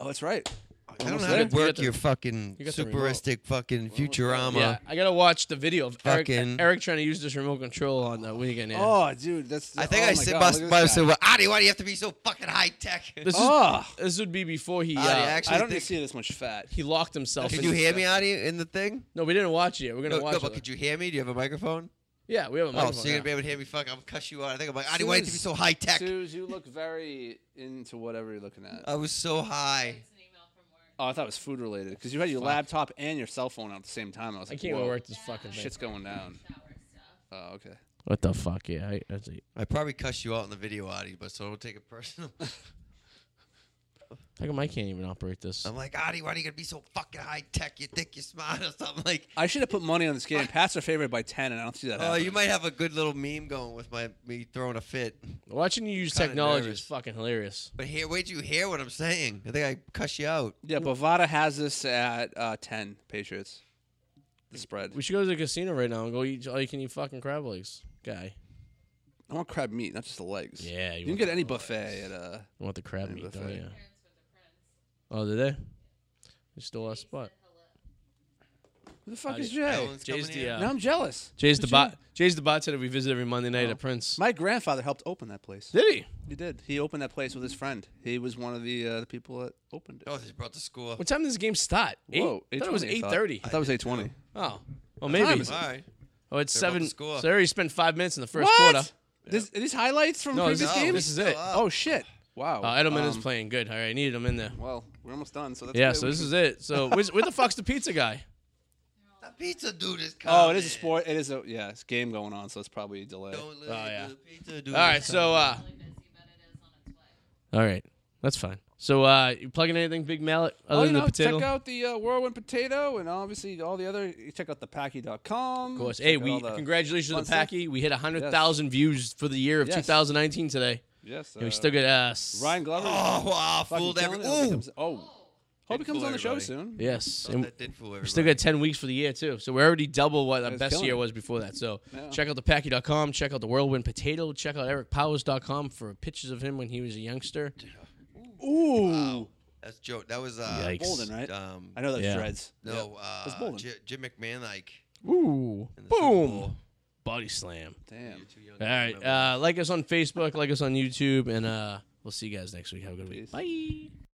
[SPEAKER 2] Oh, that's right.
[SPEAKER 3] I don't
[SPEAKER 2] Almost
[SPEAKER 3] know how
[SPEAKER 1] there.
[SPEAKER 3] to
[SPEAKER 1] You
[SPEAKER 3] work
[SPEAKER 1] got the-
[SPEAKER 3] your fucking
[SPEAKER 1] got the
[SPEAKER 3] superistic fucking Futurama.
[SPEAKER 1] yeah, I gotta watch the video of Eric,
[SPEAKER 3] Fucking-
[SPEAKER 1] Eric trying to use this remote control on the weekend. Yeah.
[SPEAKER 2] Oh, dude, that's.
[SPEAKER 3] I think
[SPEAKER 2] oh
[SPEAKER 3] I
[SPEAKER 2] my
[SPEAKER 3] said
[SPEAKER 2] God,
[SPEAKER 3] must
[SPEAKER 2] look at
[SPEAKER 3] must
[SPEAKER 2] this guy.
[SPEAKER 3] said, well, Adi, why do you have to be so fucking high tech?
[SPEAKER 1] this is
[SPEAKER 2] Oh,
[SPEAKER 1] this would be before he uh,
[SPEAKER 3] Adi, actually,
[SPEAKER 2] I don't
[SPEAKER 3] think,
[SPEAKER 2] think, see this much fat.
[SPEAKER 1] he locked himself.
[SPEAKER 3] Ah, Could
[SPEAKER 1] in-
[SPEAKER 3] you hear me, Adi, in the thing?
[SPEAKER 1] No, we didn't watch it. yet. We're gonna
[SPEAKER 3] No,
[SPEAKER 1] watch
[SPEAKER 3] no, but
[SPEAKER 1] it.
[SPEAKER 3] could you hear me? Do you have a microphone?
[SPEAKER 1] yeah, we have a
[SPEAKER 3] Oh,
[SPEAKER 1] microphone.
[SPEAKER 3] so you're
[SPEAKER 1] yeah.
[SPEAKER 3] gonna be able to hear me? Fuck, I'm gonna cuss you out. I think I'm like, Adi, why do you have to be so high tech?
[SPEAKER 2] you look very into whatever you're looking at.
[SPEAKER 3] I was so high.
[SPEAKER 4] It's an email from work.
[SPEAKER 2] Oh, I thought it was food related because you had your laptop and your cell phone out at the same time. I was
[SPEAKER 1] I
[SPEAKER 2] like,
[SPEAKER 1] can't
[SPEAKER 2] Whoa,
[SPEAKER 1] work this fucking thing.
[SPEAKER 2] Shit's going down.
[SPEAKER 4] Shower stuff.
[SPEAKER 2] Oh, okay.
[SPEAKER 1] What the fuck? Yeah, I, that's it.
[SPEAKER 3] I probably cussed you out in the video, Adi, but so don't take it personal.
[SPEAKER 1] How come I can't even operate this?
[SPEAKER 3] I'm like, Adi, why are you gonna be so fucking high tech? You think you're smart or something? Like,
[SPEAKER 2] I should have put money on this game. Pats are favored by ten, and I don't see that.
[SPEAKER 3] oh, you
[SPEAKER 2] happening.
[SPEAKER 3] might have a good little meme going with my me throwing a fit.
[SPEAKER 1] Watching you use
[SPEAKER 3] Kinda
[SPEAKER 1] technology
[SPEAKER 3] nervous.
[SPEAKER 1] is fucking hilarious.
[SPEAKER 3] But here, wait, till you hear what I'm saying? I think I cuss you out.
[SPEAKER 2] Yeah, Bovada has this at uh, ten. Patriots. The spread.
[SPEAKER 1] We should go to the casino right now and go eat all you can eat fucking crab legs, guy.
[SPEAKER 2] I want crab meat, not just the legs.
[SPEAKER 1] Yeah,
[SPEAKER 2] You,
[SPEAKER 1] you
[SPEAKER 2] can
[SPEAKER 1] want
[SPEAKER 2] get
[SPEAKER 1] the
[SPEAKER 2] any buffet at uh.
[SPEAKER 1] You want the crab meat,
[SPEAKER 2] buffet.
[SPEAKER 1] don't you?
[SPEAKER 4] Parents with the prince.
[SPEAKER 1] Oh, did they? They stole our spot.
[SPEAKER 4] Said hello.
[SPEAKER 2] Who the fuck
[SPEAKER 1] Howdy.
[SPEAKER 2] is Jay?
[SPEAKER 3] Alan's
[SPEAKER 1] Jay's
[SPEAKER 3] coming
[SPEAKER 1] the,
[SPEAKER 3] in.
[SPEAKER 1] uh,
[SPEAKER 2] Now I'm jealous.
[SPEAKER 1] Jay's the
[SPEAKER 2] Who's
[SPEAKER 1] bot.
[SPEAKER 2] Jay?
[SPEAKER 1] Jay's the bot said that we visit every Monday night
[SPEAKER 2] Oh.
[SPEAKER 1] at Prince.
[SPEAKER 2] My grandfather helped open that place.
[SPEAKER 1] Did he?
[SPEAKER 2] He did. He opened that place with his friend. He was one of the uh, the people that opened it.
[SPEAKER 3] oh, they brought the score.
[SPEAKER 1] What time does this game start? Eight?
[SPEAKER 2] Whoa,
[SPEAKER 1] I thought it was
[SPEAKER 2] 8:20,
[SPEAKER 1] eight
[SPEAKER 2] I
[SPEAKER 1] thirty.
[SPEAKER 2] I thought it was eight twenty.
[SPEAKER 1] Oh, well maybe.
[SPEAKER 2] time is it?
[SPEAKER 3] All right.
[SPEAKER 1] Oh, it's
[SPEAKER 3] They're about to
[SPEAKER 1] seven.
[SPEAKER 3] score.
[SPEAKER 1] So they already spent five minutes in the first quarter.
[SPEAKER 2] This, are these highlights from
[SPEAKER 1] No, this,
[SPEAKER 2] previous
[SPEAKER 3] no,
[SPEAKER 2] games?
[SPEAKER 1] this is it.
[SPEAKER 3] Still up.
[SPEAKER 2] oh shit! Wow.
[SPEAKER 1] Oh, Edelman is
[SPEAKER 2] Um,
[SPEAKER 1] playing good. All right, I needed him in there.
[SPEAKER 2] Well, we're almost done. So that's
[SPEAKER 1] Yeah,
[SPEAKER 2] good.
[SPEAKER 1] so
[SPEAKER 2] We
[SPEAKER 1] this
[SPEAKER 2] can-
[SPEAKER 1] is it. So where's, where the fuck's the pizza guy?
[SPEAKER 3] The pizza dude is coming.
[SPEAKER 2] Oh, it is a sport. It is a yeah. It's a game going on, so it's probably a delay.
[SPEAKER 3] Don't listen
[SPEAKER 1] Oh, yeah.
[SPEAKER 3] to the pizza dude.
[SPEAKER 1] All right,
[SPEAKER 3] is
[SPEAKER 1] so uh,
[SPEAKER 4] Really busy, but it is on its way.
[SPEAKER 1] all right, that's fine. So uh, you plugging anything, Big Mallet, other
[SPEAKER 2] oh, you
[SPEAKER 1] than
[SPEAKER 2] know,
[SPEAKER 1] the potato?
[SPEAKER 2] check out the uh, Whirlwind Potato and obviously all the other. You check out the Packy.com.
[SPEAKER 1] of course. Hey, we congratulations to
[SPEAKER 2] fun
[SPEAKER 1] the
[SPEAKER 2] stuff.
[SPEAKER 1] Packy. We hit hundred thousand views for the year of
[SPEAKER 2] Yes.
[SPEAKER 1] 2019 today,
[SPEAKER 2] Yes.
[SPEAKER 1] and
[SPEAKER 2] uh,
[SPEAKER 1] we still got uh, s-
[SPEAKER 2] Ryan Glover.
[SPEAKER 3] coming. Oh, wow.
[SPEAKER 2] fucking
[SPEAKER 3] Fooled
[SPEAKER 2] killing
[SPEAKER 3] every.
[SPEAKER 2] it. Hope he
[SPEAKER 3] Ooh.
[SPEAKER 2] comes- Oh, hope he comes
[SPEAKER 3] fool
[SPEAKER 2] on the show
[SPEAKER 3] everybody.
[SPEAKER 2] soon.
[SPEAKER 1] Yes,
[SPEAKER 3] Oh,
[SPEAKER 1] and
[SPEAKER 3] that did fool everybody.
[SPEAKER 1] we still got ten weeks for the year too. So we're already double what our
[SPEAKER 2] It's
[SPEAKER 1] best
[SPEAKER 2] killing
[SPEAKER 1] year
[SPEAKER 2] it.
[SPEAKER 1] was before that. So
[SPEAKER 2] Yeah.
[SPEAKER 1] check out the Packy.com. Check out the Whirlwind Potato. Check out ericpowers.com for pictures of him when he was a youngster.
[SPEAKER 2] Ooh.
[SPEAKER 3] That's Joe. That was uh,
[SPEAKER 1] Yikes.
[SPEAKER 2] Bolden, right?
[SPEAKER 3] Um,
[SPEAKER 2] I know that's
[SPEAKER 1] Yeah.
[SPEAKER 2] dreads.
[SPEAKER 3] no,
[SPEAKER 2] That's
[SPEAKER 3] uh,
[SPEAKER 2] Bolden.
[SPEAKER 3] J- Jim McMahon like.
[SPEAKER 1] Ooh,
[SPEAKER 3] in the Super
[SPEAKER 1] boom,
[SPEAKER 3] Bowl.
[SPEAKER 1] body slam.
[SPEAKER 2] Damn.
[SPEAKER 3] You're too young
[SPEAKER 1] All
[SPEAKER 3] to
[SPEAKER 1] right.
[SPEAKER 3] remember that.
[SPEAKER 1] Uh, like us on Facebook, like us on YouTube, and uh, we'll see you guys next week. Have a good week.
[SPEAKER 2] Peace.
[SPEAKER 1] Bye.